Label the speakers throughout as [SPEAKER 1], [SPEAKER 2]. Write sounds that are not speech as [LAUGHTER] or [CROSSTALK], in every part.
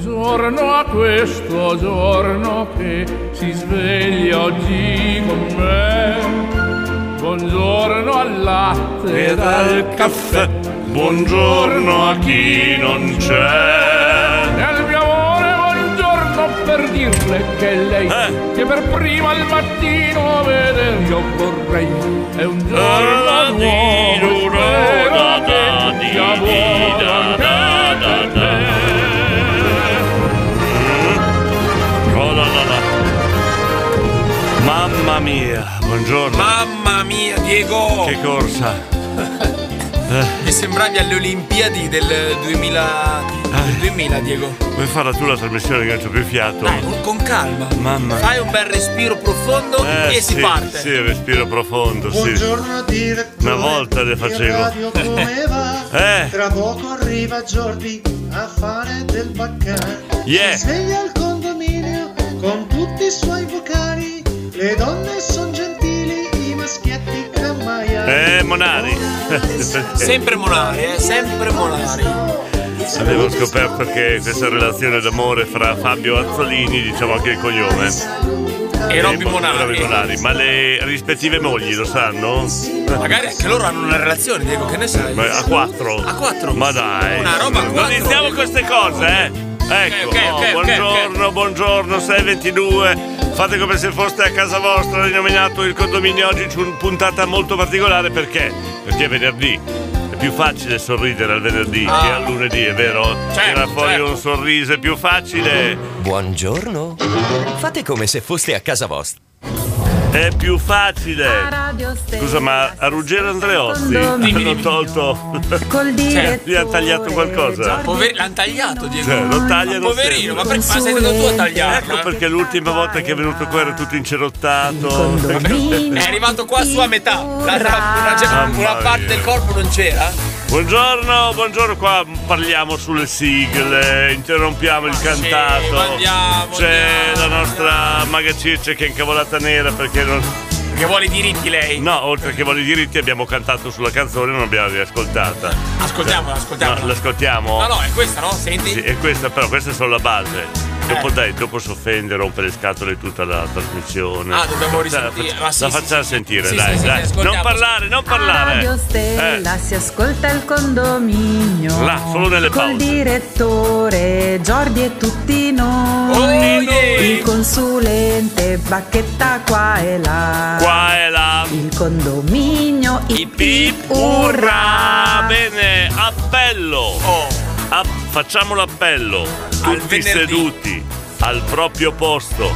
[SPEAKER 1] Buongiorno a questo giorno che si sveglia oggi con me. Buongiorno al latte
[SPEAKER 2] ed al caffè. Buongiorno a chi non c'è.
[SPEAKER 1] E al mio amore buongiorno per dirle che lei
[SPEAKER 2] Eh.
[SPEAKER 1] Che per prima al mattino vedere io vorrei È un
[SPEAKER 2] Da
[SPEAKER 3] Ah.
[SPEAKER 1] giorno
[SPEAKER 2] di
[SPEAKER 1] nuovo
[SPEAKER 2] ru
[SPEAKER 1] spero
[SPEAKER 2] da da
[SPEAKER 1] che
[SPEAKER 2] di
[SPEAKER 1] sia
[SPEAKER 2] di
[SPEAKER 1] buono
[SPEAKER 2] da
[SPEAKER 1] anche
[SPEAKER 2] da da
[SPEAKER 1] per
[SPEAKER 2] da.
[SPEAKER 3] Mm.
[SPEAKER 2] Oh là là là. Mamma mia, buongiorno.
[SPEAKER 3] Mamma mia, Diego!
[SPEAKER 2] Che corsa.
[SPEAKER 3] [LAUGHS] Mi sembravi alle Olimpiadi del 2000.
[SPEAKER 2] Ah.
[SPEAKER 3] del 2000, Diego.
[SPEAKER 2] Vuoi farla tu la trasmissione che non c'ho più fiato?
[SPEAKER 3] Dai, con, con calma.
[SPEAKER 2] Mamma.
[SPEAKER 3] Fai un bel respiro profondo
[SPEAKER 2] Eh,
[SPEAKER 3] e si
[SPEAKER 2] sì,
[SPEAKER 3] parte.
[SPEAKER 2] Sì, respiro profondo, sì.
[SPEAKER 4] Buongiorno direttore.
[SPEAKER 2] Una volta le facevo.
[SPEAKER 4] In [LAUGHS] radio come va?
[SPEAKER 2] Eh.
[SPEAKER 4] Tra poco arriva Jordi a fare del baccano.
[SPEAKER 2] Yeah.
[SPEAKER 4] Si sveglia al condominio con tutti i suoi vocali. Le donne son gentili, i maschietti camaiali.
[SPEAKER 2] Eh, Monari.
[SPEAKER 3] Sempre Monari, eh, sempre Monari.
[SPEAKER 2] Avevo scoperto che questa relazione d'amore fra Fabio Azzolini, diciamo anche il cognome.
[SPEAKER 3] E Robby
[SPEAKER 2] Mon- Robby
[SPEAKER 3] Monari.
[SPEAKER 2] Monari. Ma le rispettive mogli lo sanno?
[SPEAKER 3] Magari anche loro hanno una relazione, Diego, che ne sai?
[SPEAKER 2] Ma a quattro.
[SPEAKER 3] A quattro?
[SPEAKER 2] Ma dai.
[SPEAKER 3] Una roba a
[SPEAKER 2] Non
[SPEAKER 3] quattro.
[SPEAKER 2] iniziamo queste cose, eh. Ecco,
[SPEAKER 3] ok, ok,
[SPEAKER 2] oh,
[SPEAKER 3] ok,
[SPEAKER 2] buongiorno, buongiorno, 622. Fate come se foste a casa vostra, rinominato il condominio oggi c'è una puntata molto particolare perché? Perché è venerdì. È più facile sorridere al venerdì che al lunedì, è vero?
[SPEAKER 3] Ah. Certo,
[SPEAKER 2] Tira fuori
[SPEAKER 3] certo.
[SPEAKER 2] un sorriso è più facile.
[SPEAKER 5] Buongiorno. Fate come se foste a casa vostra.
[SPEAKER 2] È più facile. Scusa,
[SPEAKER 6] Scusa,
[SPEAKER 2] ma a Ruggero Andreotti [LAUGHS] hanno tolto. Certo.
[SPEAKER 6] Col direttore
[SPEAKER 2] gli ha tagliato qualcosa?
[SPEAKER 3] Pover- l'hanno tagliato, Diego.
[SPEAKER 2] Cioè, lo tagliano
[SPEAKER 3] Poverino, ma,
[SPEAKER 2] sempre.
[SPEAKER 3] per- ma sei stato tu a tagliarlo? eh?
[SPEAKER 2] Ecco perché l'ultima volta che è venuto qua era tutto incerottato. [LAUGHS]
[SPEAKER 3] È arrivato qua su a metà. L'altra- una,
[SPEAKER 2] Mamma
[SPEAKER 3] una parte
[SPEAKER 2] mia.
[SPEAKER 3] del corpo non c'era.
[SPEAKER 2] Buongiorno, buongiorno, qua parliamo sulle sigle, interrompiamo il cantato.
[SPEAKER 3] ma andiamo,
[SPEAKER 2] C'è
[SPEAKER 3] andiamo,
[SPEAKER 2] la nostra maga Circe che è incavolata nera perché non.
[SPEAKER 3] Che vuole i diritti lei.
[SPEAKER 2] No, oltre che vuole i diritti abbiamo cantato sulla canzone e non l'abbiamo riascoltata.
[SPEAKER 3] Ascoltiamola,
[SPEAKER 2] No,
[SPEAKER 3] ascoltiamola.
[SPEAKER 2] l'ascoltiamo.
[SPEAKER 3] No, no, è questa, no? Senti?
[SPEAKER 2] Sì, e questa però, questa è solo la base. Dopo
[SPEAKER 3] Eh.
[SPEAKER 2] dai, dopo si offende, rompe le scatole tutta la trasmissione.
[SPEAKER 3] Ah, dobbiamo
[SPEAKER 2] Faccia-
[SPEAKER 3] risentire.
[SPEAKER 2] faccia-
[SPEAKER 3] Ma sì,
[SPEAKER 2] la
[SPEAKER 3] sì,
[SPEAKER 2] facciamo
[SPEAKER 3] sì.
[SPEAKER 2] sentire,
[SPEAKER 3] Sì,
[SPEAKER 2] dai,
[SPEAKER 3] sì, sì,
[SPEAKER 2] dai.
[SPEAKER 3] ascoltiamo.
[SPEAKER 2] non parlare, non parlare.
[SPEAKER 6] Ah,
[SPEAKER 2] Eh.
[SPEAKER 6] Radio Stella si ascolta il condominio.
[SPEAKER 2] Là, solo nelle
[SPEAKER 6] Col
[SPEAKER 2] pause.
[SPEAKER 6] direttore Giordi e tutti noi.
[SPEAKER 3] Oh, yeah.
[SPEAKER 6] Il consulente Bacchetta qua e là.
[SPEAKER 2] Eh, qua e là.
[SPEAKER 6] Il condominio
[SPEAKER 2] Ip, ip, urrà. Bene, appello.
[SPEAKER 3] Oh,
[SPEAKER 2] Ah, facciamo l'appello.
[SPEAKER 3] Al
[SPEAKER 2] Tutti
[SPEAKER 3] venerdì.
[SPEAKER 2] seduti al proprio posto.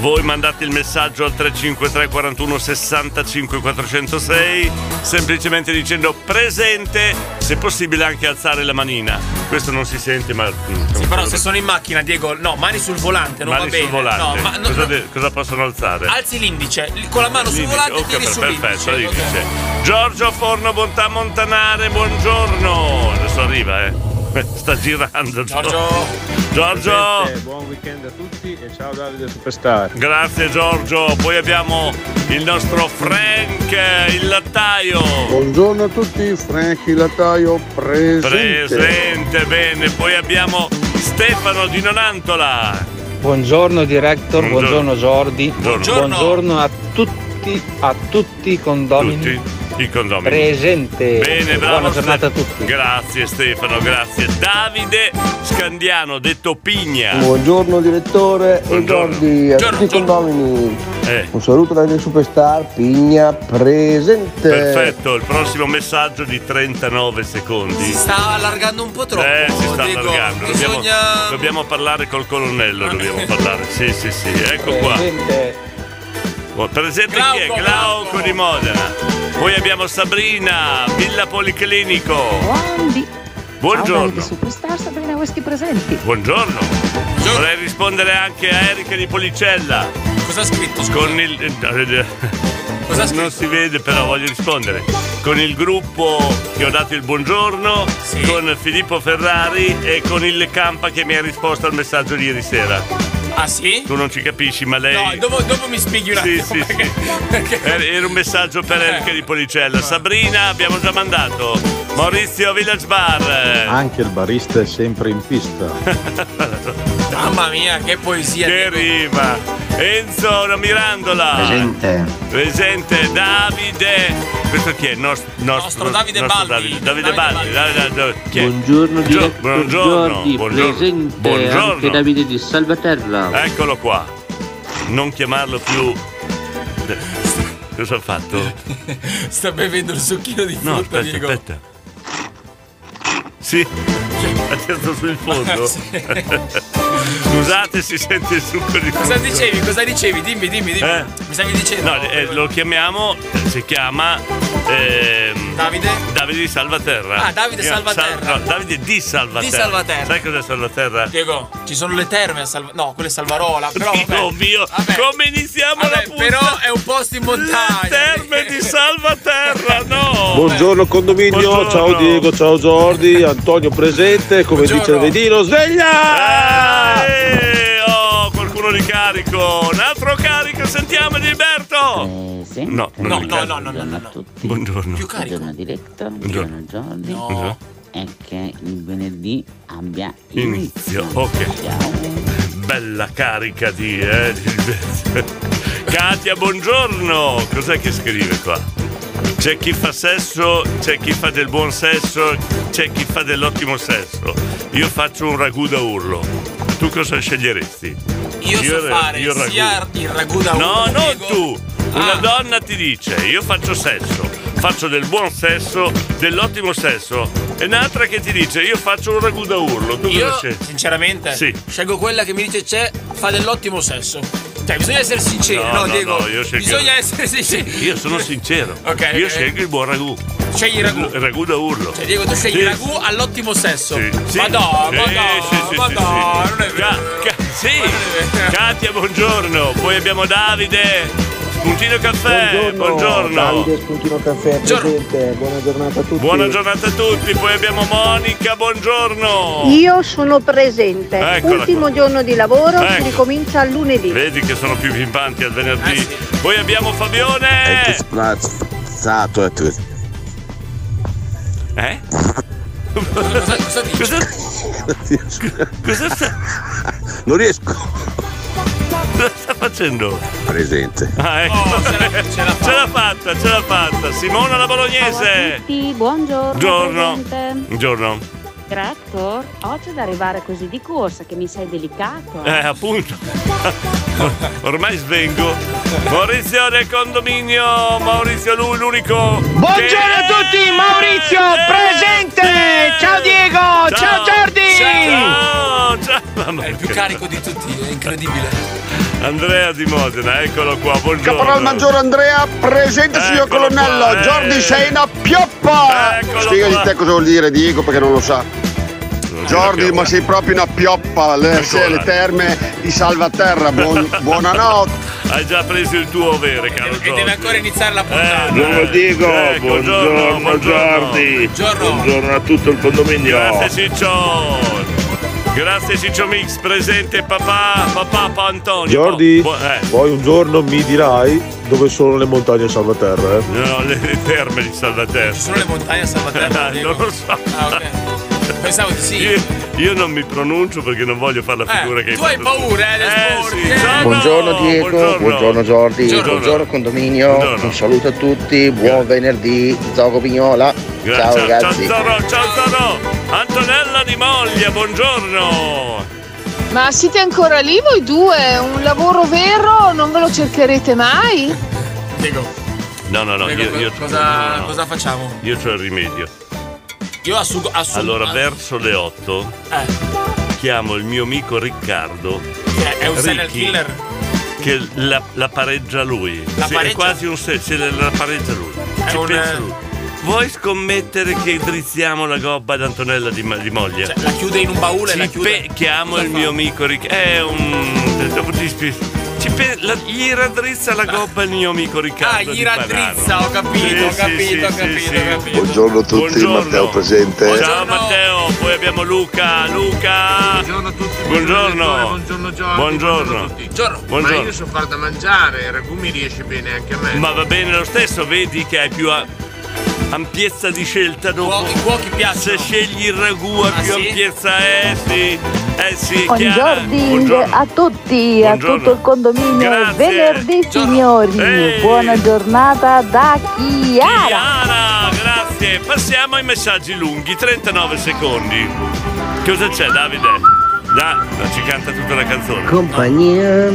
[SPEAKER 2] Voi mandate il messaggio al 353 41 65 406 semplicemente dicendo presente, se possibile anche alzare la manina. Questo non si sente, ma
[SPEAKER 3] sì, però se sono in macchina, Diego, no, mani sul volante, non
[SPEAKER 2] mani
[SPEAKER 3] va bene.
[SPEAKER 2] sul volante.
[SPEAKER 3] No, ma- no,
[SPEAKER 2] cosa,
[SPEAKER 3] no.
[SPEAKER 2] de- cosa possono alzare?
[SPEAKER 3] Alzi l'indice, li- con la mano sul
[SPEAKER 2] L'indice,
[SPEAKER 3] volante
[SPEAKER 2] ok,
[SPEAKER 3] tiri
[SPEAKER 2] per- perfetto,
[SPEAKER 3] sull'indice.
[SPEAKER 2] l'indice. Giorgio Forno Bontà Montanare, buongiorno. Adesso arriva, eh. [LAUGHS] Sta girando.
[SPEAKER 3] Giorgio,
[SPEAKER 2] Giorgio.
[SPEAKER 7] Buon weekend a tutti e ciao Davide Superstar.
[SPEAKER 2] Grazie Giorgio, poi abbiamo il nostro Frank, eh, il lattaio.
[SPEAKER 8] Buongiorno a tutti, Franchi Lataio presente.
[SPEAKER 2] Presente, bene, poi abbiamo Stefano di Nonantola.
[SPEAKER 9] Buongiorno director,
[SPEAKER 2] Buongiorno.
[SPEAKER 9] buongiorno, Jordi,
[SPEAKER 2] Buongiorno.
[SPEAKER 9] buongiorno a tutti, a tutti i condomini
[SPEAKER 2] Tutti i condomini.
[SPEAKER 9] presente.
[SPEAKER 2] Bene, bravo.
[SPEAKER 9] Buona giornata a
[SPEAKER 2] Ste-
[SPEAKER 9] tutti.
[SPEAKER 2] Grazie Stefano, grazie. Davide Scandiano, detto Pigna.
[SPEAKER 8] Buongiorno direttore
[SPEAKER 2] Eh. Buongiorno.
[SPEAKER 8] e Gordi a
[SPEAKER 3] Buongiorno,
[SPEAKER 8] tutti i condomini.
[SPEAKER 2] Eh,
[SPEAKER 8] Un saluto da Radio Superstar, Pigna presente.
[SPEAKER 2] perfetto, il prossimo messaggio di 39 secondi.
[SPEAKER 3] si sta allargando un po' troppo.
[SPEAKER 2] Eh, si sta
[SPEAKER 3] Diego.
[SPEAKER 2] allargando. Dobbiamo,
[SPEAKER 3] Bisogna.
[SPEAKER 2] dobbiamo parlare col colonnello, dobbiamo parlare. Sì, sì, sì, ecco qua.
[SPEAKER 9] Presente.
[SPEAKER 2] Oh, Presente chi è?
[SPEAKER 3] Glauco,
[SPEAKER 2] Glauco
[SPEAKER 3] Glauco.
[SPEAKER 2] di Modena. Poi abbiamo Sabrina, Villa Policlinico.
[SPEAKER 10] Buondì.
[SPEAKER 2] Buongiorno.
[SPEAKER 10] Superstar Sabrina Weschi presenti.
[SPEAKER 2] Buongiorno.
[SPEAKER 3] Giorgio,
[SPEAKER 2] Vorrei rispondere anche a Erika di Policella.
[SPEAKER 3] Cosa ha scritto? scusa?
[SPEAKER 2] Con il. eh, eh,
[SPEAKER 3] Cosa ha scritto?
[SPEAKER 2] Non si vede, però voglio rispondere. Con il gruppo che ho dato il buongiorno,
[SPEAKER 3] Sì.
[SPEAKER 2] con Filippo Ferrari e con il Campa che mi ha risposto al messaggio di ieri sera.
[SPEAKER 3] Ah sì?
[SPEAKER 2] Tu non ci capisci, ma lei.
[SPEAKER 3] No, dopo, dopo mi spieghi un
[SPEAKER 2] Sì,
[SPEAKER 3] attimo. Eh.
[SPEAKER 2] sì, sì. Era era un messaggio per Erika di Policella. Sabrina abbiamo già mandato. Maurizio Village Bar.
[SPEAKER 11] Anche il barista è sempre in
[SPEAKER 2] [LAUGHS] Oh,
[SPEAKER 11] pista.
[SPEAKER 3] Mamma mia, che poesia.
[SPEAKER 2] Che rima. Enzo una Mirandola. Presente. Presente Davide. Questo chi è? Nos- nostro,
[SPEAKER 3] Davide
[SPEAKER 2] nostro
[SPEAKER 3] Baldi.
[SPEAKER 2] Davide, Davide Baldi. Davide- Davide- chi è?
[SPEAKER 4] Buongiorno
[SPEAKER 2] Gio-
[SPEAKER 4] direttore
[SPEAKER 2] buongiorno,
[SPEAKER 4] Giordi,
[SPEAKER 2] buongiorno.
[SPEAKER 4] presente
[SPEAKER 2] Buongiorno.
[SPEAKER 4] anche Davide di Salvaterra.
[SPEAKER 2] Eccolo qua. Non chiamarlo più. Cosa ha fatto?
[SPEAKER 3] Sta bevendo il succhino [LAUGHS] di frutta,
[SPEAKER 2] No, aspetta,
[SPEAKER 3] Diego.
[SPEAKER 2] aspetta. Sì, [LAUGHS] ha tirato sul
[SPEAKER 3] [LAUGHS]
[SPEAKER 2] fondo. [LAUGHS] Scusate, si sente il succo di
[SPEAKER 3] Cosa
[SPEAKER 2] frutta.
[SPEAKER 3] dicevi? Cosa dicevi? Dimmi, dimmi, dimmi.
[SPEAKER 2] Eh?
[SPEAKER 3] Mi stavi dicendo.
[SPEAKER 2] No, eh, lo chiamiamo, eh, si chiama ehm,
[SPEAKER 3] Davide?
[SPEAKER 2] Davide di Salvaterra.
[SPEAKER 3] Ah, Davide
[SPEAKER 2] Io-
[SPEAKER 3] Salvaterra.
[SPEAKER 2] Sal- no, Davide di Salvaterra.
[SPEAKER 3] Di Salvaterra.
[SPEAKER 2] Sai cos'è Salvaterra?
[SPEAKER 3] Diego, ci sono le terme a Salva... No, quella è Salvarola, però vabbè.
[SPEAKER 2] Dio mio,
[SPEAKER 3] Vabbè.
[SPEAKER 2] come iniziamo
[SPEAKER 3] Vabbè,
[SPEAKER 2] la
[SPEAKER 3] però
[SPEAKER 2] puntata?
[SPEAKER 3] è un posto in montagna.
[SPEAKER 2] Le terme di
[SPEAKER 3] [LAUGHS]
[SPEAKER 2] Salvaterra, no!
[SPEAKER 7] Buongiorno condominio,
[SPEAKER 2] Buongiorno.
[SPEAKER 7] ciao Diego, ciao Giordi, Antonio presente, come dice il vedino, sveglia!
[SPEAKER 2] Eh, oh, qualcuno di carico! Un altro carico, sentiamo Gilberto! No, non
[SPEAKER 3] No,
[SPEAKER 2] è
[SPEAKER 3] no,
[SPEAKER 2] carico.
[SPEAKER 3] no, no, no, no, no.
[SPEAKER 2] Buongiorno.
[SPEAKER 3] Più carico.
[SPEAKER 4] Buongiorno direttore,
[SPEAKER 2] Buongiorno.
[SPEAKER 4] buongiorno Giordi.
[SPEAKER 3] No.
[SPEAKER 2] Buongiorno.
[SPEAKER 4] E che il venerdì abbia
[SPEAKER 2] Inizio, ok. Bella carica di eh, Gilberto. [LAUGHS] Katia, buongiorno! Cos'è che scrive qua? C'è chi fa sesso, c'è chi fa del buon sesso, c'è chi fa dell'ottimo sesso. Io faccio un ragù da urlo. Tu cosa sceglieresti?
[SPEAKER 3] Io so
[SPEAKER 2] re-
[SPEAKER 3] fare
[SPEAKER 2] io ragù.
[SPEAKER 3] sia il ragù da
[SPEAKER 2] No,
[SPEAKER 3] uomo,
[SPEAKER 2] non
[SPEAKER 3] Diego.
[SPEAKER 2] tu. Una
[SPEAKER 3] Ah.
[SPEAKER 2] donna ti dice: Io faccio sesso, faccio del buon sesso, dell'ottimo sesso. E un'altra che ti dice: Io faccio un ragù da urlo. Tu
[SPEAKER 3] Io,
[SPEAKER 2] cosa scegli?
[SPEAKER 3] sinceramente,
[SPEAKER 2] Sì.
[SPEAKER 3] scelgo quella che mi dice c'è, fa dell'ottimo sesso. Cioè, bisogna essere sinceri,
[SPEAKER 2] No, no,
[SPEAKER 3] no, Diego?
[SPEAKER 2] no, io scelgo-
[SPEAKER 3] Bisogna essere sinceri.
[SPEAKER 2] Io sono sincero.
[SPEAKER 3] Ok,
[SPEAKER 2] Io
[SPEAKER 3] ok.
[SPEAKER 2] scelgo il buon ragù.
[SPEAKER 3] Scegli il ragù.
[SPEAKER 2] Il ragù da urlo.
[SPEAKER 3] Cioè, Diego, tu scegli
[SPEAKER 2] Sì.
[SPEAKER 3] il ragù all'ottimo sesso.
[SPEAKER 2] Sì, sì.
[SPEAKER 3] Ma no,
[SPEAKER 2] Sì,
[SPEAKER 3] ma no,
[SPEAKER 2] sì, sì,
[SPEAKER 3] ma
[SPEAKER 2] sì,
[SPEAKER 3] no,
[SPEAKER 2] sì.
[SPEAKER 3] non è
[SPEAKER 2] Ca-
[SPEAKER 3] vero.
[SPEAKER 2] ca- sì.
[SPEAKER 3] Ma non è vero.
[SPEAKER 2] Katia, buongiorno. Poi abbiamo Davide. Puntino caffè, buongiorno.
[SPEAKER 12] Spuntino Caffè
[SPEAKER 3] Giorno.
[SPEAKER 12] buona giornata a tutti.
[SPEAKER 2] Buona giornata a tutti. Poi abbiamo Monica, buongiorno.
[SPEAKER 13] Io sono presente.
[SPEAKER 2] Eccola
[SPEAKER 13] Ultimo
[SPEAKER 2] qua.
[SPEAKER 13] giorno di lavoro, si
[SPEAKER 2] Ecco.
[SPEAKER 13] ricomincia lunedì.
[SPEAKER 2] Vedi che sono più pimpanti al venerdì.
[SPEAKER 3] Eh sì.
[SPEAKER 2] Poi abbiamo
[SPEAKER 7] È
[SPEAKER 2] Fabione.
[SPEAKER 11] Esatto,
[SPEAKER 7] sprazzato a
[SPEAKER 11] [LAUGHS]
[SPEAKER 7] tutti.
[SPEAKER 2] Eh?
[SPEAKER 3] Cosa, cosa dici?
[SPEAKER 2] Cosa, cosa sta,
[SPEAKER 7] Non riesco.
[SPEAKER 2] cosa sta facendo?
[SPEAKER 7] Presente.
[SPEAKER 2] Ah, ecco.
[SPEAKER 3] Oh, ce l'ha- ce l'ha
[SPEAKER 2] [LAUGHS] Ce l'ha fatta, ce l'ha fatta. Simona la bolognese.
[SPEAKER 13] tutti, buongiorno.
[SPEAKER 2] Buongiorno. Buongiorno.
[SPEAKER 13] Direttore, oggi ad arrivare così di corsa che mi sei delicato.
[SPEAKER 2] Eh, appunto. [LAUGHS] Ormai svengo. Maurizio del condominio. Maurizio lui, l'unico. Buongiorno
[SPEAKER 12] a tutti, Maurizio,
[SPEAKER 2] Eh.
[SPEAKER 4] Eh.
[SPEAKER 12] presente. Ciao Diego, ciao Jordi.
[SPEAKER 2] Ciao, ciao. Mamma
[SPEAKER 3] È il più
[SPEAKER 2] mia.
[SPEAKER 3] carico di tutti, è incredibile.
[SPEAKER 2] Andrea di Modena, eccolo qua, buongiorno.
[SPEAKER 7] Caporal Maggiore Andrea, presente signor
[SPEAKER 2] Eccolo
[SPEAKER 7] colonnello,
[SPEAKER 2] qua, Ecco eh.
[SPEAKER 7] Giordi sei una pioppa!
[SPEAKER 2] Eccolo
[SPEAKER 7] Spiegagli
[SPEAKER 2] qua.
[SPEAKER 7] te cosa vuol dire Diego perché non lo sa.
[SPEAKER 2] Non so
[SPEAKER 7] Giordi,
[SPEAKER 2] perché,
[SPEAKER 7] ma sei proprio una pioppa, le, sei alle terme di salvaterra,
[SPEAKER 2] [LAUGHS]
[SPEAKER 7] buon, buonanotte!
[SPEAKER 2] Hai già preso il tuo overe, caro
[SPEAKER 3] E deve ancora iniziare la puntata.
[SPEAKER 2] Buongiorno Diego, ecco, buongiorno, Giordi.
[SPEAKER 3] Buongiorno.
[SPEAKER 2] Grazie Ciccio. Grazie Ciccio Mix, presente papà, papà pa Antonio.
[SPEAKER 11] Giordi,
[SPEAKER 2] Bu- eh,
[SPEAKER 11] poi un giorno mi dirai dove sono le montagne Salvaterra. Eh?
[SPEAKER 2] no, le, le terme di Salvaterra.
[SPEAKER 3] Ci sono le montagne
[SPEAKER 2] [LAUGHS]
[SPEAKER 3] a Salvaterra, Diego.
[SPEAKER 2] non lo so.
[SPEAKER 3] Ah, ok. Pensavo di sì.
[SPEAKER 2] Io, io non mi pronuncio perché non voglio fare la figura
[SPEAKER 3] Eh,
[SPEAKER 2] che
[SPEAKER 3] tu hai
[SPEAKER 2] fatto
[SPEAKER 3] paura, eh, del
[SPEAKER 2] eh,
[SPEAKER 3] sport,
[SPEAKER 2] sì.
[SPEAKER 3] eh.
[SPEAKER 2] Giorno,
[SPEAKER 12] Buongiorno Diego, buongiorno, Giordi,
[SPEAKER 2] Buongiorno.
[SPEAKER 12] buongiorno, condominio,
[SPEAKER 2] Buongiorno.
[SPEAKER 12] un saluto a tutti,
[SPEAKER 2] Grazie.
[SPEAKER 12] buon venerdì, Zogo Pignola,
[SPEAKER 2] Grazie.
[SPEAKER 12] ciao ragazzi.
[SPEAKER 2] Ciao Zorro, ciao Zorro. Antonella di Moglia, buongiorno.
[SPEAKER 14] Ma siete ancora lì voi due? Un lavoro vero non ve lo cercherete mai?
[SPEAKER 3] Diego,
[SPEAKER 2] No, no, no,
[SPEAKER 3] Diego,
[SPEAKER 2] io, io,
[SPEAKER 3] cosa,
[SPEAKER 2] no, no, no.
[SPEAKER 3] cosa facciamo?
[SPEAKER 2] Io c'ho il rimedio.
[SPEAKER 3] Io assugo. assugo
[SPEAKER 2] Allora,
[SPEAKER 3] eh,
[SPEAKER 2] verso le 8 chiamo il mio amico Riccardo
[SPEAKER 3] che Eh, è un serial
[SPEAKER 2] Ricky.
[SPEAKER 3] killer.
[SPEAKER 2] che la, la pareggia lui.
[SPEAKER 3] La
[SPEAKER 2] Sì, È
[SPEAKER 3] pareggia?
[SPEAKER 2] quasi un se- se la la pareggia lui. Ci
[SPEAKER 3] un,
[SPEAKER 2] pensa
[SPEAKER 3] eh,
[SPEAKER 2] lui. Vuoi scommettere che drizziamo la gobba ad Antonella di, Ma- di Moglia?
[SPEAKER 3] Cioè, la chiude in un baule e la
[SPEAKER 2] Ci
[SPEAKER 3] chiude.
[SPEAKER 2] pe- chiamo
[SPEAKER 3] Cosa
[SPEAKER 2] il
[SPEAKER 3] fa?
[SPEAKER 2] mio amico Riccardo. È un. dopo ti spie- Ci pe- la- gli raddrizza la gobba il mio amico Riccardo.
[SPEAKER 3] Ah, gli
[SPEAKER 2] di Padano.
[SPEAKER 3] raddrizza, ho capito, ho
[SPEAKER 2] Sì, sì,
[SPEAKER 3] capito, ho
[SPEAKER 2] sì,
[SPEAKER 3] capito,
[SPEAKER 2] sì,
[SPEAKER 3] ho capito.
[SPEAKER 15] Buongiorno a tutti, Matteo presente.
[SPEAKER 2] Ciao Matteo, poi abbiamo Luca. Luca. Buongiorno a tutti. Buongiorno. Buongiorno Giorgio. Buongiorno.
[SPEAKER 16] Buongiorno. Ma io so far da mangiare, il ragù mi riesce bene anche a me.
[SPEAKER 2] Ma va bene lo stesso, vedi che hai più a- ampiezza di scelta dopo. Cuochi, piacciono. Se scegli il ragù a più ampiezza, eh sì. Eh sì, è chiaro.
[SPEAKER 6] Buongiorno a tutti,
[SPEAKER 2] Buongiorno.
[SPEAKER 6] a tutto il condominio. È venerdì, signori. Buona giornata da Chiara.
[SPEAKER 2] Chiara, grazie. Passiamo ai messaggi lunghi, 39 secondi. Cosa c'è Davide? Da, da- ci canta tutta la canzone. Uh.
[SPEAKER 8] Compagnia.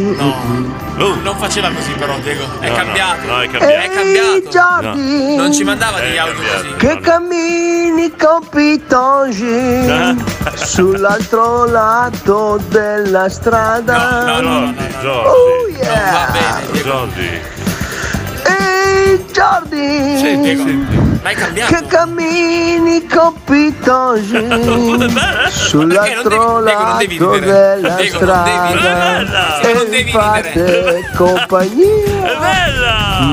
[SPEAKER 3] Non faceva così però, Diego. È
[SPEAKER 2] No, no,
[SPEAKER 3] cambiato.
[SPEAKER 2] no, è cambiato.
[SPEAKER 3] È cambiato.
[SPEAKER 8] Jordi.
[SPEAKER 3] Non ci mandava degli
[SPEAKER 2] È
[SPEAKER 3] audio così.
[SPEAKER 8] Che cammini con Pitongi sull'altro lato della
[SPEAKER 2] Ah,
[SPEAKER 8] strada.
[SPEAKER 2] Giordi, Giordi.
[SPEAKER 8] Oh, yeah.
[SPEAKER 2] Va bene, Giordi.
[SPEAKER 8] Ehi Jordi!
[SPEAKER 2] Senti, senti.
[SPEAKER 3] Ma hai cambiato?
[SPEAKER 8] Che cammini con
[SPEAKER 2] [LAUGHS]
[SPEAKER 8] Pitongi sull'altro lato della strada. E fate compagnia.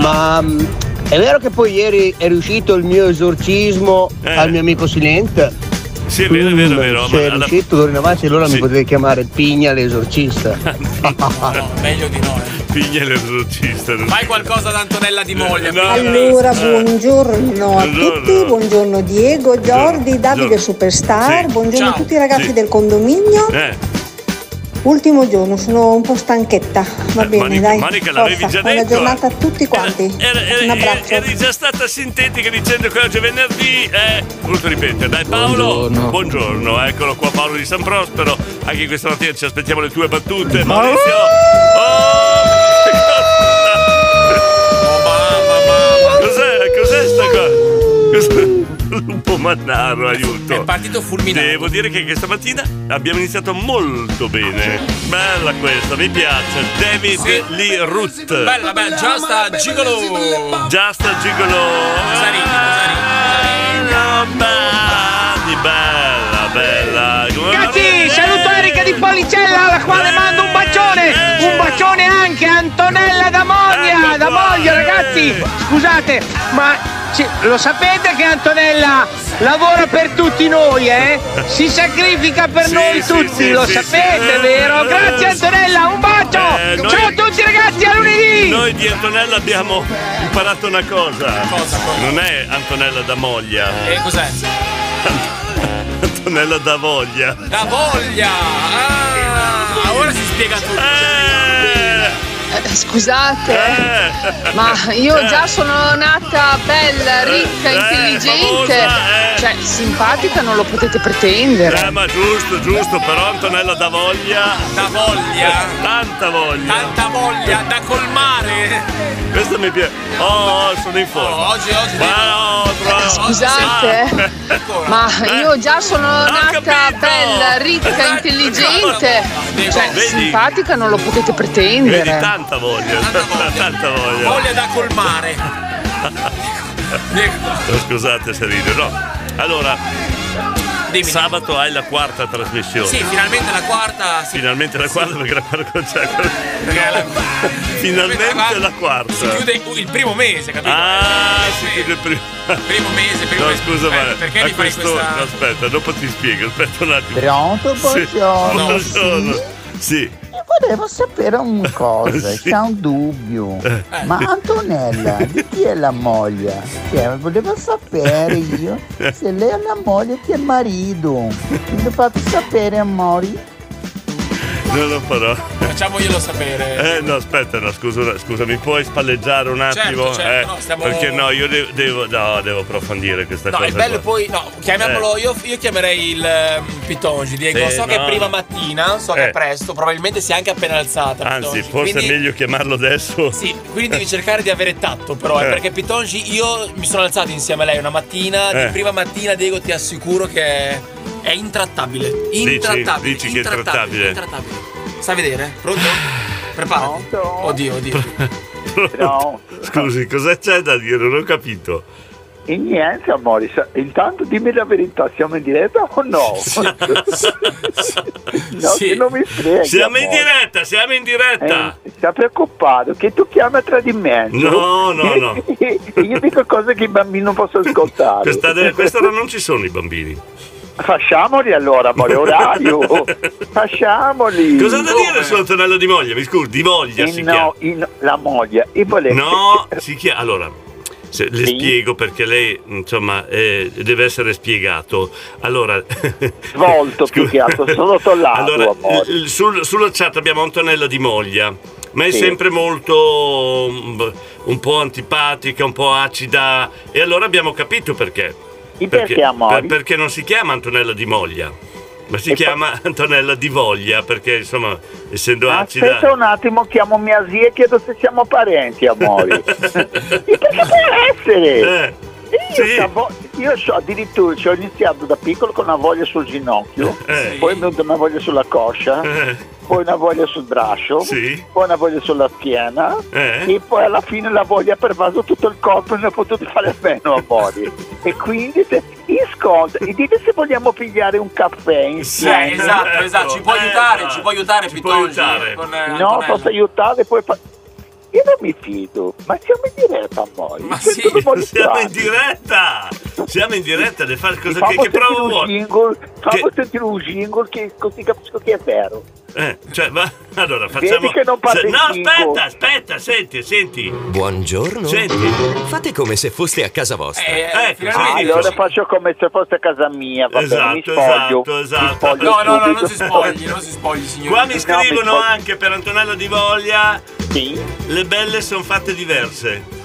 [SPEAKER 17] Ma mh, è vero che poi ieri è riuscito il mio esorcismo al mio amico Silent?
[SPEAKER 2] Eh.
[SPEAKER 17] Mm,
[SPEAKER 2] Sì, è vero, è vero, è vero.
[SPEAKER 17] Se è
[SPEAKER 2] ma alla-
[SPEAKER 17] riuscito d'ora in avanti allora
[SPEAKER 2] Sì.
[SPEAKER 17] mi potete chiamare Pigna
[SPEAKER 2] [LAUGHS]
[SPEAKER 17] l'esorcista.
[SPEAKER 3] Ah,
[SPEAKER 2] meglio di no. Pigna l'esorcista. non-
[SPEAKER 3] Fai qualcosa ad Antonella di moglie.
[SPEAKER 2] No,
[SPEAKER 3] Pigna.
[SPEAKER 18] Allora,
[SPEAKER 2] Eh.
[SPEAKER 18] buongiorno a
[SPEAKER 2] Buongiorno.
[SPEAKER 18] tutti, buongiorno Diego, Giordi, Davide
[SPEAKER 2] Giorno.
[SPEAKER 18] Superstar,
[SPEAKER 2] Sì.
[SPEAKER 18] buongiorno
[SPEAKER 2] Ciao.
[SPEAKER 18] a tutti i ragazzi
[SPEAKER 2] Sì.
[SPEAKER 18] del condominio.
[SPEAKER 2] Eh,
[SPEAKER 18] Ultimo giorno, sono un po' stanchetta. Va bene,
[SPEAKER 2] Monica-
[SPEAKER 18] dai.
[SPEAKER 2] Monica, l'avevi
[SPEAKER 18] forza,
[SPEAKER 2] già
[SPEAKER 18] buona
[SPEAKER 2] detto,
[SPEAKER 18] giornata a tutti quanti. un
[SPEAKER 2] eh,
[SPEAKER 18] abbraccio.
[SPEAKER 2] eri già stata sintetica dicendo che oggi è venerdì. Eh, voluto ripetere. Dai Paolo. Buongiorno. Eccolo qua Paolo di San Prospero. Anche questa mattina ci aspettiamo le tue battute. Maurizio. Oh, Cos'è? Cos'è sta qua? Cos'è? Un po' mannaro, aiuto. È partito fulminante. Devo dire che questa mattina abbiamo iniziato molto bene. Bella questa, mi piace. David Lee Root.
[SPEAKER 3] Bella, bella, just a gigolo.
[SPEAKER 2] Just a gigolo. Nobody, bella, bella. Come-
[SPEAKER 4] Ragazzi, saluto Erika di Policella alla quale mando un bacione! Un bacione anche a Antonella da
[SPEAKER 2] Ecco
[SPEAKER 4] Moglia! Da Moglia, ragazzi!
[SPEAKER 2] Eh.
[SPEAKER 4] Scusate, ma ci- lo sapete che Antonella lavora per tutti noi, eh? Si sacrifica per noi tutti, lo sapete, vero? Grazie Antonella, un bacio!
[SPEAKER 2] Eh, noi-
[SPEAKER 4] Ciao a tutti ragazzi, a lunedì!
[SPEAKER 2] Noi di Antonella abbiamo imparato una cosa. Eh, Non è Antonella da moglia.
[SPEAKER 3] E cos'è?
[SPEAKER 2] Antonella da voglia.
[SPEAKER 3] La voglia! Ah, ora si spiega tutto.
[SPEAKER 14] Eh, Scusate,
[SPEAKER 2] Eh.
[SPEAKER 14] ma io già sono nata bella, ricca, intelligente, cioè simpatica non lo potete pretendere.
[SPEAKER 2] Eh, ma giusto, giusto, però Antonella da voglia. Da voglia? Tanta voglia. Tanta voglia da colmare. Questo mi piace. Oh, oh, sono in forma. oggi, oggi. Ma no, tro-
[SPEAKER 14] Scusate, [LAUGHS] ma io già sono nata bella, ricca, intelligente, cioè
[SPEAKER 2] Vedi?
[SPEAKER 14] simpatica non lo potete
[SPEAKER 2] Vedi,
[SPEAKER 14] pretendere.
[SPEAKER 2] tanta voglia. [LAUGHS] Tanta voglia.
[SPEAKER 3] Voglia da
[SPEAKER 2] [LAUGHS]
[SPEAKER 3] colmare.
[SPEAKER 2] Oh, Scusate se rido, no. Allora, sabato hai la quarta trasmissione.
[SPEAKER 3] Sì, finalmente la quarta. Si
[SPEAKER 2] Finalmente la quarta perché la quarta non c'è ancora. Finalmente la quarta.
[SPEAKER 3] chiude il primo mese, capito?
[SPEAKER 2] Ah, si chiude il primo.
[SPEAKER 3] Primo mese, primo
[SPEAKER 2] No,
[SPEAKER 3] mese.
[SPEAKER 2] scusa,
[SPEAKER 3] Aspetta,
[SPEAKER 2] ma
[SPEAKER 3] perché
[SPEAKER 2] a
[SPEAKER 3] mi fai
[SPEAKER 2] questo-
[SPEAKER 3] questa-
[SPEAKER 2] no, aspetta, dopo ti spiego, aspetta un attimo.
[SPEAKER 19] Pronto,
[SPEAKER 2] Sì,
[SPEAKER 19] buongiorno,
[SPEAKER 2] buongiorno. Sì.
[SPEAKER 19] Io volevo
[SPEAKER 2] [LAUGHS]
[SPEAKER 19] sapere una cosa, c'è un dubbio.
[SPEAKER 2] Eh.
[SPEAKER 19] Ma Antonella, di chi è la moglie? Cioè, volevo sapere io se lei è la moglie che è il marito. Mi fate sapere, amori.
[SPEAKER 2] Non lo farò.
[SPEAKER 3] Facciamoglielo sapere.
[SPEAKER 2] Eh no, aspetta, no, scusa, scusa, mi puoi spalleggiare un attimo?
[SPEAKER 3] Certo, certo,
[SPEAKER 2] Eh,
[SPEAKER 3] no, stiamo-
[SPEAKER 2] Perché no, io de- devo, no, devo approfondire questa
[SPEAKER 3] No,
[SPEAKER 2] cosa.
[SPEAKER 3] è bello
[SPEAKER 2] qua.
[SPEAKER 3] poi. No, chiamiamolo.
[SPEAKER 2] Eh.
[SPEAKER 3] Io, io chiamerei il ehm, Pitongi, Diego.
[SPEAKER 2] Sì,
[SPEAKER 3] so che è
[SPEAKER 2] no.
[SPEAKER 3] prima mattina, so che
[SPEAKER 2] Eh.
[SPEAKER 3] è presto, probabilmente si è anche appena alzata.
[SPEAKER 2] Anzi,
[SPEAKER 3] Pitongi.
[SPEAKER 2] forse
[SPEAKER 3] Quindi-
[SPEAKER 2] è meglio chiamarlo adesso. [LAUGHS] Sì,
[SPEAKER 3] Quindi devi cercare di avere tatto, però, eh,
[SPEAKER 2] Eh.
[SPEAKER 3] perché Pitongi, io mi sono alzato insieme a lei una mattina.
[SPEAKER 2] Eh.
[SPEAKER 3] Di prima mattina, Diego, ti assicuro che è, è intrattabile.
[SPEAKER 2] Dici-
[SPEAKER 3] Intrattabile.
[SPEAKER 2] dici che è
[SPEAKER 3] intrattabile.
[SPEAKER 2] trattabile?
[SPEAKER 3] intrattabile. Sta a vedere? Pronto? Preparati. Oddio, oddio.
[SPEAKER 2] Eh, Scusi, cosa c'è da dire? Non ho capito.
[SPEAKER 19] E niente, amore, sa- intanto dimmi la verità, siamo in diretta o no? [LAUGHS] no, che non mi freghi,
[SPEAKER 2] Siamo in
[SPEAKER 19] amore.
[SPEAKER 2] diretta, siamo in diretta.
[SPEAKER 19] Eh, sta preoccupato che tu chiami a tradimento.
[SPEAKER 2] No,
[SPEAKER 19] [LAUGHS]
[SPEAKER 2] no, no.
[SPEAKER 19] E io dico cose che i bambini
[SPEAKER 2] [LAUGHS]
[SPEAKER 19] non possono ascoltare.
[SPEAKER 2] Questa, de- questa ora non ci sono i bambini.
[SPEAKER 19] Facciamoli
[SPEAKER 2] [LAUGHS]
[SPEAKER 19] allora, [LAUGHS] amore, orario. Facciamoli.
[SPEAKER 2] Cosa da dire su Antonello di Moglia? Mi scusi, di Moglia
[SPEAKER 19] Eh
[SPEAKER 2] si chiama.
[SPEAKER 19] no, in- la moglie. E volevo-
[SPEAKER 2] No, si chiama. Allora, se- le spiego perché lei, insomma, eh, deve essere spiegato. Allora,
[SPEAKER 19] Svolto più
[SPEAKER 2] [LAUGHS]
[SPEAKER 19] che altro, sono tollato,
[SPEAKER 2] allora,
[SPEAKER 19] amore.
[SPEAKER 2] l- l- sul- sulla chat abbiamo Antonella Di Moglia, ma è
[SPEAKER 19] Sì.
[SPEAKER 2] sempre molto mm, un po' antipatica, un po' acida. E allora abbiamo capito perché.
[SPEAKER 19] Il perché, amore?
[SPEAKER 2] per- perché non si chiama Antonella Di Moglia, ma si chiama [LAUGHS] Antonella Di Voglia perché, insomma, essendo acida.
[SPEAKER 19] Aspetta un attimo, chiamo mia zia e chiedo se siamo parenti,
[SPEAKER 2] [LAUGHS]
[SPEAKER 19] amore. E perché può essere? Io, stavo- io so, addirittura ci ho iniziato da piccolo con una voglia sul ginocchio, poi mi è venuta una voglia sulla coscia, poi una voglia sul braccio, poi una voglia sulla schiena
[SPEAKER 2] Eh.
[SPEAKER 19] e poi alla fine la voglia ha pervaso tutto il corpo e non ho potuto fare a meno a voi. e quindi se, ascolta, e dite se vogliamo pigliare un caffè insieme.
[SPEAKER 3] Eh, esatto, esatto, ci può aiutare, ci può aiutare Pitoggi con eh,
[SPEAKER 19] No,
[SPEAKER 3] Antonella.
[SPEAKER 19] posso aiutare poi fa- Io non mi fido, ma siamo in diretta amore. Cioè, Ma sì,
[SPEAKER 2] Siamo in diretta! Siamo in diretta, deve fare cosa che,
[SPEAKER 19] Fammi
[SPEAKER 2] che prova
[SPEAKER 19] sentire un
[SPEAKER 2] vuoi.
[SPEAKER 19] jingle, fammi sentire un jingle che così capisco che è vero.
[SPEAKER 2] Eh, cioè, va- allora facciamo.
[SPEAKER 19] che non parli
[SPEAKER 2] Se- no,
[SPEAKER 19] cinque.
[SPEAKER 2] aspetta, aspetta, senti, senti.
[SPEAKER 9] Buongiorno.
[SPEAKER 2] Senti. Ecco,
[SPEAKER 9] Fate come se foste a casa vostra.
[SPEAKER 19] Ah, allora faccio come se fosse a casa mia, va bene, mi
[SPEAKER 9] Esatto,
[SPEAKER 19] spoglio.
[SPEAKER 9] esatto,
[SPEAKER 19] mi
[SPEAKER 9] esatto.
[SPEAKER 19] spoglio
[SPEAKER 3] No, no, no,
[SPEAKER 19] subito.
[SPEAKER 3] non si spogli, non si spogli, signori.
[SPEAKER 2] Qua mi scrivono
[SPEAKER 3] No, mi spogli.
[SPEAKER 2] anche per Antonello Di Voglia.
[SPEAKER 19] Sì.
[SPEAKER 2] Le belle sono fatte diverse.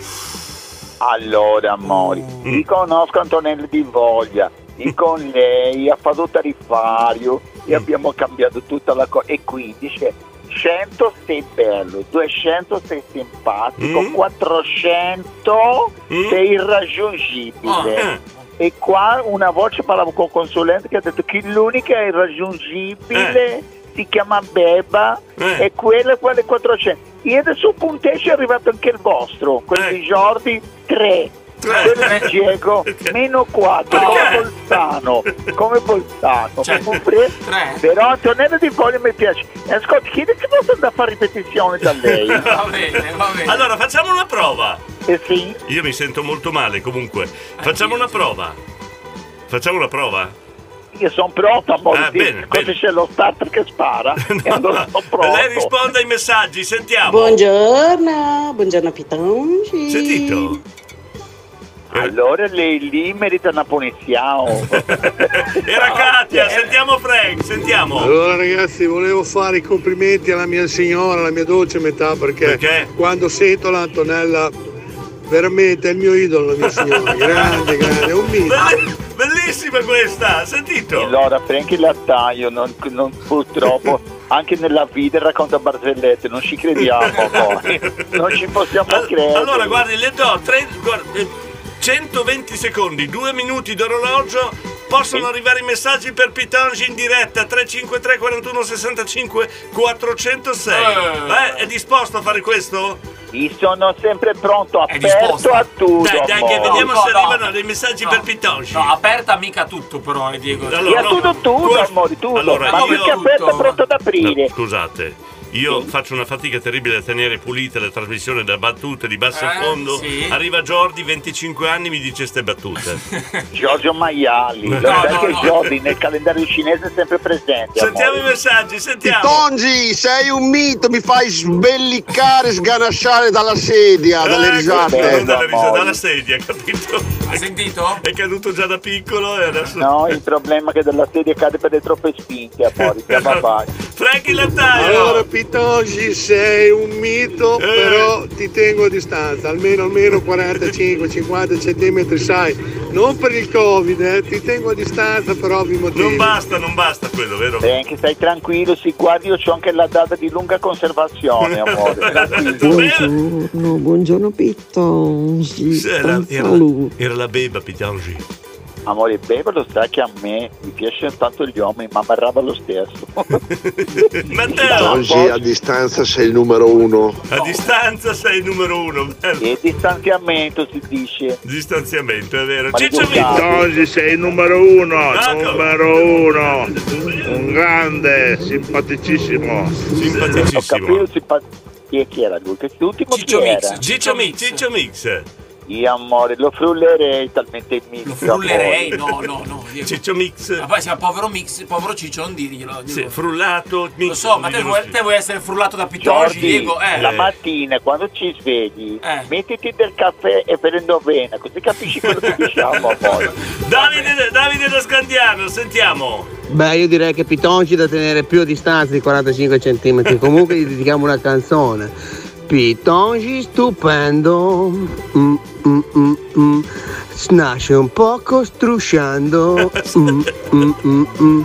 [SPEAKER 19] Allora,
[SPEAKER 2] Mm.
[SPEAKER 19] amori, io conosco Antonello Di Voglia,
[SPEAKER 2] Mm.
[SPEAKER 19] io con lei ha fatto tarifario e abbiamo cambiato tutta la cosa. E quindi c'è 100 sei bello, 200 sei simpatico,
[SPEAKER 2] Mm.
[SPEAKER 19] 400 sei irraggiungibile.
[SPEAKER 2] Ah,
[SPEAKER 19] E qua una voce parlavo con un consulente che ha detto che l'unica
[SPEAKER 2] Eh.
[SPEAKER 19] irraggiungibile si chiama Beba e quella è quella è 400. Io adesso un punteggio è arrivato anche il vostro, quello
[SPEAKER 2] Eh.
[SPEAKER 19] di Jordi 3. Quello
[SPEAKER 2] [LAUGHS]
[SPEAKER 19] di Diego meno 4 come Bolzano come Bolzano
[SPEAKER 2] Cioè.
[SPEAKER 19] mi compre- però Antonello Di Voglio mi piace E ascolta chiedi se posso andare a fare ripetizione da [LAUGHS] lei
[SPEAKER 2] [LAUGHS] Allora facciamo una prova.
[SPEAKER 19] Eh sì.
[SPEAKER 2] Io mi sento molto male comunque. Facciamo una prova. Facciamo una prova.
[SPEAKER 19] io sono pronto a
[SPEAKER 2] Ah, bene,
[SPEAKER 19] morire così c'è lo starter che spara e allora sono pronto
[SPEAKER 2] Lei risponde ai messaggi, sentiamo.
[SPEAKER 20] Buongiorno, buongiorno Pitongi.
[SPEAKER 2] Sentito?
[SPEAKER 19] Allora lei lì merita una oh.
[SPEAKER 2] [LAUGHS]
[SPEAKER 19] punizione.
[SPEAKER 2] [LAUGHS] Era Katia, sentiamo Frank, sentiamo.
[SPEAKER 21] Allora ragazzi volevo fare i complimenti alla mia signora, alla mia dolce metà perché, quando sento l'Antonella veramente è il mio idolo la mia
[SPEAKER 2] [LAUGHS]
[SPEAKER 21] signora, grande, grande, è un mito.
[SPEAKER 2] Bellissima questa, sentito?
[SPEAKER 19] Allora, Frankie Lattaio, non, non-
[SPEAKER 2] [LAUGHS]
[SPEAKER 19] purtroppo, anche nella vita racconta barzellette, non ci
[SPEAKER 2] [LAUGHS]
[SPEAKER 19] crediamo oh. poi. Non ci possiamo credere.
[SPEAKER 2] Allora, guardi, le do tre- guarda, eh, 120 secondi, 2 minuti d'orologio. Possono arrivare i messaggi per Pitongi in diretta 353 41 65 406. Eh, è disposto a fare questo?
[SPEAKER 19] Io sono sempre pronto, aperto
[SPEAKER 3] disposto.
[SPEAKER 19] a tutto.
[SPEAKER 2] Dai, dai, che
[SPEAKER 19] amore.
[SPEAKER 2] vediamo se
[SPEAKER 3] no.
[SPEAKER 2] arrivano dei messaggi per Pitongi.
[SPEAKER 3] No, aperta mica tutto però, eh, Diego.
[SPEAKER 2] Allora, no. Cos- Allora,
[SPEAKER 19] Ma
[SPEAKER 2] io-
[SPEAKER 19] perché aperto è pronto ad aprire?
[SPEAKER 2] No, scusate, io faccio una fatica terribile a tenere pulita la trasmissione da battute di basso
[SPEAKER 19] Eh,
[SPEAKER 2] fondo.
[SPEAKER 19] sì.
[SPEAKER 2] Arriva Jordi, 25 anni, mi dice ste battute.
[SPEAKER 19] [LAUGHS] Giorgio Maiali,
[SPEAKER 2] No,
[SPEAKER 19] lo sai
[SPEAKER 2] no,
[SPEAKER 19] che
[SPEAKER 2] no.
[SPEAKER 19] Jordi nel calendario cinese è sempre presente.
[SPEAKER 2] Sentiamo
[SPEAKER 19] amore.
[SPEAKER 2] i messaggi, sentiamo.
[SPEAKER 21] Tongi, sei un mito, mi fai sbellicare, sganasciare dalla sedia, Ah, dalle
[SPEAKER 2] Ecco,
[SPEAKER 21] risate.
[SPEAKER 2] non dalle risate, dalla sedia, capito? Hai
[SPEAKER 3] sentito?
[SPEAKER 2] È caduto già da piccolo e adesso. [LAUGHS]
[SPEAKER 19] No, il problema è che dalla sedia cade per le troppe spinte, amore. Siamo avanti.
[SPEAKER 2] Frankie
[SPEAKER 21] Allora Pitongi sei un
[SPEAKER 2] Eh.
[SPEAKER 21] mito, però ti tengo a distanza, almeno almeno 45-50 centimetri, sai, non per il Covid, eh, ti tengo a distanza per ovvi motivi.
[SPEAKER 2] Non basta, non basta quello, vero?
[SPEAKER 19] Eh, anche stai tranquillo, si guardi, io ho anche la data di lunga conservazione, amore.
[SPEAKER 2] [LAUGHS]
[SPEAKER 6] Buongiorno, buongiorno Pitongi.
[SPEAKER 2] Sì, Era,
[SPEAKER 6] Un
[SPEAKER 2] era-
[SPEAKER 6] saluto.
[SPEAKER 2] era la beba Pitongi.
[SPEAKER 19] Amore, beva lo sa che a me mi piacciono tanto gli uomini, ma barrava lo stesso. [LAUGHS]
[SPEAKER 22] Oggi a distanza sei il numero uno.
[SPEAKER 14] Eh.
[SPEAKER 2] A distanza sei il numero uno.
[SPEAKER 19] E distanziamento si dice.
[SPEAKER 2] Distanziamento, è vero.
[SPEAKER 19] Ma
[SPEAKER 2] Ciccio
[SPEAKER 19] ricordate-
[SPEAKER 2] Vito.
[SPEAKER 21] Tosi sei il numero uno,
[SPEAKER 2] Ecco.
[SPEAKER 21] numero uno, un grande, simpaticissimo.
[SPEAKER 2] Simpaticissimo.
[SPEAKER 19] Io simpa- chi, chi era lui? Che l'ultimo
[SPEAKER 2] Ciccio
[SPEAKER 19] chi
[SPEAKER 2] Mix,
[SPEAKER 19] era?
[SPEAKER 2] Ciccio Mix, Ciccio Mix.
[SPEAKER 19] Io amore, lo frullerei talmente mix. Lo
[SPEAKER 3] Frullerei, no, no, no.
[SPEAKER 2] Ciccio Mix.
[SPEAKER 3] Ma poi siamo povero Mix, povero Ciccio, non dirglielo.
[SPEAKER 2] Sì, frullato,
[SPEAKER 3] Lo so, ma te vuoi, te vuoi essere frullato da Pitogi,
[SPEAKER 19] Giordi,
[SPEAKER 3] Diego? Eh.
[SPEAKER 19] la mattina quando ci svegli, mettiti del caffè e prendo vena, così capisci quello che diciamo amore.
[SPEAKER 2] Davide, Davide da Scandiano, sentiamo.
[SPEAKER 8] Beh, io direi che Pitonci da tenere più a distanza di 45 cm. Comunque gli dedichiamo una canzone. Pitonci stupendo, mm, mm, mm, mm. nasce un poco strusciando, mm, mm, mm, mm.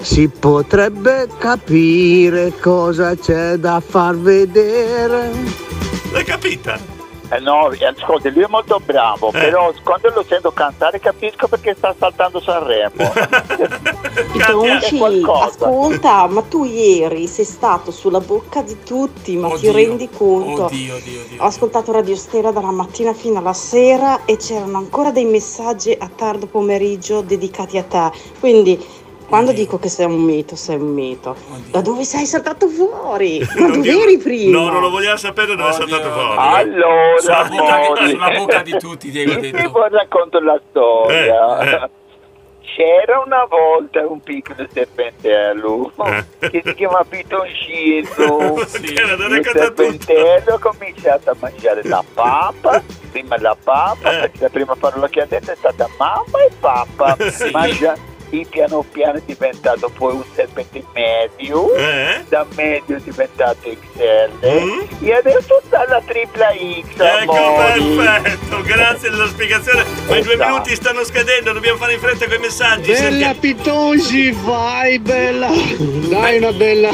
[SPEAKER 8] si potrebbe capire cosa c'è da far vedere.
[SPEAKER 2] L'hai capita? Eh.
[SPEAKER 19] Eh no, eh, ascolta, lui è molto bravo, però quando lo sento cantare capisco perché sta
[SPEAKER 2] [LAUGHS]
[SPEAKER 19] saltando Sanremo.
[SPEAKER 20] Pitonci, ascolta, ma tu ieri sei stato sulla bocca di tutti, ma ti rendi conto?
[SPEAKER 3] Oddio, oddio, oddio.
[SPEAKER 20] Ho ascoltato Radio Stella dalla mattina fino alla sera e c'erano ancora dei messaggi a tardo pomeriggio dedicati a te. Quindi quando dico che sei un mito, sei un mito. Da dove sei saltato fuori? Ma dove eri prima?
[SPEAKER 2] No, non lo vogliamo sapere dove è saltato fuori.
[SPEAKER 19] Allora,
[SPEAKER 2] Sulla bocca di-
[SPEAKER 19] amore.
[SPEAKER 2] sulla bocca di
[SPEAKER 3] tutti, Diego ha detto.
[SPEAKER 19] Io vi racconto la storia.
[SPEAKER 2] Eh,
[SPEAKER 19] C'era una volta un piccolo serpentello
[SPEAKER 2] Eh.
[SPEAKER 19] che si chiama Pitoncino. Il serpentello ha cominciato a mangiare la
[SPEAKER 2] [LAUGHS]
[SPEAKER 19] papa, prima la papa,
[SPEAKER 2] Eh.
[SPEAKER 19] perché la prima parola che ha detto è stata mamma e
[SPEAKER 2] [LAUGHS]
[SPEAKER 19] papa. Mangia- e piano piano è diventato poi un serpente medio,
[SPEAKER 2] Eh?
[SPEAKER 19] da medio è diventato XL e adesso sta la tripla X.
[SPEAKER 2] Mm? Ecco,
[SPEAKER 19] amori.
[SPEAKER 2] perfetto, grazie della spiegazione. Ma i due
[SPEAKER 19] Esatto.
[SPEAKER 2] minuti stanno scadendo, dobbiamo fare in fretta con i messaggi.
[SPEAKER 4] Bella
[SPEAKER 2] sentiamo.
[SPEAKER 4] Pitongi, vai bella! Dai una bella!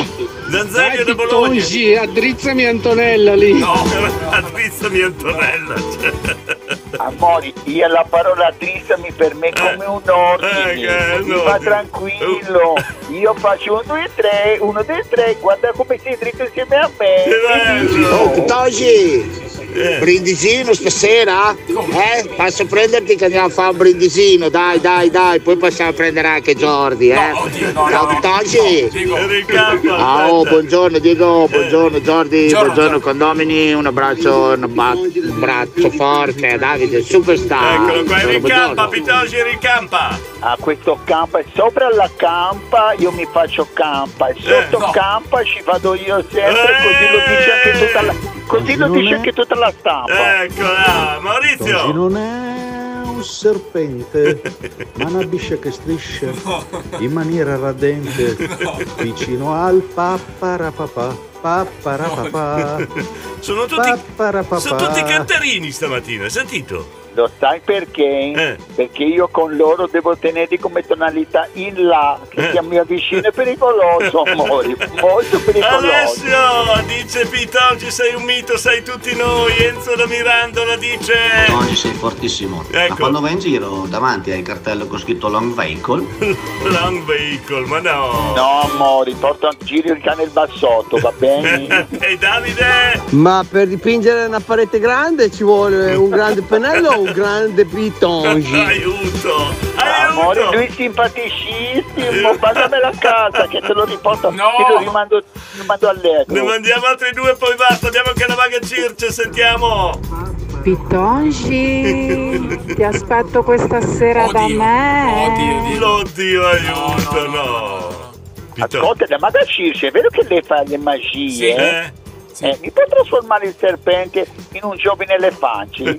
[SPEAKER 2] Zanzario
[SPEAKER 4] Dai
[SPEAKER 2] da Bologna.
[SPEAKER 4] Pitongi, addrizzami Antonella lì!
[SPEAKER 2] No, Adrizzami
[SPEAKER 19] [LAUGHS]
[SPEAKER 2] Antonella.
[SPEAKER 19] Amori, io la parola trista mi per me
[SPEAKER 2] Eh.
[SPEAKER 19] come un ordine, mi fa tranquillo,
[SPEAKER 2] Oh.
[SPEAKER 19] io faccio 1, 2, 3, 1, 2, 3, guarda come sei dritto insieme a
[SPEAKER 4] Oh,
[SPEAKER 19] me.
[SPEAKER 4] Pitongi!
[SPEAKER 23] Eh.
[SPEAKER 4] Brindisino stasera? Eh? Passo a prenderti che andiamo a fare un brindisino, dai dai dai, poi passiamo a prendere anche Jordi, eh? Ciao Pitongi! Ciao, buongiorno
[SPEAKER 2] Eh.
[SPEAKER 4] Diego, buongiorno Jordi, buongiorno, condomini, un abbraccio, un, ba- un braccio forte a Davide, superstar.
[SPEAKER 2] Eccolo qua,
[SPEAKER 4] Buongiorno,
[SPEAKER 2] ricampa,
[SPEAKER 4] buongiorno.
[SPEAKER 2] Pitogi, ricampa.
[SPEAKER 19] A Ah, questo campa, e sopra la campa io mi faccio campa, e sotto
[SPEAKER 2] Eh.
[SPEAKER 19] campa ci vado io sempre, così lo dice anche tutta la, così lo dice anche tutta la stampa.
[SPEAKER 2] Eccola, Ah, Maurizio.
[SPEAKER 14] Non è un
[SPEAKER 2] [LAUGHS]
[SPEAKER 14] serpente, ma una biscia che striscia in maniera radente vicino al papparapapà, papparapapà.
[SPEAKER 2] Sono tutti,
[SPEAKER 14] Papparapapà.
[SPEAKER 2] sono tutti cantarini stamattina, hai sentito? Eh.
[SPEAKER 19] Lo sai perché? Perché io con loro devo tenere come tonalità in là,
[SPEAKER 2] Eh.
[SPEAKER 19] che si mi avvicina
[SPEAKER 2] [LAUGHS]
[SPEAKER 19] è pericoloso, amore, molto pericoloso.
[SPEAKER 2] Alessio dice Pitogi sei un mito, sei tutti noi. Enzo da Mirandola dice.
[SPEAKER 24] Oggi sei fortissimo.
[SPEAKER 2] Ecco.
[SPEAKER 24] Ma quando vai in giro davanti hai il cartello con scritto long vehicle.
[SPEAKER 2] [LAUGHS] Long vehicle, ma no.
[SPEAKER 19] No, amore, porta un giro il cane il bassotto, va
[SPEAKER 2] [LAUGHS]
[SPEAKER 19] bene?
[SPEAKER 2] e Davide?
[SPEAKER 8] Ma per dipingere una parete grande ci vuole un grande pennello o un grande pitongi?
[SPEAKER 2] Aiuto!
[SPEAKER 19] Amore, Ah, lui è
[SPEAKER 2] Eh.
[SPEAKER 19] simpaticissimo, mandamelo a
[SPEAKER 2] [LAUGHS]
[SPEAKER 19] casa che te lo riporto, te lo rimando,
[SPEAKER 2] Ne
[SPEAKER 19] rimando allegro.
[SPEAKER 2] mandiamo altri due, poi basta. Abbiamo anche la vaga Circe, sentiamo.
[SPEAKER 6] Pitongi, ti aspetto questa sera da me.
[SPEAKER 19] Eh.
[SPEAKER 2] L'oddio, aiuto, no.
[SPEAKER 19] Ascolta, ma da Circe, è vero che lei fa le magie?
[SPEAKER 2] Sì. Eh,
[SPEAKER 19] Eh, mi può trasformare il serpente in un giovane elefante?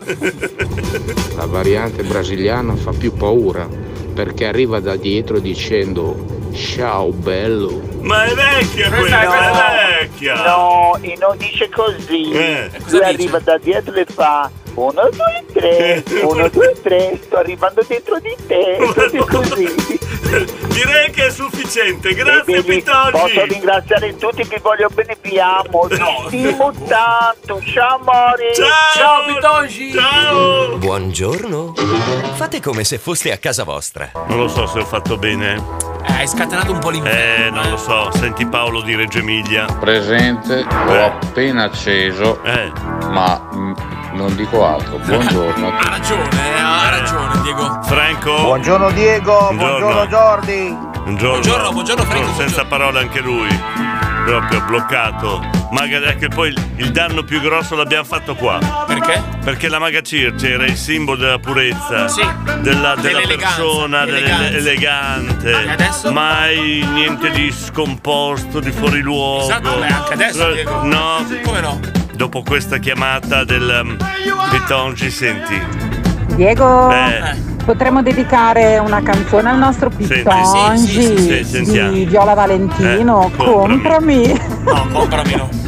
[SPEAKER 2] [LAUGHS]
[SPEAKER 1] La variante brasiliana fa più paura perché arriva da dietro dicendo ciao bello.
[SPEAKER 2] Ma è vecchia
[SPEAKER 19] quella,
[SPEAKER 2] è vecchia! Eh.
[SPEAKER 19] No, e non dice così. Lui arriva da dietro e fa
[SPEAKER 2] [LAUGHS]
[SPEAKER 19] 1, 2, 3, 1, 2, 3, sto arrivando dentro di te. Così, così.
[SPEAKER 2] [LAUGHS] Direi che è sufficiente. Grazie,
[SPEAKER 19] Quindi
[SPEAKER 2] Pitoggi.
[SPEAKER 19] Posso ringraziare tutti, vi voglio bene, vi amo, vi stimo tanto. Ciao amore.
[SPEAKER 2] Ciao,
[SPEAKER 19] Pitongi.
[SPEAKER 2] Ciao.
[SPEAKER 9] Buongiorno. Fate come se foste a casa vostra.
[SPEAKER 2] Non lo so se ho fatto bene.
[SPEAKER 3] hai scatenato un po' l'inferno.
[SPEAKER 2] Eh, non lo so. Senti Paolo di Reggio Emilia.
[SPEAKER 1] Presente, l'ho
[SPEAKER 3] Eh,
[SPEAKER 1] appena acceso, ma mm, non dico altro. Buongiorno.
[SPEAKER 3] [LAUGHS] Ha ragione, eh, ha ragione Diego.
[SPEAKER 2] Franco.
[SPEAKER 25] Buongiorno Diego, buongiorno Jordi.
[SPEAKER 2] Buongiorno. Buongiorno, Franco. senza parole anche lui. Proprio bloccato. Magari è che poi il- il danno più grosso l'abbiamo fatto qua. Perché? Perché la maga Circe era il simbolo della purezza, della, della
[SPEAKER 3] Dell'eleganza,
[SPEAKER 2] persona, delle-
[SPEAKER 3] eleganza.
[SPEAKER 2] elegante. Mai niente di scomposto, di fuori luogo.
[SPEAKER 3] Esatto, beh, anche adesso, Diego.
[SPEAKER 2] No.
[SPEAKER 3] Come no?
[SPEAKER 2] Dopo questa chiamata del um, Pitongi, senti.
[SPEAKER 6] Diego,
[SPEAKER 2] Eh.
[SPEAKER 6] potremmo dedicare una canzone al nostro Pitongi
[SPEAKER 2] sì, sì, sì, sentiamo.
[SPEAKER 6] di Viola Valentino,
[SPEAKER 2] Eh,
[SPEAKER 6] comprami.
[SPEAKER 3] No, comprami no.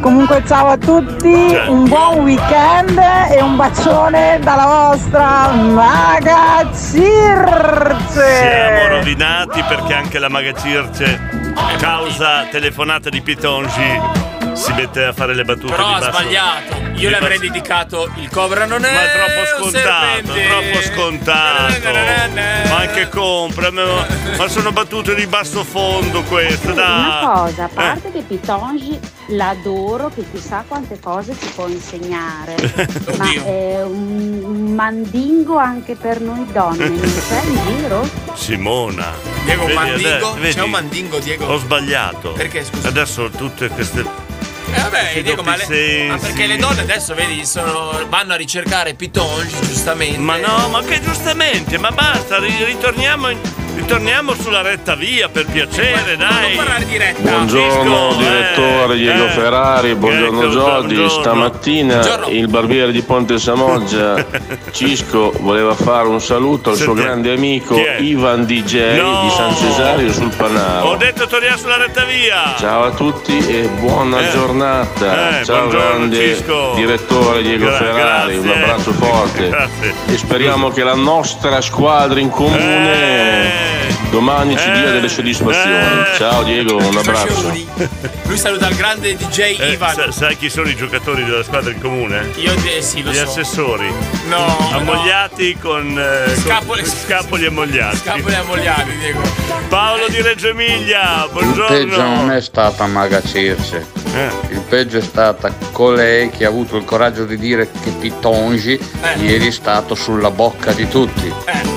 [SPEAKER 6] Comunque ciao a tutti,
[SPEAKER 2] Certo.
[SPEAKER 6] un buon weekend e un bacione dalla vostra Maga Circe.
[SPEAKER 2] Siamo rovinati perché anche la maga Circe, causa telefonata di Pitongi, si mette a fare le battute
[SPEAKER 3] Però
[SPEAKER 2] di
[SPEAKER 3] ha
[SPEAKER 2] basso.
[SPEAKER 3] sbagliato.
[SPEAKER 2] di
[SPEAKER 3] Io le avrei
[SPEAKER 2] basso-
[SPEAKER 3] dedicato il cover non è. Ma troppo
[SPEAKER 2] scontato, troppo scontato. Ma anche compra, ma ma sono battute di basso fondo queste, dai.
[SPEAKER 26] Una cosa, a
[SPEAKER 2] Eh.
[SPEAKER 26] parte che Pitongi l'adoro, che chissà quante cose ci può
[SPEAKER 2] [LAUGHS]
[SPEAKER 26] insegnare, ma è un un mandingo anche per noi donne, non c'è in giro?
[SPEAKER 2] Simona.
[SPEAKER 3] Diego, un mandingo?
[SPEAKER 2] adesso-
[SPEAKER 3] C'è
[SPEAKER 2] vedi?
[SPEAKER 3] un mandingo, Diego?
[SPEAKER 2] Ho sbagliato.
[SPEAKER 3] Perché, scusa?
[SPEAKER 2] Adesso tutte queste.
[SPEAKER 3] Eh, vabbè,
[SPEAKER 2] questi
[SPEAKER 3] Diego, ma,
[SPEAKER 2] doppi
[SPEAKER 3] le- ma
[SPEAKER 2] sensi.
[SPEAKER 3] perché le donne adesso vedi sono- vanno a ricercare Pitongi, giustamente.
[SPEAKER 2] Ma no, ma che giustamente, ma basta, ri- ritorniamo, in- ritorniamo sulla retta via per piacere, dai. Non parlare
[SPEAKER 3] di retta.
[SPEAKER 11] Buongiorno direttore
[SPEAKER 2] Eh,
[SPEAKER 11] Diego Ferrari, buongiorno Giorgi. Stamattina il barbiere di Ponte Samoggia,
[SPEAKER 2] [LAUGHS]
[SPEAKER 11] Cisco, voleva fare un saluto al suo grande amico Ivan DJ di San Cesario sul Panaro.
[SPEAKER 2] Ho detto torniamo sulla retta via.
[SPEAKER 11] Ciao a tutti e buona giornata.
[SPEAKER 2] eh,
[SPEAKER 11] Ciao
[SPEAKER 2] buongiorno,
[SPEAKER 11] grande
[SPEAKER 2] Cisco.
[SPEAKER 11] direttore Diego
[SPEAKER 2] Gra-
[SPEAKER 11] Ferrari, un
[SPEAKER 2] grazie.
[SPEAKER 11] abbraccio forte.
[SPEAKER 2] [LAUGHS] Grazie.
[SPEAKER 11] E speriamo che la nostra squadra in comune
[SPEAKER 2] Eh.
[SPEAKER 11] domani ci dia delle soddisfazioni. Ciao Diego, un abbraccio.
[SPEAKER 3] Lui saluta il grande DJ Ivan.
[SPEAKER 2] Eh, sa- sai chi sono i giocatori della squadra in comune?
[SPEAKER 3] Io eh, sì, lo
[SPEAKER 2] Gli
[SPEAKER 3] so.
[SPEAKER 2] assessori.
[SPEAKER 3] No,
[SPEAKER 2] Ammogliati con, eh, con- scapoli. ammogliati.
[SPEAKER 3] Scapoli ammogliati, Diego.
[SPEAKER 2] Paolo di Reggio Emilia,
[SPEAKER 1] Il peggio non
[SPEAKER 2] buongiorno. Eh.
[SPEAKER 1] è stata Maga Circe. Il peggio è stata colei che ha avuto il coraggio di dire che Pitongi
[SPEAKER 2] Eh.
[SPEAKER 1] ieri è stato sulla bocca di tutti.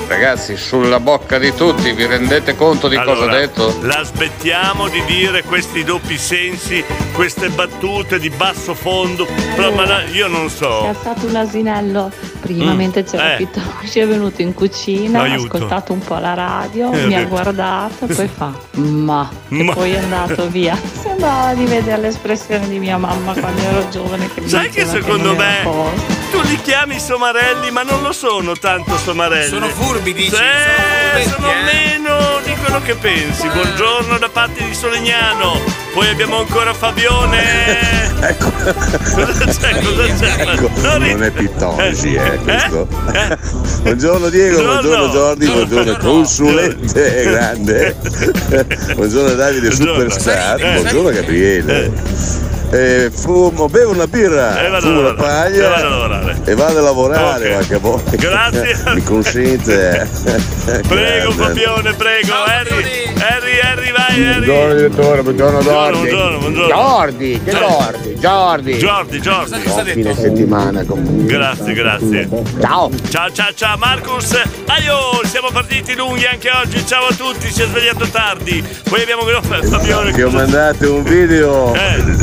[SPEAKER 1] Ragazzi, sulla bocca di tutti, vi rendete conto di cosa
[SPEAKER 2] Allora,
[SPEAKER 1] ho detto?
[SPEAKER 2] La smettiamo di dire questi doppi sensi, queste battute di basso fondo. Però, ma no, io non
[SPEAKER 7] È
[SPEAKER 2] so.
[SPEAKER 7] stato un asinello, prima
[SPEAKER 2] Oh. Mm,
[SPEAKER 7] mentre c'era
[SPEAKER 2] eh.
[SPEAKER 7] Pitonci, è venuto in cucina, ha
[SPEAKER 2] Aiuto.
[SPEAKER 7] ascoltato un po' la radio,
[SPEAKER 2] Eh, ho
[SPEAKER 7] mi ha
[SPEAKER 2] detto.
[SPEAKER 7] guardato e poi fa ma,
[SPEAKER 2] [LAUGHS] Ma.
[SPEAKER 7] e poi è andato
[SPEAKER 6] [LAUGHS]
[SPEAKER 7] via. Sembrava di vedere l'espressione di mia mamma quando ero giovane. Che mi
[SPEAKER 2] Sai che
[SPEAKER 7] diceva
[SPEAKER 2] secondo
[SPEAKER 7] non era
[SPEAKER 2] me
[SPEAKER 7] a posto.
[SPEAKER 2] tu li chiami somarelli, ma non lo sono tanto somarelli.
[SPEAKER 3] Sono eh? furbi, dici?
[SPEAKER 2] Sì, sono, meno di quello che pensi.
[SPEAKER 3] Eh.
[SPEAKER 2] Buongiorno da parte di Solegnano. Poi abbiamo ancora Fabione.
[SPEAKER 7] [LAUGHS] Ecco.
[SPEAKER 2] Cosa c'è? Cosa c'è? Non ri-
[SPEAKER 7] Non è Pitongi, eh, questo. [LAUGHS] Buongiorno Diego, buongiorno Jordi, buongiorno consulente grande. Buongiorno Davide Superstar, Eh. buongiorno Gabriele. Eh, fumo, bevo una
[SPEAKER 2] E
[SPEAKER 7] birra,
[SPEAKER 2] vado
[SPEAKER 7] fumo
[SPEAKER 2] a
[SPEAKER 7] la
[SPEAKER 2] lavorare, e vado a
[SPEAKER 7] paglia
[SPEAKER 2] lavorare.
[SPEAKER 7] e vado a lavorare
[SPEAKER 2] Ok.
[SPEAKER 7] anche voi.
[SPEAKER 2] Grazie.
[SPEAKER 7] [LAUGHS] Mi consente.
[SPEAKER 2] Prego
[SPEAKER 7] Grande.
[SPEAKER 2] Fabione, prego. Harry, Harry, Harry, vai, Harry.
[SPEAKER 7] Buongiorno
[SPEAKER 11] direttore, buongiorno
[SPEAKER 2] Buongiorno, buongiorno, buongiorno.
[SPEAKER 11] Jordi, che
[SPEAKER 2] Jordi,
[SPEAKER 11] Jordi.
[SPEAKER 2] Jordi, Jordi.
[SPEAKER 11] Fine settimana comunque.
[SPEAKER 2] Grazie, grazie. Ciao. Ciao, ciao, ciao Marcus. Aio, siamo partiti lunghi anche oggi. Ciao a tutti, si è svegliato tardi. Poi abbiamo [LAUGHS] Fabione.
[SPEAKER 7] Ti ho mandato un video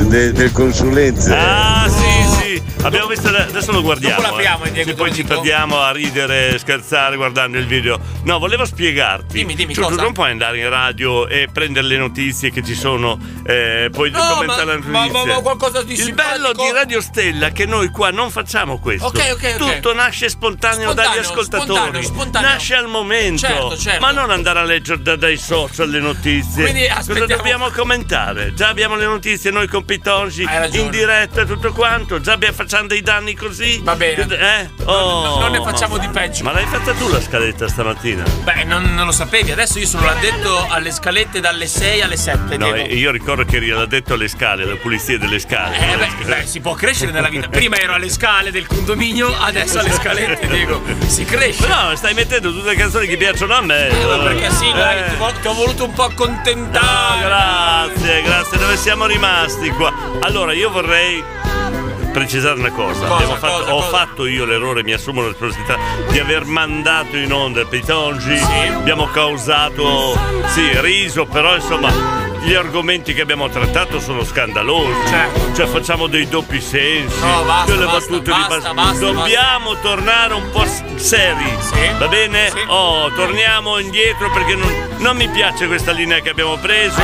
[SPEAKER 7] del, del consulente.
[SPEAKER 2] Ah, sì, sì. Abbiamo visto adesso lo guardiamo.
[SPEAKER 3] Dopo l'apriamo,
[SPEAKER 2] eh. Se poi ci perdiamo a ridere, scherzare guardando il video. No, volevo spiegarti.
[SPEAKER 3] Dimmi, dimmi,
[SPEAKER 2] Cioè,
[SPEAKER 3] cosa?
[SPEAKER 2] Tu non puoi andare in radio e prendere le notizie che ci sono, eh, poi
[SPEAKER 3] No,
[SPEAKER 2] commentare
[SPEAKER 3] ma-
[SPEAKER 2] le
[SPEAKER 3] ma-
[SPEAKER 2] notizie.
[SPEAKER 3] ma- ma qualcosa di
[SPEAKER 2] Il bello di Radio Stella è che noi qua non facciamo questo.
[SPEAKER 3] Ok, ok, ok.
[SPEAKER 2] Tutto nasce spontaneo, dagli
[SPEAKER 3] Spontaneo,
[SPEAKER 2] ascoltatori.
[SPEAKER 3] spontaneo, spontaneo.
[SPEAKER 2] Nasce al momento.
[SPEAKER 3] Certo, certo.
[SPEAKER 2] Ma non andare a leggere da- dai social le notizie.
[SPEAKER 3] Quindi
[SPEAKER 2] Cosa
[SPEAKER 3] aspettiamo-
[SPEAKER 2] dobbiamo commentare? Già abbiamo le notizie noi con Pitongi
[SPEAKER 3] Hai ragione.
[SPEAKER 2] in diretta e tutto quanto. Già abbiamo- facciamo causando dei danni così.
[SPEAKER 3] Va bene.
[SPEAKER 2] Eh? Oh,
[SPEAKER 3] non ne facciamo di peggio.
[SPEAKER 2] Ma l'hai fatta tu la scaletta stamattina?
[SPEAKER 3] Beh, non, non lo sapevi, adesso io sono l'addetto alle scalette dalle 6 alle 7.
[SPEAKER 2] No,
[SPEAKER 3] Diego.
[SPEAKER 2] eh, io ricordo che eri addetto alle scale, alla pulizia delle scale.
[SPEAKER 3] Eh beh, beh, si può crescere nella vita. Prima ero alle scale del condominio, adesso alle scalette, Diego. Si cresce.
[SPEAKER 2] No, stai mettendo tutte le canzoni che piacciono a me.
[SPEAKER 3] Eh, ma perché sì, dai, ti vo- ti ho voluto un po' accontentare.
[SPEAKER 2] Grazie, grazie, dove siamo rimasti qua? Allora, io vorrei precisare una cosa.
[SPEAKER 3] Cosa,
[SPEAKER 2] Abbiamo fatto-
[SPEAKER 3] cosa,
[SPEAKER 2] ho
[SPEAKER 3] cosa?
[SPEAKER 2] fatto io l'errore, mi assumo la responsabilità di aver mandato in onda il Pitongi. Abbiamo causato sì, riso, però insomma gli argomenti che abbiamo trattato sono scandalosi.
[SPEAKER 3] Certo.
[SPEAKER 2] Cioè facciamo dei doppi sensi,
[SPEAKER 3] No, basta,
[SPEAKER 2] delle
[SPEAKER 3] basta,
[SPEAKER 2] battute
[SPEAKER 3] basta,
[SPEAKER 2] di bas-
[SPEAKER 3] basta,
[SPEAKER 2] Dobbiamo tornare un po' s- seri. Va bene? Oh, torniamo indietro perché non, non mi piace questa linea che abbiamo preso.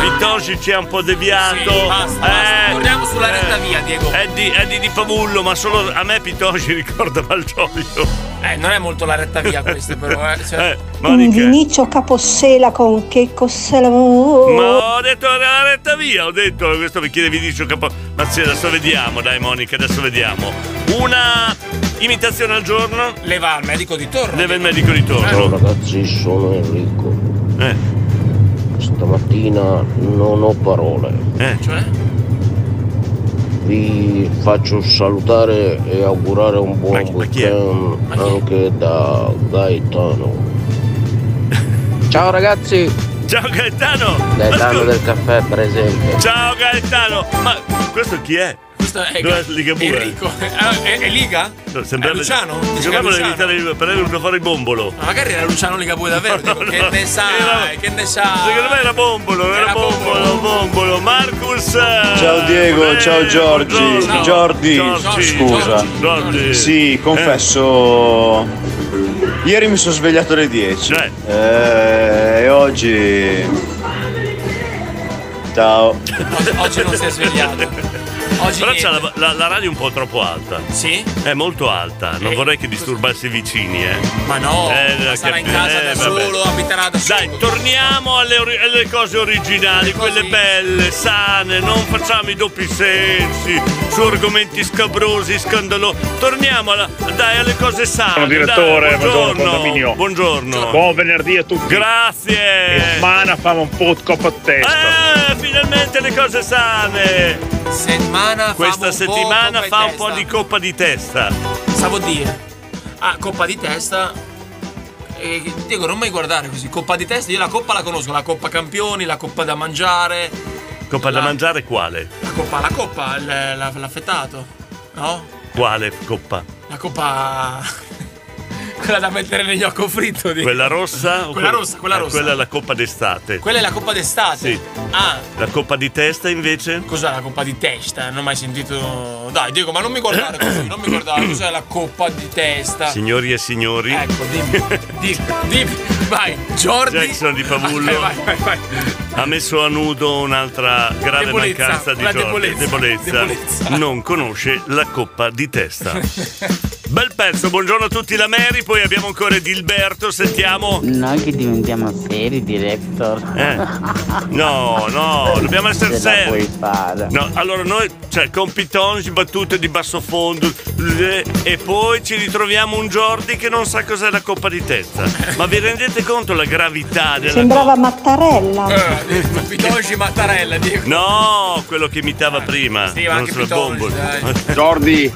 [SPEAKER 2] Pitongi ci ha un po' deviato.
[SPEAKER 3] Sì, basta, basta.
[SPEAKER 2] Eh,
[SPEAKER 3] Torniamo sulla retta
[SPEAKER 2] eh.
[SPEAKER 3] via, Diego.
[SPEAKER 2] È di, è di- di Pavullo, ma solo a me Pitoci [LAUGHS] ricorda Malgioglio.
[SPEAKER 3] Eh, non è molto la retta via questa, però.
[SPEAKER 2] [LAUGHS]
[SPEAKER 3] Eh. Cioè,
[SPEAKER 2] di che?
[SPEAKER 18] Vinicio Capossela con che cos'è l'amore?
[SPEAKER 2] Ma ho detto era la retta via, ho detto questo mi chiede Vinicio Capo. Ma sì, adesso vediamo, dai Monica, adesso vediamo. Una imitazione al giorno.
[SPEAKER 3] Le va al medico di torno.
[SPEAKER 2] Le va il medico di torno.
[SPEAKER 27] Ciao ragazzi, sono Enrico.
[SPEAKER 2] Eh.
[SPEAKER 27] Stamattina non ho parole.
[SPEAKER 2] Eh.
[SPEAKER 27] Vi faccio salutare e augurare un buon weekend anche da
[SPEAKER 2] [LAUGHS]
[SPEAKER 27] Gaetano.
[SPEAKER 8] Ciao ragazzi!
[SPEAKER 2] Ciao Oh, Gaetano!
[SPEAKER 27] Gaetano del caffè presente.
[SPEAKER 2] Ciao Gaetano! Ma questo chi è?
[SPEAKER 3] Questo è
[SPEAKER 2] Dov'è Ligabue?
[SPEAKER 3] Enrico. Ah, è, è Liga?
[SPEAKER 2] No, sembrava-
[SPEAKER 3] È Luciano? Si
[SPEAKER 2] Sembrava
[SPEAKER 3] chiama Luciano?
[SPEAKER 2] l'Italia per venuto fuori bombolo.
[SPEAKER 3] Ma magari era Luciano Ligabue davvero, Diego, che ne sai, che ne sai.
[SPEAKER 2] Secondo me era bombolo, era, bombolo, bombolo, Marcus!
[SPEAKER 28] Ciao Diego,
[SPEAKER 2] Eh,
[SPEAKER 28] ciao Giorgi. Giordi, scusa. Sì, confesso.
[SPEAKER 2] Eh.
[SPEAKER 28] Ieri mi sono svegliato alle 10. Eh, e oggi. Ciao.
[SPEAKER 3] Oggi non si è svegliato. Oggi
[SPEAKER 2] Però c'ha la, la- la radio un po' troppo alta.
[SPEAKER 3] Sì? Eh.
[SPEAKER 2] È molto alta. Non vorrei che disturbassi i vicini, eh.
[SPEAKER 3] Ma no, ma sarà in casa da solo,
[SPEAKER 2] abiterà da solo. Dai, eh, torniamo alle, ori- alle cose originali, quelle belle, sane. Non facciamo i doppi sensi su argomenti scabrosi, scandalosi. Torniamo alla- dai, alle cose sane.
[SPEAKER 15] Buongiorno direttore,
[SPEAKER 2] Ah, dai,
[SPEAKER 15] buongiorno
[SPEAKER 2] buongiorno.
[SPEAKER 15] condominio.
[SPEAKER 2] Buongiorno.
[SPEAKER 15] Buon venerdì a tutti.
[SPEAKER 2] Grazie.
[SPEAKER 15] E settimana famo un po' di coppa a testa.
[SPEAKER 2] Eh, finalmente le cose sane.
[SPEAKER 3] Settimana
[SPEAKER 2] Questa
[SPEAKER 3] fa un po'
[SPEAKER 2] settimana
[SPEAKER 3] coppa di
[SPEAKER 2] fa un
[SPEAKER 3] testa.
[SPEAKER 2] po' di coppa di testa.
[SPEAKER 3] Stavo a dire. Ah, coppa di testa. Eh, Diego, non mai guardare così. Coppa di testa, io la coppa la conosco, la coppa campioni, la coppa da mangiare,
[SPEAKER 2] Coppa da mangiare quale?
[SPEAKER 3] la coppa, la coppa, il- la- l'affettato, no?
[SPEAKER 2] Quale coppa?
[SPEAKER 3] La coppa. [LAUGHS] quella da mettere negli occo fritto. Diego.
[SPEAKER 2] Quella rossa? o
[SPEAKER 3] Oh, Quella
[SPEAKER 2] que-
[SPEAKER 3] rossa, quella
[SPEAKER 2] eh,
[SPEAKER 3] rossa.
[SPEAKER 2] Quella è la coppa d'estate.
[SPEAKER 3] Quella è la coppa d'estate.
[SPEAKER 2] Sì.
[SPEAKER 3] Ah,
[SPEAKER 2] La coppa di testa invece?
[SPEAKER 3] Cos'è la coppa di testa? Non ho mai sentito. Dai, Diego, ma non mi guardare così, non
[SPEAKER 2] [COUGHS]
[SPEAKER 3] mi guardare. Cos'è la coppa di testa?
[SPEAKER 2] Signori e signori.
[SPEAKER 3] Ecco, dimmi. Di, di, vai, Jordi.
[SPEAKER 2] Jackson di Pavullo
[SPEAKER 3] Vai, vai, vai.
[SPEAKER 2] ha messo a nudo un'altra grave
[SPEAKER 3] Debolezza,
[SPEAKER 2] mancanza di
[SPEAKER 3] una
[SPEAKER 2] Jordi.
[SPEAKER 3] debolezza, debolezza.
[SPEAKER 2] Non conosce la coppa di
[SPEAKER 3] [LAUGHS]
[SPEAKER 2] testa. Bel pezzo, buongiorno a tutti la Mary, poi abbiamo ancora Edilberto, sentiamo. Eh,
[SPEAKER 15] Noi che diventiamo seri, director.
[SPEAKER 25] [LAUGHS]
[SPEAKER 2] No, no, dobbiamo essere
[SPEAKER 15] Ce la
[SPEAKER 2] seri.
[SPEAKER 15] puoi
[SPEAKER 2] No, allora noi, cioè, con pitongi, battute di basso fondo eh, e poi ci ritroviamo un Jordi che non sa cos'è la coppa di testa. Ma vi rendete conto la gravità della
[SPEAKER 18] Sembrava Mattarella.
[SPEAKER 2] Eh.
[SPEAKER 3] Pitongi Mattarella, Diego.
[SPEAKER 2] No, quello che imitava prima.
[SPEAKER 3] sì, ma anche Pitongi,
[SPEAKER 2] Jordi.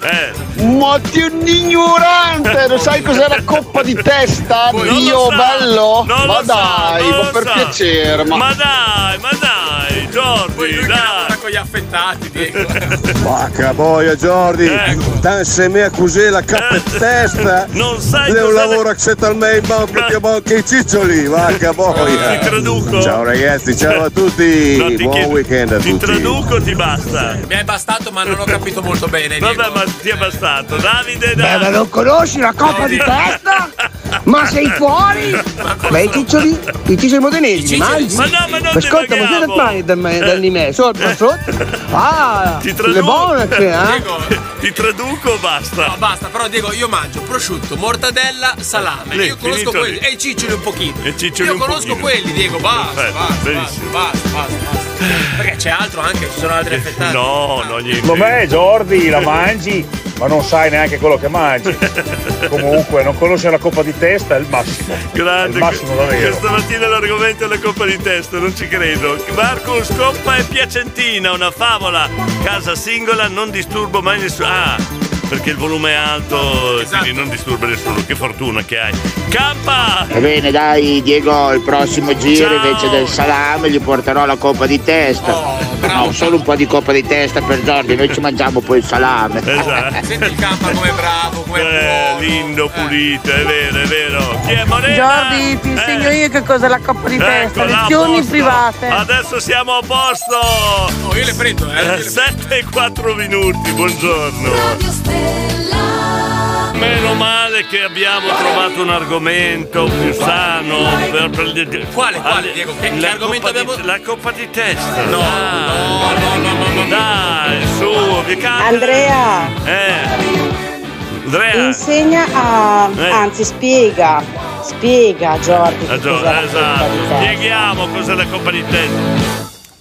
[SPEAKER 25] Ma ti un ignorante! Lo sai cos'è la coppa di testa?
[SPEAKER 2] lo
[SPEAKER 25] Dio
[SPEAKER 2] sa,
[SPEAKER 25] bello!
[SPEAKER 2] non
[SPEAKER 25] Ma
[SPEAKER 2] lo sa,
[SPEAKER 25] dai,
[SPEAKER 2] non
[SPEAKER 25] ma
[SPEAKER 2] lo
[SPEAKER 25] per
[SPEAKER 2] sa.
[SPEAKER 25] piacere, ma.
[SPEAKER 2] Ma dai, ma dai, Jordi, dai.
[SPEAKER 3] con gli affettati,
[SPEAKER 2] [LAUGHS]
[SPEAKER 3] Diego.
[SPEAKER 7] Vacca boia Jordi, dan se me accusé la cappa in testa.
[SPEAKER 2] Ecco. Eh. [LAUGHS] Non sai
[SPEAKER 7] Devo
[SPEAKER 2] cos'è la- Eh.
[SPEAKER 7] lavoro a settare me in mano proprio anche i ciccioli, vacca boia.
[SPEAKER 2] Ti traduco.
[SPEAKER 7] Ciao ragazzi, ciao a tutti.
[SPEAKER 2] No, ti
[SPEAKER 7] Buon
[SPEAKER 2] chiedo-
[SPEAKER 7] weekend a
[SPEAKER 2] ti
[SPEAKER 7] tutti.
[SPEAKER 2] traduco ti basta.
[SPEAKER 3] Mi è bastato, ma non Eh. ho capito molto bene.
[SPEAKER 2] Vabbè, ma ti è bastato. Davide,
[SPEAKER 8] Beh, ma
[SPEAKER 2] dai.
[SPEAKER 8] non conosci la coppa di testa? Ma sei fuori? Ma i ciccioli, i ciccioli modenesi, li
[SPEAKER 2] ciccioli,
[SPEAKER 8] mangi?
[SPEAKER 2] ma no, ma non li
[SPEAKER 8] ascolta, ma siete
[SPEAKER 2] mangiamo.
[SPEAKER 8] pane da me,
[SPEAKER 2] Eh.
[SPEAKER 8] dall'anime, sopra, sotto?
[SPEAKER 2] [LAUGHS]
[SPEAKER 8] Ah,
[SPEAKER 2] Ti
[SPEAKER 8] le
[SPEAKER 2] traduco.
[SPEAKER 8] bonace, eh?
[SPEAKER 2] Ti traduco o basta?
[SPEAKER 3] No, basta, però Diego, io mangio prosciutto, mortadella, salame.
[SPEAKER 2] Lì,
[SPEAKER 3] Eh, io conosco
[SPEAKER 2] finito
[SPEAKER 3] quelli.
[SPEAKER 2] lì.
[SPEAKER 3] E i ciccioli un pochino.
[SPEAKER 2] E ciccioli
[SPEAKER 3] io
[SPEAKER 2] un
[SPEAKER 3] conosco
[SPEAKER 2] pochino.
[SPEAKER 3] quelli, Diego, basta,
[SPEAKER 2] Perfetto,
[SPEAKER 3] Eh, basta,
[SPEAKER 2] benissimo. Eh,
[SPEAKER 3] basta, basta, basta. Perché c'è altro anche, ci sono Ah. altre effettate.
[SPEAKER 2] No, no, niente.
[SPEAKER 29] Secondo me Jordi la mangi, ma non sai neanche quello che
[SPEAKER 2] [LAUGHS]
[SPEAKER 29] mangi. Comunque, non conoscere la coppa di testa è il massimo. È il
[SPEAKER 2] Grande,
[SPEAKER 29] massimo davvero.
[SPEAKER 2] questa mattina l'argomento è la coppa di testa, non ci credo. Marcus, coppa e piacentina, una favola. Casa singola, non disturbo mai nessuno. Ah, perché il volume è alto, quindi non disturba nessuno. Che fortuna che hai. Campa!
[SPEAKER 4] Va bene, dai, Diego, il prossimo giro invece del salame gli porterò la coppa di testa.
[SPEAKER 2] Oh,
[SPEAKER 4] no, solo un po' di coppa di testa per Jordi, noi ci mangiamo poi il salame.
[SPEAKER 2] Esatto. Senti il campa come bravo, come eh, lindo, pulito, è vero, è vero. Chi
[SPEAKER 4] Ah.
[SPEAKER 2] è Morena?
[SPEAKER 6] Jordi,
[SPEAKER 2] Eh.
[SPEAKER 6] ti insegno io che cos'è la coppa
[SPEAKER 2] Ecco,
[SPEAKER 6] di testa,
[SPEAKER 2] là,
[SPEAKER 6] lezioni
[SPEAKER 2] posto.
[SPEAKER 6] private.
[SPEAKER 2] Adesso siamo a posto. Oh, io le prendo, eh. 7 e 4 minuti, buongiorno. Meno male che abbiamo trovato un argomento più sano. Per, per, quale, quale, Diego? Che, argomento abbiamo? la coppa di testa. No, no, no, no, no, Dai, su, che cazzo.
[SPEAKER 20] Andrea.
[SPEAKER 2] Eh. Andrea.
[SPEAKER 20] Insegna a.
[SPEAKER 2] Eh.
[SPEAKER 20] anzi, spiega. Spiega, Jordi. che
[SPEAKER 2] Ah, Gio-
[SPEAKER 20] cos'è la
[SPEAKER 2] esatto,
[SPEAKER 20] coppa di testa.
[SPEAKER 2] spieghiamo cos'è la coppa di testa.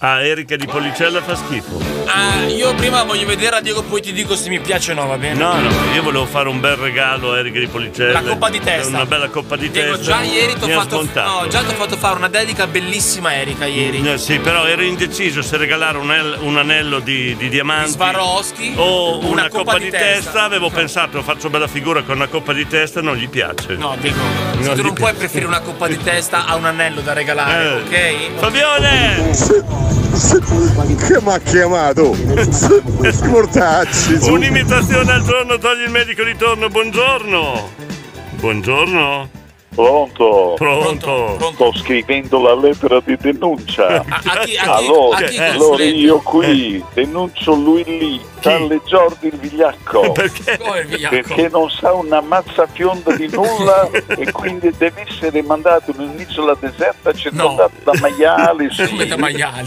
[SPEAKER 2] Ah, Erika di Policella fa schifo.
[SPEAKER 3] Ah, io prima voglio vedere a Diego, poi ti dico se mi piace o no, va bene?
[SPEAKER 2] No, no, io volevo fare un bel regalo a Erika di Policella.
[SPEAKER 3] La coppa di testa.
[SPEAKER 2] Una bella coppa di
[SPEAKER 3] Diego,
[SPEAKER 2] testa.
[SPEAKER 3] già ieri ti ho
[SPEAKER 2] Mi ha
[SPEAKER 3] fatto.
[SPEAKER 2] smontato.
[SPEAKER 3] No, già ti ho fatto fare una dedica bellissima a Erika ieri.
[SPEAKER 2] Eh, sì, però ero indeciso se regalare un, el- un anello di, di diamanti
[SPEAKER 3] Swarovski
[SPEAKER 2] o
[SPEAKER 3] una
[SPEAKER 2] una, coppa, di, testa. Avevo pensato, faccio bella figura con una coppa di testa, non gli piace.
[SPEAKER 3] No, Diego, se
[SPEAKER 2] Non gli
[SPEAKER 3] tu non
[SPEAKER 2] piace.
[SPEAKER 3] puoi preferire una coppa di testa a un anello da regalare, ok?
[SPEAKER 2] Eh. Fabione!
[SPEAKER 7] Che mi ha chiamato? Mortacci. su.
[SPEAKER 2] Un'imitazione al giorno, togli il medico di torno, buongiorno. Buongiorno.
[SPEAKER 23] Pronto?
[SPEAKER 2] Pronto.
[SPEAKER 23] Sto scrivendo la lettera di denuncia.
[SPEAKER 2] chi- [LAUGHS] a chi-
[SPEAKER 23] allora,
[SPEAKER 2] a chi Eh.
[SPEAKER 23] allora
[SPEAKER 2] consulente?
[SPEAKER 23] io qui denuncio lui lì, tale Giordi il
[SPEAKER 2] [LAUGHS]
[SPEAKER 23] vigliacco. Perché? Perché non sa una mazza fionda di nulla e quindi deve essere mandato in un'isola deserta circondato da maiali, sì,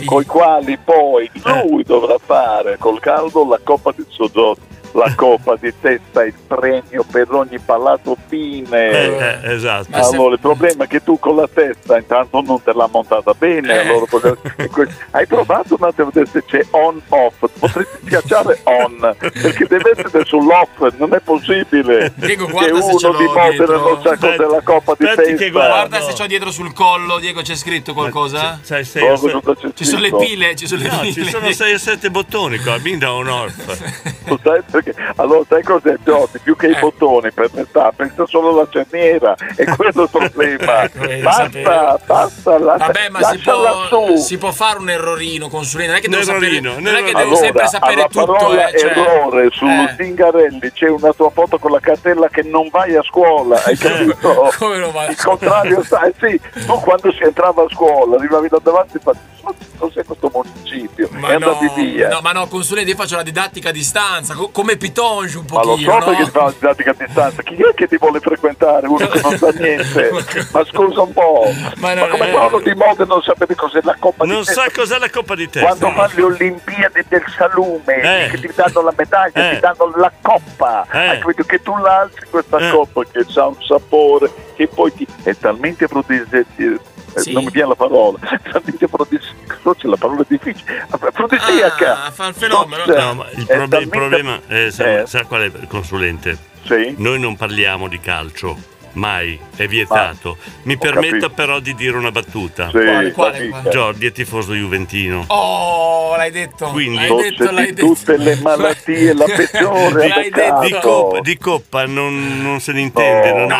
[SPEAKER 23] con i quali poi
[SPEAKER 2] Eh.
[SPEAKER 23] lui dovrà fare col caldo la coppa di Soggiorno.
[SPEAKER 2] [LAUGHS]
[SPEAKER 23] La coppa di testa, il premio per ogni palato fine.
[SPEAKER 2] Eh, eh, esatto. Ma se-
[SPEAKER 23] Allora, il problema è che tu con la testa intanto non te l'ha montata bene.
[SPEAKER 3] Eh.
[SPEAKER 23] allora potresti- que- hai provato un attimo a vedere se c'è on-off. Potresti schiacciare on perché deve essere sull'off. Non è possibile
[SPEAKER 3] Diego,
[SPEAKER 23] che
[SPEAKER 3] guarda se ce l'ho
[SPEAKER 23] uno di Modena
[SPEAKER 3] dietro.
[SPEAKER 23] non sa
[SPEAKER 3] Aspetti-
[SPEAKER 23] cos'è la coppa di testa.
[SPEAKER 3] che guarda se c'ho dietro sul collo, Diego, c'è scritto qualcosa?
[SPEAKER 2] Sei- sei-
[SPEAKER 3] Ci sono le pile, ci sono le
[SPEAKER 2] No,
[SPEAKER 3] pile.
[SPEAKER 2] ci
[SPEAKER 3] [LAUGHS]
[SPEAKER 2] sono 6 o 7 bottoni qua, binda un orf.
[SPEAKER 23] Lo sai perché? Allora, sai cos'è Giordi? Più
[SPEAKER 3] Eh.
[SPEAKER 23] che i bottoni per metà, pensa solo alla cerniera, e questo è il problema.
[SPEAKER 3] [LAUGHS] Eh,
[SPEAKER 23] basta, basta, la,
[SPEAKER 3] Vabbè, ma si
[SPEAKER 23] lasciala
[SPEAKER 3] può, si può fare un errorino, consulente. Non è che devo, sapere,
[SPEAKER 23] Nerorino,
[SPEAKER 3] non è che
[SPEAKER 23] Nerorino.
[SPEAKER 3] devo sempre
[SPEAKER 23] Allora,
[SPEAKER 3] sapere
[SPEAKER 23] alla
[SPEAKER 3] tutto.
[SPEAKER 23] parola
[SPEAKER 3] Eh, cioè,
[SPEAKER 23] errore sullo
[SPEAKER 3] eh.
[SPEAKER 23] Zingarelli c'è una tua foto con la cartella che non vai a scuola, hai capito?
[SPEAKER 3] Eh, [LAUGHS] Come non vai?
[SPEAKER 23] Il contrario, sai, sì, tu quando si entrava a scuola arrivavi da davanti e facevi, cos'è questo municipio?
[SPEAKER 3] Ma
[SPEAKER 23] e
[SPEAKER 3] no,
[SPEAKER 23] andati via.
[SPEAKER 3] no, ma no, consulente, io faccio la didattica a distanza, co- come Pitonge un
[SPEAKER 23] Ma lo so
[SPEAKER 3] pochino, no?
[SPEAKER 23] perché ti fa la didattica a distanza, chi è che ti vuole frequentare? Uno che non sa
[SPEAKER 3] [LAUGHS]
[SPEAKER 23] niente. Ma scusa un po', ma,
[SPEAKER 3] eh.
[SPEAKER 23] come fa uno di moda non sapere cos'è la coppa
[SPEAKER 2] Non
[SPEAKER 23] di testa?
[SPEAKER 2] sa cos'è la coppa di testa.
[SPEAKER 23] Quando fa le Olimpiadi del salume, che ti danno la medaglia,
[SPEAKER 2] Eh.
[SPEAKER 23] ti danno la coppa,
[SPEAKER 3] Eh.
[SPEAKER 23] Ecco. hai capito che tu lanci questa coppa che ha un sapore che poi ti è talmente protese. eh, Non mi viene la parola, [LAUGHS] talmente protese- no, c'è la parola difficile. Ah, Proteseiaca.
[SPEAKER 3] Ah, fa il fenomeno.
[SPEAKER 2] No, ma il, prob- il problema eh, sa, sa qual è, consulente? Noi non parliamo di calcio, mai, è vietato. Mi permetta
[SPEAKER 23] capito.
[SPEAKER 2] però di dire una battuta.
[SPEAKER 23] Sì, Quale, quale, dica. quale?
[SPEAKER 2] Giordi è tifoso juventino.
[SPEAKER 3] Oh, l'hai detto.
[SPEAKER 2] Quindi
[SPEAKER 23] Forse di tutte le malattie la [LAUGHS] peggiore
[SPEAKER 2] di,
[SPEAKER 23] peccato.
[SPEAKER 2] di coppa, di coppa non, non se ne intende.
[SPEAKER 23] No.
[SPEAKER 2] non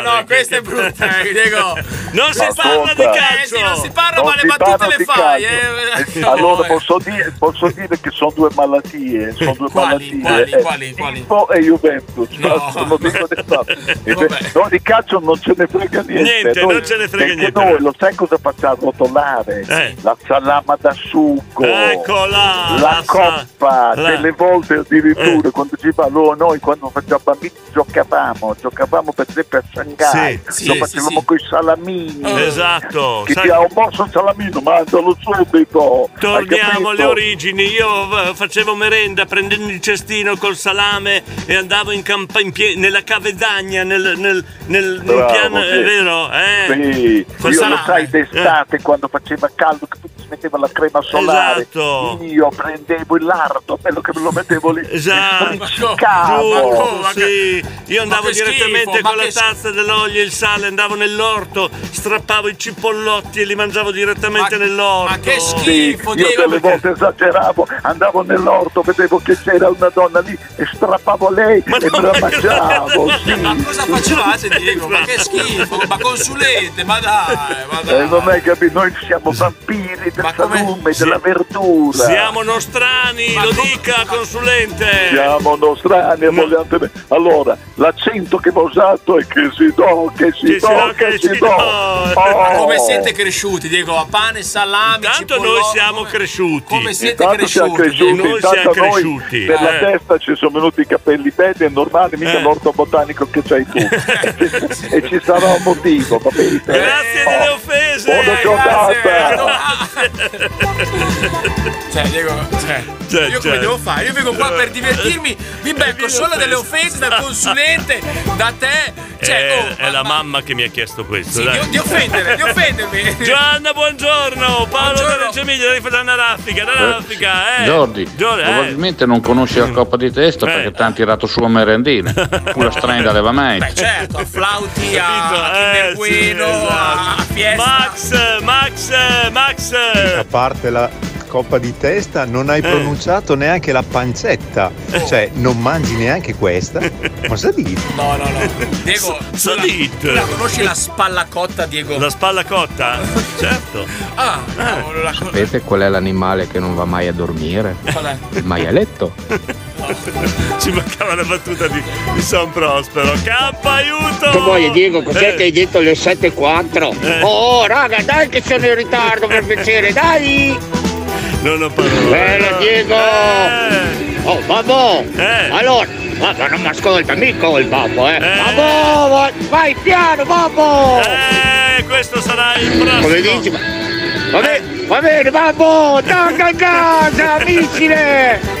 [SPEAKER 23] No,
[SPEAKER 2] ha a che fare.
[SPEAKER 23] no,
[SPEAKER 3] No, questa è brutta, eh, Diego.
[SPEAKER 2] [LAUGHS] Non si parla di
[SPEAKER 3] Eh, sì, non si parla, ma le battute le fai. eh.
[SPEAKER 23] Allora posso dire, posso dire che sono due malattie, sono due malattie.
[SPEAKER 3] [LAUGHS] quali,
[SPEAKER 23] eh,
[SPEAKER 3] quali, quali?
[SPEAKER 23] Tifo e Juventus. Basta, non dico di fatto.
[SPEAKER 3] [LAUGHS]
[SPEAKER 23] Invece- No, di calcio non ce ne frega niente.
[SPEAKER 2] Niente,
[SPEAKER 23] Noi-
[SPEAKER 2] non ce ne frega
[SPEAKER 23] perché
[SPEAKER 2] niente.
[SPEAKER 23] noi lo sai cosa facciamo rotolare?
[SPEAKER 3] Eh.
[SPEAKER 23] La salama da sugo.
[SPEAKER 3] Ecco,
[SPEAKER 2] Eccola,
[SPEAKER 23] La
[SPEAKER 2] la sa-
[SPEAKER 23] coppa,
[SPEAKER 2] la-
[SPEAKER 23] delle volte addirittura
[SPEAKER 2] Eh.
[SPEAKER 23] quando ci va loro, noi quando facciamo bambini giocavamo, giocavamo per esempio a Shanghai,
[SPEAKER 2] Sì,
[SPEAKER 23] lo
[SPEAKER 2] sì,
[SPEAKER 23] facevamo
[SPEAKER 2] sì, sì.
[SPEAKER 23] con i salamini.
[SPEAKER 2] Esatto,
[SPEAKER 23] Che
[SPEAKER 2] sai-
[SPEAKER 23] ti ha un mosso il salamino, mangialo subito. hai capito?
[SPEAKER 2] Torniamo alle origini, io eh, facevo merenda prendendo il cestino col salame e andavo in campa- in pie- nella cavedagna, nel, nel, nel, nel
[SPEAKER 23] Bravo,
[SPEAKER 2] piano,
[SPEAKER 23] sì.
[SPEAKER 2] è vero? Eh?
[SPEAKER 23] Sì,
[SPEAKER 2] Col
[SPEAKER 23] io lo
[SPEAKER 2] salame. Eh.
[SPEAKER 23] sai d'estate quando faceva caldo che tu metteva la crema solare.
[SPEAKER 2] Esatto.
[SPEAKER 23] Io prendevo il lardo, quello che me lo mettevo lì.
[SPEAKER 2] Esatto.
[SPEAKER 23] Sbriciavo.
[SPEAKER 2] Giuro, sì. Io andavo
[SPEAKER 23] che schifo,
[SPEAKER 2] direttamente
[SPEAKER 23] ma
[SPEAKER 2] con la
[SPEAKER 23] che-
[SPEAKER 2] tazza dell'olio e il sale, andavo nell'orto, strappavo i cipollotti e li mangiavo direttamente nell'orto. Ma che
[SPEAKER 23] Sì, io delle volte esageravo, andavo nell'orto, vedevo che c'era una donna lì e strappavo lei e me la mangiavo.
[SPEAKER 3] Ma cosa facevate Diego? Ma che
[SPEAKER 2] Esatto.
[SPEAKER 3] schifo, ma consulente, ma dai, ma
[SPEAKER 23] Eh,
[SPEAKER 3] dai.
[SPEAKER 23] non hai capito, noi siamo vampiri del salume, della verdura.
[SPEAKER 2] Siamo nostrani, lo dica
[SPEAKER 23] Cioè,
[SPEAKER 2] consulente.
[SPEAKER 23] Siamo nostrani, vogliamo bene. Allora, l'accento che va usato è che si do, che si do, che si do.
[SPEAKER 3] Ma
[SPEAKER 23] Oh.
[SPEAKER 3] come siete cresciuti, Diego? A pane, salami, Tanto noi siamo
[SPEAKER 2] cresciuti.
[SPEAKER 3] Come siete
[SPEAKER 23] Intanto siamo
[SPEAKER 3] cresciuti?
[SPEAKER 23] cresciuti,
[SPEAKER 3] Diego?
[SPEAKER 23] intanto a noi per
[SPEAKER 3] Eh.
[SPEAKER 23] la testa ci sono venuti i capelli belli, è normale, mica l'orto botanico che c'hai [LAUGHS] tu. e ci sarà un motivo, capite?
[SPEAKER 2] Grazie delle offese.
[SPEAKER 23] Buona giornata.
[SPEAKER 3] Cioè, Diego, cioè,
[SPEAKER 2] Eh,
[SPEAKER 23] Cioè,
[SPEAKER 3] io
[SPEAKER 23] cioè.
[SPEAKER 3] come
[SPEAKER 2] certo.
[SPEAKER 3] devo fare? Io vengo qua per divertirmi, mi becco solo delle offese dal consulente, da te. Cioè,
[SPEAKER 2] eh, è, è la mamma che mi ha chiesto questo.
[SPEAKER 3] Sì,
[SPEAKER 2] dai.
[SPEAKER 3] di, di offendere, di offendermi.
[SPEAKER 2] Gianna, buongiorno! Oh, Paolo da Reggio Emilia, lei fa da Raffica, da Raffica, eh!
[SPEAKER 1] Giordi,
[SPEAKER 2] Giordi, eh.
[SPEAKER 1] probabilmente non conosci la coppa di testa perché ti hanno tirato su a
[SPEAKER 2] [LAUGHS]
[SPEAKER 1] merendina, pure strenda leva mai.
[SPEAKER 3] Certo, a Flauti, a Kinder Bueno, a Fiesta.
[SPEAKER 2] Eh, esatto. Max, Max, Max!
[SPEAKER 14] A parte la coppa di testa, non hai
[SPEAKER 2] Eh.
[SPEAKER 14] pronunciato neanche la pancetta. Cioè, non mangi neanche
[SPEAKER 2] [LAUGHS]
[SPEAKER 14] questa. Cosa dici?
[SPEAKER 3] No, no, no. Diego, tu la, tu la conosci la spalla cotta, Diego?
[SPEAKER 2] La spalla cotta? Certo.
[SPEAKER 3] Ah, cavolo, la conosci.
[SPEAKER 22] Sapete qual è l'animale che non va mai a dormire?
[SPEAKER 3] Qual è?
[SPEAKER 22] Il maialetto.
[SPEAKER 2] [LAUGHS] Ci mancava la battuta di, di San Prospero. K, aiuto!
[SPEAKER 4] Che vuoi Diego, cos'è
[SPEAKER 2] Eh.
[SPEAKER 4] che hai detto alle 7.4?
[SPEAKER 2] Eh.
[SPEAKER 4] Oh, raga, dai che sono in ritardo per piacere, dai!
[SPEAKER 2] Non ho parole.
[SPEAKER 4] Bella
[SPEAKER 2] Eh.
[SPEAKER 4] Diego! Oh, babbo! Allora, babbo non mi ascolta mica il babbo, eh! Babbo, va- vai piano, babbo!
[SPEAKER 2] Eh, questo sarà il prossimo!
[SPEAKER 4] Come dici? ma- Va bene, va bene, babbo! Tocca a
[SPEAKER 2] [LAUGHS]
[SPEAKER 4] casa, missile!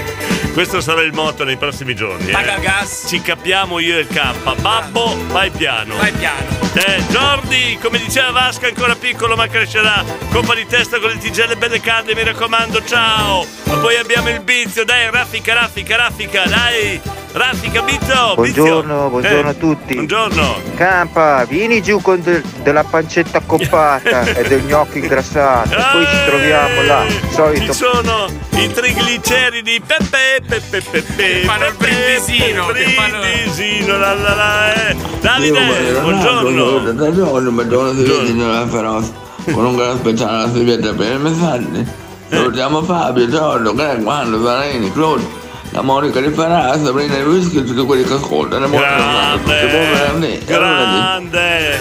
[SPEAKER 2] Questo sarà il motto nei prossimi giorni.
[SPEAKER 3] Paga
[SPEAKER 2] eh.
[SPEAKER 3] gas.
[SPEAKER 2] Ci capiamo io e il K. Babbo, vai piano.
[SPEAKER 3] Vai piano.
[SPEAKER 2] Eh, Jordi, come diceva Vasca, ancora piccolo ma crescerà. Coppa di testa con le tigelle belle calde, mi raccomando, ciao. Ma poi abbiamo il bizio, dai, raffica, raffica, raffica, dai. Raffica, bizio.
[SPEAKER 12] Buongiorno,
[SPEAKER 2] Bizio.
[SPEAKER 12] buongiorno
[SPEAKER 2] Eh,
[SPEAKER 12] a tutti.
[SPEAKER 2] Buongiorno.
[SPEAKER 12] Campa, vieni giù con del- della pancetta coppata e del gnocchi ingrassato. Poi ci troviamo là. Solito.
[SPEAKER 2] Eh, Ci sono i trigliceridi, pepe, pepe, pepe. Fanno il brindisino. Brindisino, la la la. eh. Davide, buongiorno.
[SPEAKER 21] Buongiorno, buongiorno, buongiorno la feroce. Con un gran speciale alla servietta per i messaggi. Salutiamo Fabio, Giorgio, Greg, Mando, Zarini, Claude, la Monica di Ferrara, Sabrina e Whisky e tutti quelli che ascoltano. Buon
[SPEAKER 2] Grande,
[SPEAKER 30] eh,
[SPEAKER 21] venerdì.
[SPEAKER 2] grande.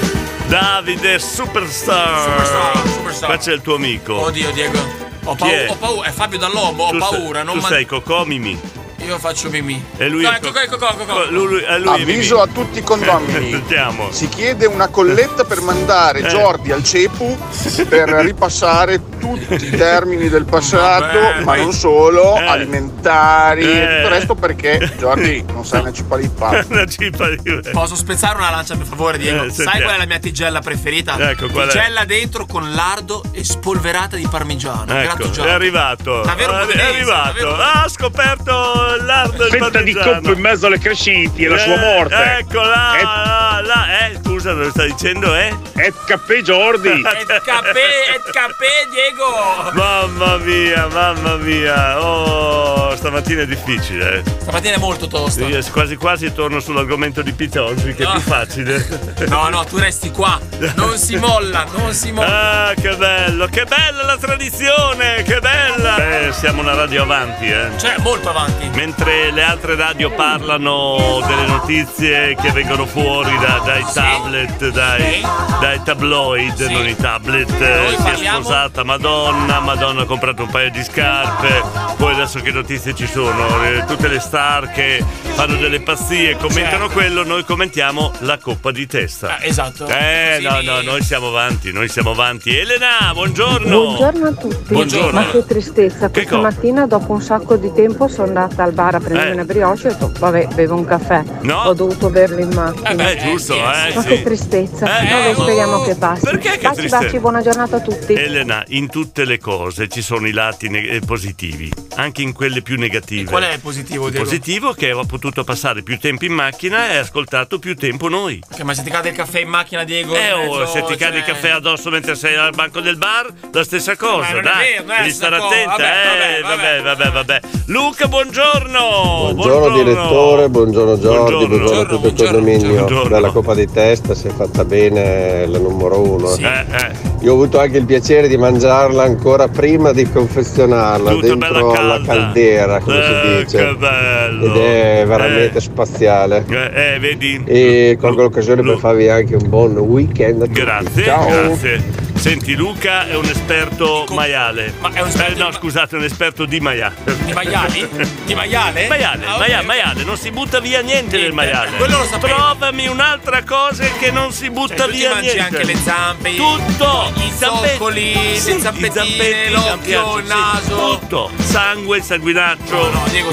[SPEAKER 2] Davide, superstar. Qua c'è il tuo amico.
[SPEAKER 3] Oddio, Diego. Ho
[SPEAKER 2] Chi è?
[SPEAKER 3] paura, ho paura, è Fabio Dall'Uomo, ho
[SPEAKER 2] Tu sei-
[SPEAKER 3] paura, non
[SPEAKER 2] tu
[SPEAKER 3] man-
[SPEAKER 2] sei Cocò Mimì.
[SPEAKER 3] Io faccio mimì.
[SPEAKER 2] E lui
[SPEAKER 3] No,
[SPEAKER 2] è
[SPEAKER 3] ecco
[SPEAKER 2] co-
[SPEAKER 3] qua, ecco qua, ecco qua.
[SPEAKER 2] co- lui- lui- eh, lui è
[SPEAKER 30] Avviso
[SPEAKER 2] Mimì.
[SPEAKER 30] a tutti i condomini.
[SPEAKER 2] [LAUGHS] Sentiamo. Ecco,
[SPEAKER 30] Si Eh, chiede una colletta per mandare
[SPEAKER 2] Eh.
[SPEAKER 30] Jordi al cepu per ripassare tutti i termini del passato,
[SPEAKER 2] Vabbè,
[SPEAKER 30] ma
[SPEAKER 2] dai.
[SPEAKER 30] non solo,
[SPEAKER 2] Eh.
[SPEAKER 30] alimentari e tutto
[SPEAKER 2] Eh.
[SPEAKER 30] il resto perché Jordi non sai una cipa di
[SPEAKER 2] [LAUGHS]
[SPEAKER 30] palla.
[SPEAKER 2] [LAUGHS] Una cipa di
[SPEAKER 3] Posso spezzare una lancia per favore, Diego?
[SPEAKER 30] Eh,
[SPEAKER 3] Sai
[SPEAKER 30] sentiamo.
[SPEAKER 3] qual è la mia tigella preferita?
[SPEAKER 2] Ecco, qual è?
[SPEAKER 3] tigella dentro con lardo e spolverata di parmigiano.
[SPEAKER 2] Ecco,
[SPEAKER 3] grattugiato.
[SPEAKER 2] è arrivato.
[SPEAKER 3] Davvero
[SPEAKER 2] Ah, è
[SPEAKER 3] pugliese,
[SPEAKER 2] arrivato.
[SPEAKER 3] davvero.
[SPEAKER 2] Ah, Ha scoperto l'ardo del
[SPEAKER 3] Fetta di
[SPEAKER 2] parmigiano.
[SPEAKER 3] coppa in
[SPEAKER 21] mezzo alle crescenti
[SPEAKER 2] Eh, Ecco là, là, là. Eh, scusa, lo sta dicendo, eh? Et capé [LAUGHS] Jordi.
[SPEAKER 3] Capè, et capè, Diego!
[SPEAKER 2] mamma mia, mamma mia. Oh, stamattina è difficile. eh.
[SPEAKER 3] Stamattina è molto tosta.
[SPEAKER 2] Io quasi quasi torno sull'argomento di pizza oggi che è più facile.
[SPEAKER 3] No, no, tu resti qua. Non si molla, non si molla.
[SPEAKER 2] Ah, che bello, che bella la tradizione, che bella! Beh, siamo una radio avanti, eh.
[SPEAKER 3] Cioè, molto avanti.
[SPEAKER 2] Mentre le altre radio parlano delle notizie che vengono fuori da- dai tablet, dai, dai tabloid, non i tablet. eh, si è sposata Madonna, Madonna ha comprato un paio di scarpe, poi adesso che notizie notizie ci sono, eh, tutte le star che fanno delle pazzie, commentano quello, noi commentiamo la coppa di testa.
[SPEAKER 3] esatto.
[SPEAKER 2] Eh, no, no, noi siamo avanti, noi siamo avanti. Elena, buongiorno.
[SPEAKER 24] Buongiorno a tutti,
[SPEAKER 2] Buongiorno.
[SPEAKER 24] ma che tristezza, questa
[SPEAKER 2] cosa?
[SPEAKER 24] mattina dopo un sacco di tempo sono andata al bar a prendermi
[SPEAKER 2] Eh.
[SPEAKER 24] una brioche e ho detto vabbè bevo un caffè,
[SPEAKER 2] No.
[SPEAKER 24] ho dovuto berlo in macchina.
[SPEAKER 2] Eh beh, giusto, eh,
[SPEAKER 24] ma
[SPEAKER 2] sì. Eh,
[SPEAKER 24] che tristezza, vabbè speriamo che passi.
[SPEAKER 2] che
[SPEAKER 24] baci
[SPEAKER 2] tristezza? Eh.
[SPEAKER 24] baci, buona giornata a tutti.
[SPEAKER 2] Elena, in tutte le cose ci sono i lati ne- eh, positivi, anche in quelle più negative.
[SPEAKER 3] Qual è il positivo,
[SPEAKER 2] Il
[SPEAKER 3] Diego?
[SPEAKER 2] positivo è che ho potuto passare più tempo in macchina e ascoltato più tempo noi.
[SPEAKER 3] Che, ma se ti cade il caffè in macchina, Diego?
[SPEAKER 2] Eh,
[SPEAKER 3] in
[SPEAKER 2] oh,
[SPEAKER 3] mezzo,
[SPEAKER 2] se ti cade il
[SPEAKER 3] cioè-
[SPEAKER 2] caffè addosso mentre sei al banco del bar, la stessa cosa,
[SPEAKER 3] non è
[SPEAKER 2] dai.
[SPEAKER 3] vero, eh,
[SPEAKER 2] devi stare
[SPEAKER 3] sta cosa,
[SPEAKER 2] attenta,
[SPEAKER 3] vabbè,
[SPEAKER 2] eh, vabbè, vabbè, vabbè. Luca, buongiorno.
[SPEAKER 9] Buongiorno direttore, buongiorno Giorgi, buongiorno, a tutto il condominio. Bella coppa di testa, si è fatta bene la numero uno.
[SPEAKER 2] Eh,
[SPEAKER 9] Io ho avuto anche il piacere di mangiarla ancora prima di confezionarla dentro la caldera, come
[SPEAKER 2] Eh,
[SPEAKER 9] si dice. Ed è veramente spaziale.
[SPEAKER 2] Eh, eh, vedi?
[SPEAKER 9] E colgo l'occasione per farvi anche un buon weekend. a tutti.
[SPEAKER 2] Grazie,
[SPEAKER 9] Ciao.
[SPEAKER 2] grazie. Senti, Luca è un esperto maiale. Ma è un esperto no, scusate, è un esperto di maiale. Di
[SPEAKER 3] maiali? Di maiale?
[SPEAKER 2] Maiale,
[SPEAKER 3] Ah, ok.
[SPEAKER 2] maiale, maiale. Non si butta via niente del maiale.
[SPEAKER 3] Eh, quello lo sapevo.
[SPEAKER 2] Trovami un'altra cosa che non si butta
[SPEAKER 3] Cioè, tu ti
[SPEAKER 2] via
[SPEAKER 3] mangi
[SPEAKER 2] niente.
[SPEAKER 3] anche le zampe,
[SPEAKER 2] Tutto.
[SPEAKER 3] i zoccoli, le zampettine, l'occhio, il naso.
[SPEAKER 2] Tutto. Sangue, il sanguinaccio.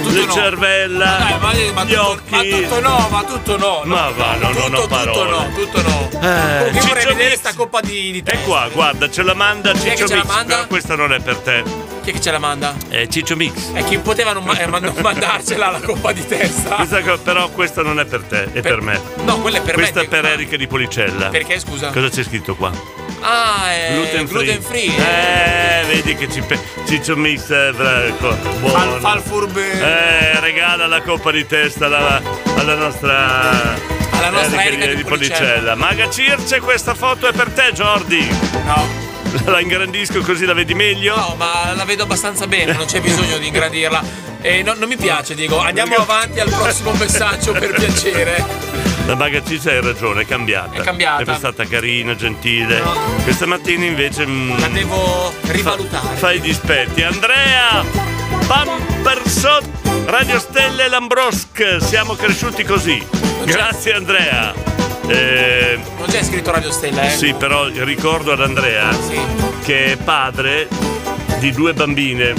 [SPEAKER 2] le
[SPEAKER 3] no.
[SPEAKER 2] cervella.
[SPEAKER 3] Dai, ma, ma
[SPEAKER 2] gli
[SPEAKER 3] tutto,
[SPEAKER 2] occhi.
[SPEAKER 3] ma tutto no, ma tutto no.
[SPEAKER 2] Ma va, no, no, no,
[SPEAKER 3] tutto
[SPEAKER 2] parole.
[SPEAKER 3] no, tutto no.
[SPEAKER 2] Eh,
[SPEAKER 3] Io vorrei
[SPEAKER 2] Ciccio
[SPEAKER 3] vedere
[SPEAKER 2] Mix.
[SPEAKER 3] sta coppa di, di
[SPEAKER 2] E qua, guarda, ce la manda
[SPEAKER 3] Chi è che
[SPEAKER 2] Ciccio
[SPEAKER 3] ce la
[SPEAKER 2] Mix,
[SPEAKER 3] manda?
[SPEAKER 2] però questa non è per te.
[SPEAKER 3] Chi è che ce la manda?
[SPEAKER 2] È Ciccio Mix.
[SPEAKER 3] E chi poteva non, ma- eh, ma- non mandarcela la coppa di testa?
[SPEAKER 2] Questa co- però questa non è per te, è per, me.
[SPEAKER 3] No, quella è per
[SPEAKER 2] questa
[SPEAKER 3] me.
[SPEAKER 2] è per Erika di Policella.
[SPEAKER 3] Perché, scusa?
[SPEAKER 2] Cosa c'è scritto qua?
[SPEAKER 3] Ah, è
[SPEAKER 2] gluten free. Eh, vedi che ci pe- Ciccio Mix è bravo.
[SPEAKER 3] Fa,
[SPEAKER 2] Buono.
[SPEAKER 3] fa il furbo.
[SPEAKER 2] Eh, regala la coppa di testa alla, alla nostra. eh, Alla
[SPEAKER 3] nostra Erika di Policella.
[SPEAKER 2] Maga Circe, questa foto è per te, Jordi.
[SPEAKER 3] No.
[SPEAKER 2] La ingrandisco così la vedi meglio?
[SPEAKER 3] No, ma la vedo abbastanza bene, non c'è bisogno di ingrandirla. E no- non mi piace, Diego. Andiamo avanti al prossimo messaggio, per piacere.
[SPEAKER 2] La Maga Circe hai ragione, è cambiata.
[SPEAKER 3] È cambiata.
[SPEAKER 2] È stata carina, gentile. Questa mattina invece. mm,
[SPEAKER 3] La devo rivalutare.
[SPEAKER 2] Fai i dispetti. Andrea Pampersot, Radio Stelle Lambrosk. Siamo cresciuti così. Grazie Andrea. Eh,
[SPEAKER 3] Non c'è scritto Radio Stella, eh?
[SPEAKER 2] Sì, però ricordo ad Andrea che è padre di due bambine,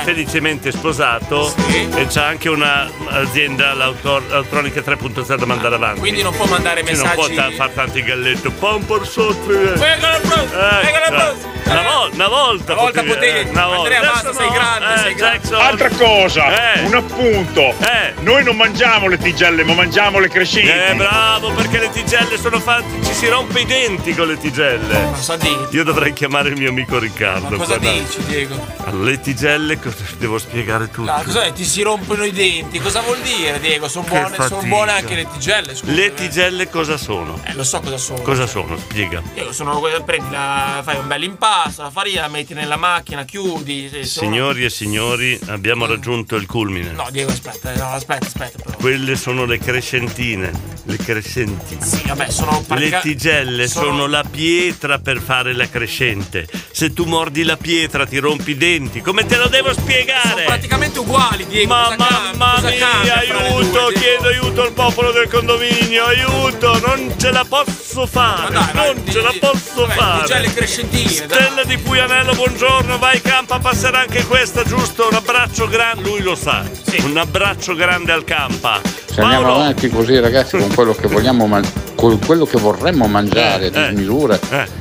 [SPEAKER 2] è felicemente sposato e c'ha anche un'azienda, l'autronica 3.0 da mandare avanti.
[SPEAKER 3] Ah, Quindi non può mandare
[SPEAKER 2] Sì, non può
[SPEAKER 3] messaggi-
[SPEAKER 2] ta- far tanti galletto. Pompor sotto. eh.
[SPEAKER 3] Venga la pro- venga la pro-
[SPEAKER 2] Eh, Una, vol- una volta.
[SPEAKER 3] Una volta
[SPEAKER 2] potevi- eh,
[SPEAKER 3] potevi.
[SPEAKER 2] una volta.
[SPEAKER 3] Andrea,
[SPEAKER 2] Adesso
[SPEAKER 3] basta, sei
[SPEAKER 2] no.
[SPEAKER 3] grande,
[SPEAKER 2] Eh,
[SPEAKER 3] sei grande.
[SPEAKER 2] Jackson.
[SPEAKER 29] Altra cosa,
[SPEAKER 2] Eh.
[SPEAKER 29] un appunto.
[SPEAKER 23] Eh.
[SPEAKER 29] Noi non mangiamo le tigelle, ma mangiamo le crescenti.
[SPEAKER 2] Eh, bravo, perché le tigelle sono fatte. Ci si rompe i denti con le tigelle.
[SPEAKER 3] Cosa dici?
[SPEAKER 2] Io dovrei chiamare il mio amico Riccardo.
[SPEAKER 3] Ma cosa
[SPEAKER 2] guardate.
[SPEAKER 3] dici, Diego?
[SPEAKER 2] Le tigelle, cosa- devo spiegare tutto.
[SPEAKER 3] Ah, cos'è? Ti si rompono i denti. Cosa vuol dire, Diego? Sono buone, son
[SPEAKER 2] fatica.
[SPEAKER 3] buone anche le tigelle. Scusa.
[SPEAKER 2] Le tigelle cosa sono?
[SPEAKER 3] Eh, lo so cosa sono.
[SPEAKER 2] Cosa sono? Spiega.
[SPEAKER 3] Diego, sono, prendi la, fai un bel impasto, la farina, la metti nella macchina, chiudi. se- se-
[SPEAKER 2] Signori e signori, abbiamo raggiunto il culmine.
[SPEAKER 3] No, Diego, aspetta, eh, no, aspetta, aspetta. però.
[SPEAKER 2] Quelle sono le crescentine. Le crescenti.
[SPEAKER 3] Sì, vabbè, sono
[SPEAKER 2] Le
[SPEAKER 3] pratica-
[SPEAKER 2] tigelle sono...
[SPEAKER 3] sono-
[SPEAKER 2] la pietra per fare la crescente. Se tu mordi la pietra ti rompi i denti. Come te lo devo spiegare?
[SPEAKER 3] Praticamente uguali, Diego.
[SPEAKER 2] Ma
[SPEAKER 3] cosa cambia?
[SPEAKER 2] mamma
[SPEAKER 3] Cosa
[SPEAKER 2] mia,
[SPEAKER 3] cambia fra le due,
[SPEAKER 2] aiuto,
[SPEAKER 3] Diego?
[SPEAKER 2] chiedo aiuto al popolo del condominio, aiuto, non ce la posso fare, non ce la posso fare.
[SPEAKER 3] tigelle crescentine,
[SPEAKER 2] Stella di Puglianello, buongiorno, vai Campa, passerà anche questa, giusto? Un abbraccio grande, lui lo sa, un abbraccio grande al Campa.
[SPEAKER 1] Se andiamo avanti così ragazzi con quello che vogliamo man- con quello che vorremmo
[SPEAKER 2] Eh,
[SPEAKER 1] mangiare di misura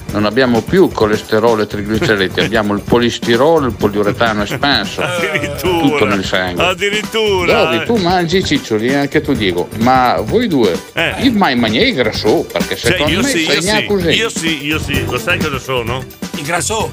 [SPEAKER 1] non abbiamo più colesterolo e trigliceriti, abbiamo il polistirolo, il poliuretano
[SPEAKER 2] [LAUGHS]
[SPEAKER 1] espanso, tutto nel sangue.
[SPEAKER 2] Addirittura.
[SPEAKER 1] Dove tu mangi i ciccioli e anche tu Diego, ma voi due, io mai mangiai il grasso, perché
[SPEAKER 2] Cioè,
[SPEAKER 1] secondo
[SPEAKER 2] io
[SPEAKER 1] me
[SPEAKER 2] Eh. sì, io
[SPEAKER 1] segna
[SPEAKER 2] sì,
[SPEAKER 1] così.
[SPEAKER 2] io sì, io sì, lo sai cosa sono?
[SPEAKER 3] I
[SPEAKER 2] [LAUGHS]
[SPEAKER 3] grasso.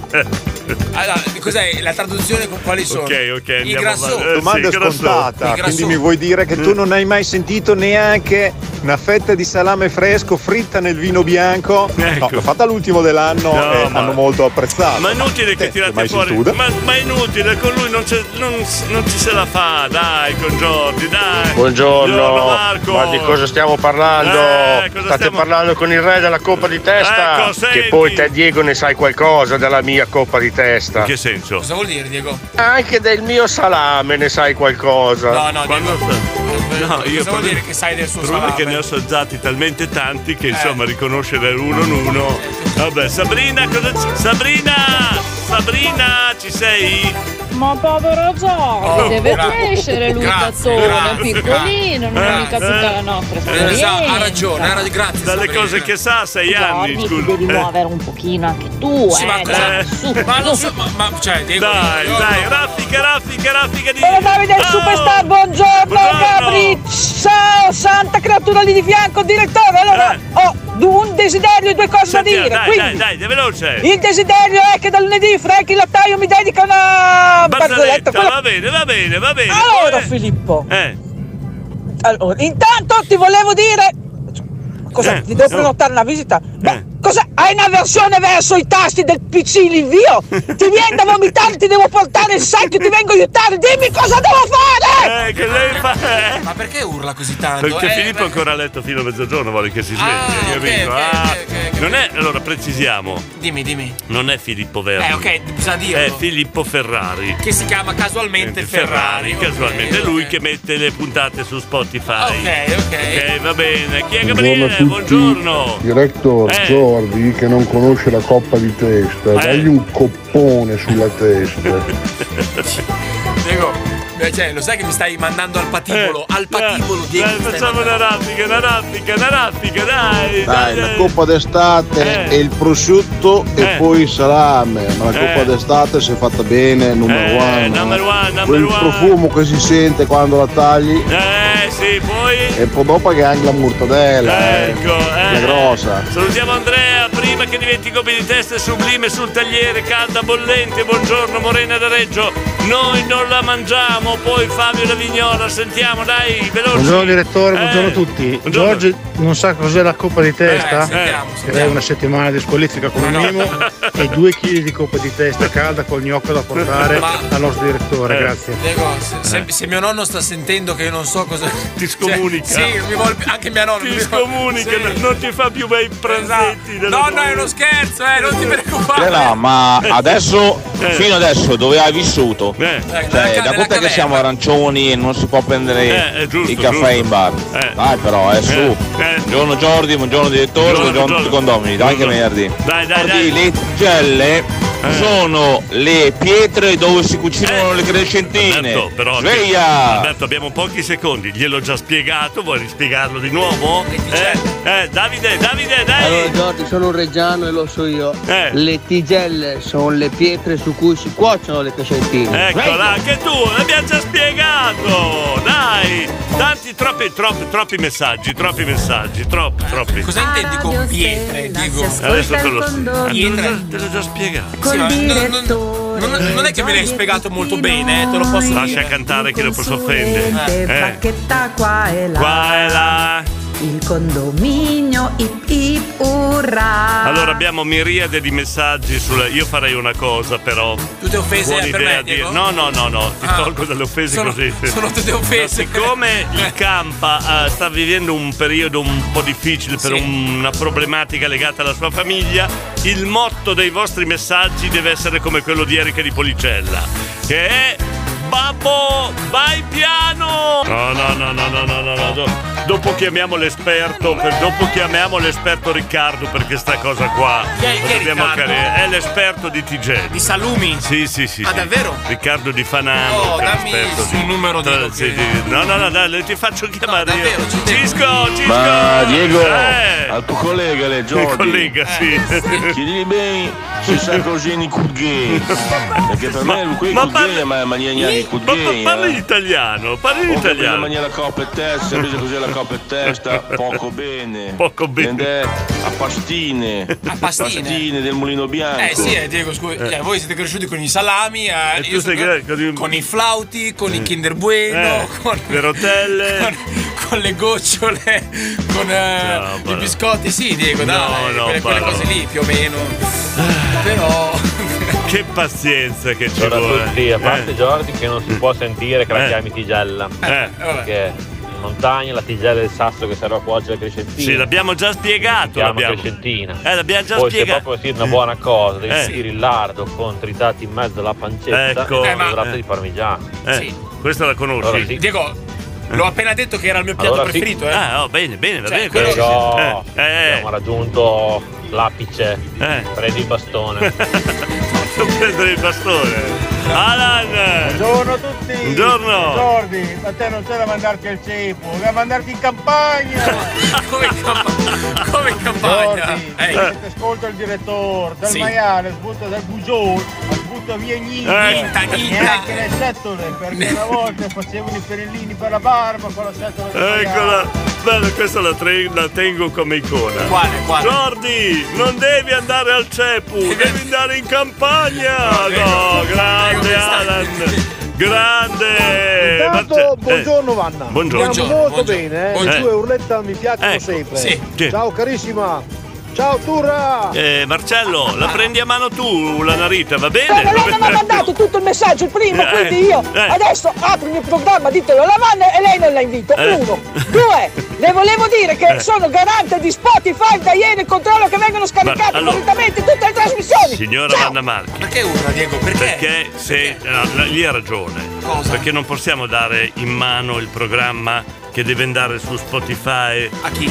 [SPEAKER 3] Allora, cos'è la traduzione con quali sono?
[SPEAKER 2] Ok, ok,
[SPEAKER 3] I
[SPEAKER 2] andiamo
[SPEAKER 3] grasso.
[SPEAKER 2] avanti. Eh,
[SPEAKER 14] Domanda
[SPEAKER 2] sì, grasso.
[SPEAKER 14] scontata,
[SPEAKER 2] Grasso.
[SPEAKER 14] quindi mi vuoi dire che
[SPEAKER 2] eh.
[SPEAKER 14] tu non hai mai sentito neanche una fetta di salame fresco fritta nel vino bianco? No, l'ho fatta l'ultimo dell'anno
[SPEAKER 2] Ecco. No,
[SPEAKER 14] e
[SPEAKER 2] ma-
[SPEAKER 14] hanno molto apprezzato.
[SPEAKER 2] Ma è inutile
[SPEAKER 1] Eh,
[SPEAKER 2] che tirate
[SPEAKER 14] mai
[SPEAKER 2] fuori.
[SPEAKER 14] sentito?
[SPEAKER 2] Ma, ma è inutile, con lui non, c'è- non s- non ci se la fa. Dai, con Jordi, dai. Buongiorno, Marco.
[SPEAKER 28] ma di cosa stiamo parlando? State parlando con il re della coppa di testa,
[SPEAKER 2] Eh, Ecco,
[SPEAKER 28] che poi te Diego ne sai qualcosa della mia coppa di
[SPEAKER 31] testa.
[SPEAKER 2] In che senso?
[SPEAKER 3] Cosa vuol dire, Diego?
[SPEAKER 31] Anche del mio salame ne sai
[SPEAKER 14] Eh.
[SPEAKER 31] qualcosa.
[SPEAKER 3] No, no, Diego.
[SPEAKER 2] No, io
[SPEAKER 3] Cosa vuol
[SPEAKER 2] proprio-
[SPEAKER 3] dire che sai del suo
[SPEAKER 2] Problema è
[SPEAKER 3] salame? Eh.
[SPEAKER 2] che ne ho assaggiati talmente tanti che insomma riconoscere uno in uno. Vabbè, Sabrina, cosa c- Sabrina! Sabrina, ci sei?
[SPEAKER 6] Ma povero Giorgio,
[SPEAKER 2] Oh,
[SPEAKER 6] deve
[SPEAKER 2] gra-
[SPEAKER 6] crescere lui
[SPEAKER 2] grazie,
[SPEAKER 6] da solo, è
[SPEAKER 2] grazie, Eh.
[SPEAKER 6] piccolino, non
[SPEAKER 2] grazie.
[SPEAKER 6] è mica tutta la nostra esperienza.
[SPEAKER 2] grazie. Dalle cose che sa, a sei anni,
[SPEAKER 6] Giorgi,
[SPEAKER 2] scusa.
[SPEAKER 6] ti devi
[SPEAKER 2] Eh.
[SPEAKER 6] muovere un pochino anche tu,
[SPEAKER 2] Sì,
[SPEAKER 6] eh,
[SPEAKER 2] ma cosa-
[SPEAKER 4] cioè.
[SPEAKER 6] dai, su,
[SPEAKER 3] Ma
[SPEAKER 6] su.
[SPEAKER 3] non so, ma, ma cioè, Diego.
[SPEAKER 2] Dai,
[SPEAKER 3] Diego,
[SPEAKER 2] dai, raffica, raffica, raffica di.
[SPEAKER 4] Sono Davide del
[SPEAKER 2] Oh!
[SPEAKER 4] Superstar, buongiorno, Gabri! Ciao, santa creatura lì di fianco, direttore! Allora, ho du- un desiderio e due cose da
[SPEAKER 2] Sentiamo,
[SPEAKER 4] dire.
[SPEAKER 2] Eh. dai,
[SPEAKER 4] Quindi,
[SPEAKER 2] dai, dai, dai, veloce.
[SPEAKER 4] il desiderio è che da lunedì Frankie Lattaio mi dedica una barzelletta.
[SPEAKER 2] Barzelletta,
[SPEAKER 4] quella-
[SPEAKER 2] va bene, va bene, va bene.
[SPEAKER 6] Ah,
[SPEAKER 4] Allora, Filippo.
[SPEAKER 2] Eh.
[SPEAKER 4] Allora, intanto ti volevo dire. Cosa?
[SPEAKER 2] Eh,
[SPEAKER 4] ti devo
[SPEAKER 2] no. Eh.
[SPEAKER 4] prenotare una visita? Ma cosa? Hai un'avversione verso i tasti del PC,
[SPEAKER 2] [LAUGHS]
[SPEAKER 4] l'invio? Ti viene da vomitare, ti devo portare il sacco, ti vengo a aiutare, dimmi cosa devo fare!
[SPEAKER 2] Eh, che lei fa?
[SPEAKER 3] Ma perché urla così tanto?
[SPEAKER 2] Perché
[SPEAKER 3] Eh,
[SPEAKER 2] Filippo è ancora a letto fino a mezzogiorno, vuole che si svegli, hai capito? Ah, non è, allora precisiamo,
[SPEAKER 3] Dimmi, dimmi.
[SPEAKER 2] non è Filippo Verdi.
[SPEAKER 3] Eh, ok, bisogna dirlo.
[SPEAKER 2] È Filippo Ferrari.
[SPEAKER 3] Che si chiama casualmente Ferrari.
[SPEAKER 2] Ferrari, casualmente
[SPEAKER 3] ok,
[SPEAKER 2] è lui che mette le puntate su Spotify.
[SPEAKER 3] Ok, ok.
[SPEAKER 2] Ok, va bene. Chi è
[SPEAKER 32] Buongiorno a
[SPEAKER 2] Gabriele?
[SPEAKER 32] tutti.
[SPEAKER 2] Buongiorno.
[SPEAKER 32] Director
[SPEAKER 2] Eh.
[SPEAKER 32] Giordi che non conosce la coppa di testa, dagli un coppone sulla
[SPEAKER 2] [LAUGHS]
[SPEAKER 32] testa.
[SPEAKER 3] Diego, beh, cioè, lo sai che mi stai mandando al patibolo? al patibolo, Diego. mi
[SPEAKER 2] Dai,
[SPEAKER 3] stai
[SPEAKER 2] Eh, facciamo una raffica, una raffica, una raffica, dai.
[SPEAKER 7] Dai, la coppa d'estate è il prosciutto e
[SPEAKER 2] Eh.
[SPEAKER 7] poi il salame, ma la
[SPEAKER 2] Eh.
[SPEAKER 7] coppa d'estate se fatta bene è numero
[SPEAKER 2] Eh,
[SPEAKER 7] one.
[SPEAKER 2] number one, number
[SPEAKER 7] Quel
[SPEAKER 2] one.
[SPEAKER 7] profumo che si sente quando la tagli
[SPEAKER 2] Eh, sì, poi...
[SPEAKER 7] e poi dopo che anche la mortadella, eh,
[SPEAKER 2] Ecco, eh.
[SPEAKER 7] la grossa.
[SPEAKER 2] Salutiamo Andrea, prima che diventi copia di testa sublime sul tagliere, calda, bollente, buongiorno Morena da Reggio, noi non la mangiamo, poi Fabio da Vignola, sentiamo, dai, veloce.
[SPEAKER 15] Buongiorno direttore, buongiorno
[SPEAKER 2] Eh,
[SPEAKER 15] a tutti. Giorgio non sa cos'è la coppa di testa?
[SPEAKER 2] sentiamo,
[SPEAKER 15] Direi una settimana di squalifica come minimo e due chili di coppa di testa calda col gnocco da
[SPEAKER 2] [LAUGHS]
[SPEAKER 15] portare
[SPEAKER 3] Ma-
[SPEAKER 15] al nostro
[SPEAKER 2] eh.
[SPEAKER 15] direttore, grazie.
[SPEAKER 3] Diego, se, se- se mio nonno sta sentendo che io non so cosa. Ti
[SPEAKER 2] scomunica.
[SPEAKER 3] sì, non mi vuole più- anche mia nonna.
[SPEAKER 2] Ti scomunica, non ti fa più bei pranzetti.
[SPEAKER 3] Nonno, Esatto. è uno scherzo, eh, non ti preoccupare.
[SPEAKER 1] Eh no, ma adesso,
[SPEAKER 2] Eh.
[SPEAKER 1] fino adesso, dove hai vissuto?
[SPEAKER 3] Eh,
[SPEAKER 1] Cioè, da quant'è che siamo arancioni e non si può prendere
[SPEAKER 2] Eh, è giusto,
[SPEAKER 1] il caffè
[SPEAKER 2] giusto.
[SPEAKER 1] in bar? Dai però, eh, su.
[SPEAKER 2] eh.
[SPEAKER 1] Buongiorno Jordi, buongiorno direttore, buongiorno, a tutti i condomini, dai che venerdì.
[SPEAKER 2] Dai, dai, Eh.
[SPEAKER 1] Jordi, le celle sono le pietre dove si cucinano le
[SPEAKER 3] Eh,
[SPEAKER 1] crescentine.
[SPEAKER 2] Eh. Alberto, però
[SPEAKER 1] Sveglia!
[SPEAKER 2] Alberto, abbiamo pochi secondi, gliel'ho già spiegato, vuoi rispiegarlo di nuovo? Eh, eh, Davide, Davide, dai!
[SPEAKER 8] Allora Giordi, sono un reggiano e lo so io.
[SPEAKER 2] Eh.
[SPEAKER 8] Le tigelle sono le pietre su cui si cuociono le crescentine.
[SPEAKER 2] Eccola, Ecco, anche tu, l'abbiamo già spiegato! Dai! Tanti, troppi, troppi, troppi messaggi, troppi messaggi, troppi, troppi.
[SPEAKER 3] Cosa intendi con pietre, Diego?
[SPEAKER 2] Adesso te lo
[SPEAKER 3] Pietre?
[SPEAKER 2] Te l'ho già spiegato.
[SPEAKER 3] Sì, ma non, non- non- non è che me l'hai spiegato molto bene, eh, te lo posso dire.
[SPEAKER 2] Lascia cantare che dopo si offende. Eh.
[SPEAKER 32] Bacchetta qua e là.
[SPEAKER 2] Qua e là.
[SPEAKER 32] Il condominio ip ip urra.
[SPEAKER 2] Allora abbiamo miriade di messaggi sulla. Io farei una cosa, però.
[SPEAKER 3] Tutte offese eh,
[SPEAKER 2] Buona
[SPEAKER 3] per
[SPEAKER 2] idea
[SPEAKER 3] me, Diego?
[SPEAKER 2] di- No, no, no, no, ti
[SPEAKER 3] Ah.
[SPEAKER 2] tolgo dalle offese
[SPEAKER 3] Sono-
[SPEAKER 2] così.
[SPEAKER 3] [LAUGHS] sono tutte offese.
[SPEAKER 2] No,
[SPEAKER 3] [LAUGHS]
[SPEAKER 2] siccome il Campa eh, sta vivendo un periodo un po' difficile per
[SPEAKER 3] Sì.
[SPEAKER 2] una problematica legata alla sua famiglia, il motto dei vostri messaggi deve essere come quello di Erika di Policella, che è. Babbo, vai piano! No, no, no, no, no, no, no, no. do- Dopo chiamiamo l'esperto, per- dopo chiamiamo l'esperto Riccardo perché sta cosa qua.
[SPEAKER 3] Chi è- chi è
[SPEAKER 2] dobbiamo
[SPEAKER 3] Riccardo?
[SPEAKER 2] chiarire. È l'esperto di TG.
[SPEAKER 3] Di salumi?
[SPEAKER 2] Sì, sì, sì.
[SPEAKER 3] Ah,
[SPEAKER 2] sì.
[SPEAKER 3] davvero?
[SPEAKER 2] Riccardo di Fanano.
[SPEAKER 3] Oh,
[SPEAKER 2] che è
[SPEAKER 3] dammi
[SPEAKER 2] l'esperto
[SPEAKER 3] un numero di-
[SPEAKER 2] Sì, sì. No, no, no, dai, ti faccio chiamare. io. Cisco, Cisco!
[SPEAKER 1] Ma Diego,
[SPEAKER 2] Eh,
[SPEAKER 1] al tuo collega le
[SPEAKER 2] Il
[SPEAKER 1] Giordi
[SPEAKER 2] collega, sì.
[SPEAKER 1] Chiedigli bene se sa
[SPEAKER 2] [LAUGHS]
[SPEAKER 1] cos'è i cugghini. Perché per
[SPEAKER 2] Ma-
[SPEAKER 1] me qui
[SPEAKER 2] ma
[SPEAKER 1] cugghini è ma maniera di
[SPEAKER 2] ma
[SPEAKER 1] cugghini.
[SPEAKER 2] parli in italiano, parli in italiano.
[SPEAKER 1] La maniera coppa e testa, invece cos'è la coppa e
[SPEAKER 2] [LAUGHS]
[SPEAKER 1] testa? Poco bene.
[SPEAKER 2] Poco bene.
[SPEAKER 1] Ed è a pastine. A
[SPEAKER 3] pastine?
[SPEAKER 1] del mulino bianco.
[SPEAKER 2] Ecco.
[SPEAKER 3] Eh sì, eh, Diego, scusa, cioè, voi siete cresciuti con i salami, eh, io sono cre- con i flauti, con i Kinder Bueno,
[SPEAKER 2] Eh,
[SPEAKER 3] con
[SPEAKER 2] le rotelle,
[SPEAKER 3] [LAUGHS] con, con le gocciole, con eh, i biscotti. Sì, Diego, dai,
[SPEAKER 2] No, no,
[SPEAKER 3] quelle, quelle
[SPEAKER 2] Paolo.
[SPEAKER 3] cose lì più o meno. Però
[SPEAKER 2] Che pazienza che ci
[SPEAKER 15] Allora,
[SPEAKER 2] vuole.
[SPEAKER 15] tutti, a parte
[SPEAKER 2] Eh.
[SPEAKER 15] Jordi che non si può sentire che la
[SPEAKER 2] Eh.
[SPEAKER 15] chiami tigella.
[SPEAKER 2] Eh.
[SPEAKER 15] Perché
[SPEAKER 25] montagna, la tigella del sasso che serve a cuocere la crescentina.
[SPEAKER 2] Sì, l'abbiamo già spiegato.
[SPEAKER 25] Chiama
[SPEAKER 2] l'abbiamo.
[SPEAKER 25] crescentina.
[SPEAKER 2] Eh, l'abbiamo già
[SPEAKER 25] Poi
[SPEAKER 2] spiegato.
[SPEAKER 25] se proprio vuoi dire una buona cosa, devi
[SPEAKER 2] Eh.
[SPEAKER 25] dire il lardo con tritati in mezzo alla pancetta
[SPEAKER 2] Ecco.
[SPEAKER 25] e
[SPEAKER 2] Eh, ma-
[SPEAKER 25] dorato di parmigiano.
[SPEAKER 2] Eh, Questa la conosci.
[SPEAKER 25] Allora sì. Eh.
[SPEAKER 3] Diego, l'ho appena detto che era il mio piatto
[SPEAKER 25] Allora sì.
[SPEAKER 3] preferito, eh.
[SPEAKER 25] Ah,
[SPEAKER 2] oh, bene, bene, va
[SPEAKER 25] Cioè,
[SPEAKER 2] bene.
[SPEAKER 25] quello-
[SPEAKER 2] quello-
[SPEAKER 25] Però
[SPEAKER 2] Eh, eh.
[SPEAKER 25] abbiamo raggiunto l'apice. Prendi il
[SPEAKER 2] [LAUGHS]
[SPEAKER 25] bastone.
[SPEAKER 2] Non prendere Eh. il bastone. Alan!
[SPEAKER 18] Buongiorno a tutti!
[SPEAKER 2] Buongiorno.
[SPEAKER 18] Jordi, ma te non c'è da mandarti al ceppo, da mandarti in campagna!
[SPEAKER 2] [LAUGHS]
[SPEAKER 3] come in campagna? Come in campagna?
[SPEAKER 18] Jordi,
[SPEAKER 3] Eh.
[SPEAKER 18] se ti ascolta il direttore, dal
[SPEAKER 3] Sì.
[SPEAKER 18] maiale, sbutta dal bugione, ma sbutta via niente!
[SPEAKER 3] Eh. Nitta, nitta.
[SPEAKER 18] Neanche le setole, perché
[SPEAKER 3] [LAUGHS]
[SPEAKER 18] una volta facevano i perellini per la barba con la setola del maiale.
[SPEAKER 2] Eccola! Bello, questa la, tre- la tengo come icona.
[SPEAKER 18] Quale, quale?
[SPEAKER 2] Jordi, non devi andare al CEPU, devi andare in campagna! No, grande Alan! [LAUGHS] Grande! Marce-
[SPEAKER 7] Intanto,
[SPEAKER 2] eh,
[SPEAKER 7] buongiorno Vanna.
[SPEAKER 2] Buongiorno.
[SPEAKER 7] Andiamo molto
[SPEAKER 2] Buongiorno.
[SPEAKER 7] bene, eh.
[SPEAKER 2] Buongiorno.
[SPEAKER 7] Le tue urletta mi piacciono
[SPEAKER 2] Ecco,
[SPEAKER 7] sempre.
[SPEAKER 2] sì. Sì.
[SPEAKER 7] Ciao carissima. Ciao Turra.
[SPEAKER 2] eh, Marcello, la prendi a mano tu la narita, va
[SPEAKER 6] Eh, ma
[SPEAKER 2] bene?
[SPEAKER 6] lei non mi ha mandato tutto il messaggio, il primo,
[SPEAKER 2] Eh,
[SPEAKER 6] quindi io
[SPEAKER 2] eh.
[SPEAKER 6] adesso apro il mio programma, ditelo alla Vanna e lei non la invito.
[SPEAKER 2] Eh.
[SPEAKER 6] Uno.
[SPEAKER 2] [LAUGHS]
[SPEAKER 6] Due, le volevo dire che
[SPEAKER 2] Eh.
[SPEAKER 6] sono garante di Spotify, da ieri controllo che vengono scaricate
[SPEAKER 2] Ma, allora-
[SPEAKER 6] correttamente tutte le trasmissioni.
[SPEAKER 2] Signora Vanna Marchi. Perché urla, Diego? Perché? Perché se. no, la- lì ha ragione. Perché non possiamo dare in mano il programma che deve andare su Spotify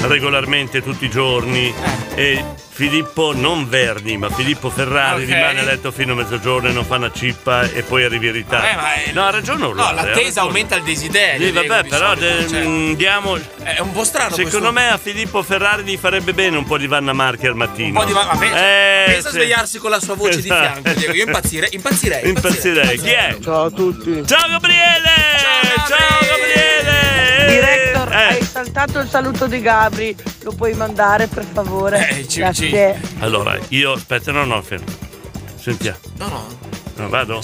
[SPEAKER 2] regolarmente tutti i giorni.
[SPEAKER 3] Eh.
[SPEAKER 2] E Filippo, non Verni, ma Filippo Ferrari
[SPEAKER 3] Ok.
[SPEAKER 2] rimane a letto fino a mezzogiorno e non fa una cippa e poi arrivi in ritardo.
[SPEAKER 3] Eh, ma è-
[SPEAKER 2] No, ha ragione
[SPEAKER 3] No,
[SPEAKER 2] urlare, ha
[SPEAKER 3] l'attesa
[SPEAKER 2] ragione.
[SPEAKER 3] aumenta il desiderio.
[SPEAKER 2] Sì, vabbè,
[SPEAKER 3] Diego, di
[SPEAKER 2] però
[SPEAKER 3] solito,
[SPEAKER 2] de-
[SPEAKER 3] cioè.
[SPEAKER 2] mm, diamo.
[SPEAKER 3] È un po' strano
[SPEAKER 2] Secondo
[SPEAKER 3] questo-
[SPEAKER 2] me a Filippo Ferrari gli farebbe bene un po' di Vanna Marchi al mattino.
[SPEAKER 3] Un po' di va- ma pensa,
[SPEAKER 2] Eh,
[SPEAKER 3] pensa a
[SPEAKER 2] sì.
[SPEAKER 3] svegliarsi con la sua voce
[SPEAKER 2] Esatto.
[SPEAKER 3] di fianco, Diego. Io impazzire- impazzirei,
[SPEAKER 2] Impazzirei. Eh, Chi è?
[SPEAKER 7] Ciao a tutti.
[SPEAKER 2] Ciao Gabriele! Ciao Gabriele!
[SPEAKER 19] Director,
[SPEAKER 2] Eh.
[SPEAKER 19] hai saltato il saluto di Gabri, lo puoi mandare per favore?
[SPEAKER 2] Eh, ci-
[SPEAKER 19] Grazie.
[SPEAKER 2] Allora, io aspetta, no, no, fermo. Sentiamo.
[SPEAKER 3] No, no.
[SPEAKER 2] No, vado?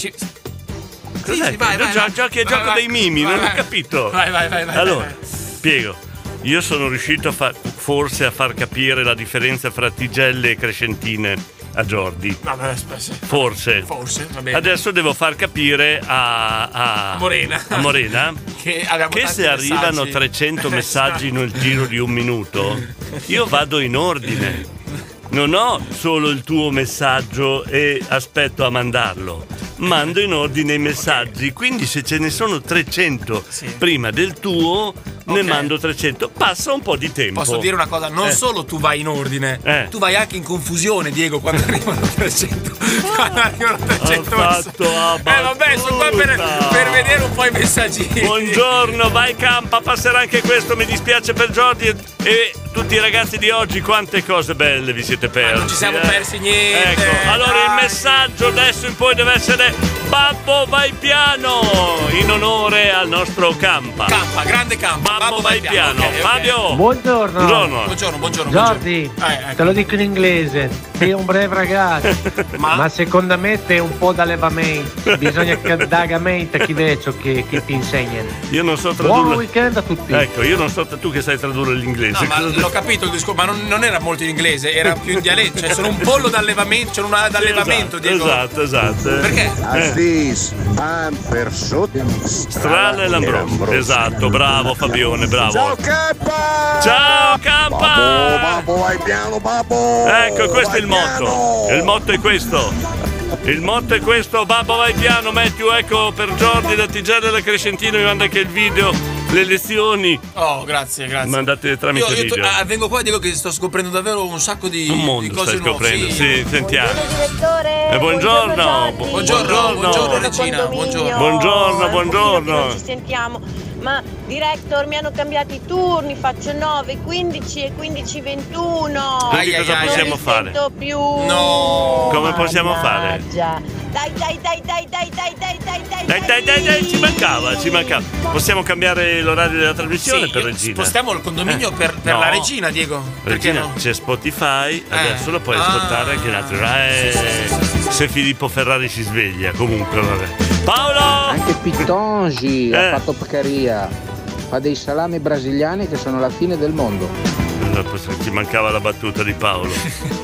[SPEAKER 2] Cos'è?
[SPEAKER 3] sì, vai,
[SPEAKER 2] Gio-
[SPEAKER 3] vai,
[SPEAKER 2] gio-
[SPEAKER 3] vai.
[SPEAKER 2] Giochi a
[SPEAKER 3] Vai,
[SPEAKER 2] gioco
[SPEAKER 3] vai.
[SPEAKER 2] dei mimi,
[SPEAKER 3] Vai,
[SPEAKER 2] non
[SPEAKER 3] vai.
[SPEAKER 2] ho capito.
[SPEAKER 3] Vai, vai, vai, vai,
[SPEAKER 2] Allora,
[SPEAKER 3] vai,
[SPEAKER 2] spiego. Io sono riuscito a fa- forse a far capire la differenza fra tigelle e crescentine a Jordi.
[SPEAKER 3] No, ma aspetta.
[SPEAKER 2] Forse.
[SPEAKER 3] Forse, va bene.
[SPEAKER 2] Adesso devo far capire a, a-
[SPEAKER 3] A Morena.
[SPEAKER 2] a Morena
[SPEAKER 3] Che, abbiamo
[SPEAKER 2] che
[SPEAKER 3] tanti
[SPEAKER 2] se arrivano
[SPEAKER 3] messaggi. Esatto.
[SPEAKER 2] 300 messaggi nel giro di un minuto, io vado in ordine. Non ho solo il tuo messaggio e aspetto a mandarlo. Mando in ordine i messaggi, quindi se ce ne sono 300 prima del tuo, ne
[SPEAKER 3] Ok.
[SPEAKER 2] mando 300. Passa un po' di tempo.
[SPEAKER 3] Posso dire una cosa? Non
[SPEAKER 2] Eh.
[SPEAKER 3] solo tu vai in ordine,
[SPEAKER 2] Eh.
[SPEAKER 3] tu vai anche in confusione,
[SPEAKER 2] [LAUGHS]
[SPEAKER 3] Diego, quando arrivano 300. quando arrivano
[SPEAKER 2] Ah,
[SPEAKER 3] 300
[SPEAKER 2] fatto a
[SPEAKER 3] Eh, vabbè, sono qua per, per vedere un po' i messaggini.
[SPEAKER 2] Buongiorno, vai campa, passerà anche questo, mi dispiace per Jordi e, e tutti i ragazzi di oggi, quante cose belle vi siete persi. non
[SPEAKER 3] ci siamo persi niente,
[SPEAKER 2] Ecco, allora il messaggio adesso in poi deve essere Babbo vai piano, in onore al nostro campa.
[SPEAKER 3] Campa, grande campa.
[SPEAKER 2] Babbo, vai piano. Fabio.
[SPEAKER 20] Buongiorno.
[SPEAKER 2] Buongiorno.
[SPEAKER 3] Buongiorno, buongiorno. Ah, ecco.
[SPEAKER 20] Jordi, te lo dico in inglese, sei un breve ragazzo,
[SPEAKER 2] [LAUGHS]
[SPEAKER 20] ma? secondo me te un po' d'allevamento, bisogna che d'agamente chi vecchio che, che ti insegna.
[SPEAKER 2] Io non so
[SPEAKER 20] Buon
[SPEAKER 2] tradurre.
[SPEAKER 20] weekend a tutti.
[SPEAKER 2] Ecco, io non so tu che sai tradurre l'inglese.
[SPEAKER 3] No, ma l'ho capito il discorso, ma non, non era molto in inglese, era più in dialetto. Cioè, sono un pollo d'allevamento, c'è una d'allevamento, Diego.
[SPEAKER 2] Esatto, esatto. Perché?
[SPEAKER 7] Ah,
[SPEAKER 33] Assis, Amper, Strale
[SPEAKER 2] Strale Lambro. Esatto, bravo Fabione, bravo.
[SPEAKER 33] Ciao Campa!
[SPEAKER 2] Ciao Campa!
[SPEAKER 33] Babbo, babbo, vai piano, babbo!
[SPEAKER 2] Ecco, questo è il motto. Il motto è questo. Il motto è questo, babbo vai piano, Matthew, ecco per Jordi da Tigella da Crescentino mi manda anche il video, le lezioni.
[SPEAKER 3] Oh, grazie, grazie.
[SPEAKER 2] Mandate
[SPEAKER 3] Io,
[SPEAKER 2] tramite
[SPEAKER 3] io to-
[SPEAKER 2] video.
[SPEAKER 3] ah, vengo qua e dico che sto scoprendo davvero un sacco di,
[SPEAKER 2] Un
[SPEAKER 3] di
[SPEAKER 2] mondo
[SPEAKER 3] cose
[SPEAKER 2] stai
[SPEAKER 3] nuove.
[SPEAKER 2] scoprendo, sì, sentiamo.
[SPEAKER 33] direttore.
[SPEAKER 2] Eh, buongiorno,
[SPEAKER 33] Jordi.
[SPEAKER 2] buongiorno, buongiorno, buongiorno, regina,
[SPEAKER 33] condominio.
[SPEAKER 2] buongiorno.
[SPEAKER 33] È
[SPEAKER 2] Buongiorno,
[SPEAKER 33] un pochino che
[SPEAKER 2] buongiorno.
[SPEAKER 33] Non ci sentiamo. Ma director mi hanno cambiato i turni, faccio 9, 15 e 15, 21.
[SPEAKER 2] Quindi cosa possiamo
[SPEAKER 33] non li
[SPEAKER 2] fare?
[SPEAKER 33] sento più.
[SPEAKER 2] No. Come possiamo fare?
[SPEAKER 33] Mannaggia. Dai, dai, dai, dai, dai, dai, dai, dai, dai.
[SPEAKER 2] Dai, dai, dai, dai, ci mancava, ci mancava. Possiamo cambiare l'orario della trasmissione per Regina?
[SPEAKER 3] Spostiamo il condominio
[SPEAKER 2] Eh,
[SPEAKER 3] per, per
[SPEAKER 2] no.
[SPEAKER 3] la regina, Diego. Perché
[SPEAKER 2] Regina,
[SPEAKER 3] no?
[SPEAKER 2] c'è Spotify, adesso lo puoi ascoltare anche in altri orari. Se Filippo Ferrari si sveglia, comunque vabbè. Paolo! Eh. Anche
[SPEAKER 34] Pitongi
[SPEAKER 2] ha
[SPEAKER 34] fatto paccaria. Fa dei salami brasiliani che sono la fine del mondo.
[SPEAKER 2] ci mancava la battuta di Paolo.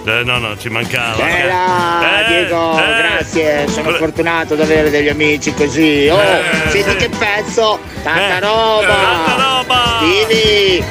[SPEAKER 2] Eh, no, no, ci mancava.
[SPEAKER 19] Bella,
[SPEAKER 2] Eh,
[SPEAKER 19] Ah, Diego,
[SPEAKER 2] eh,
[SPEAKER 19] grazie. Sono
[SPEAKER 2] eh.
[SPEAKER 19] fortunato ad avere degli amici così. Oh,
[SPEAKER 2] Eh,
[SPEAKER 19] senti
[SPEAKER 2] sì.
[SPEAKER 19] che pezzo! Tanta
[SPEAKER 2] Eh,
[SPEAKER 19] roba!
[SPEAKER 2] tanta roba!
[SPEAKER 19] Vivi!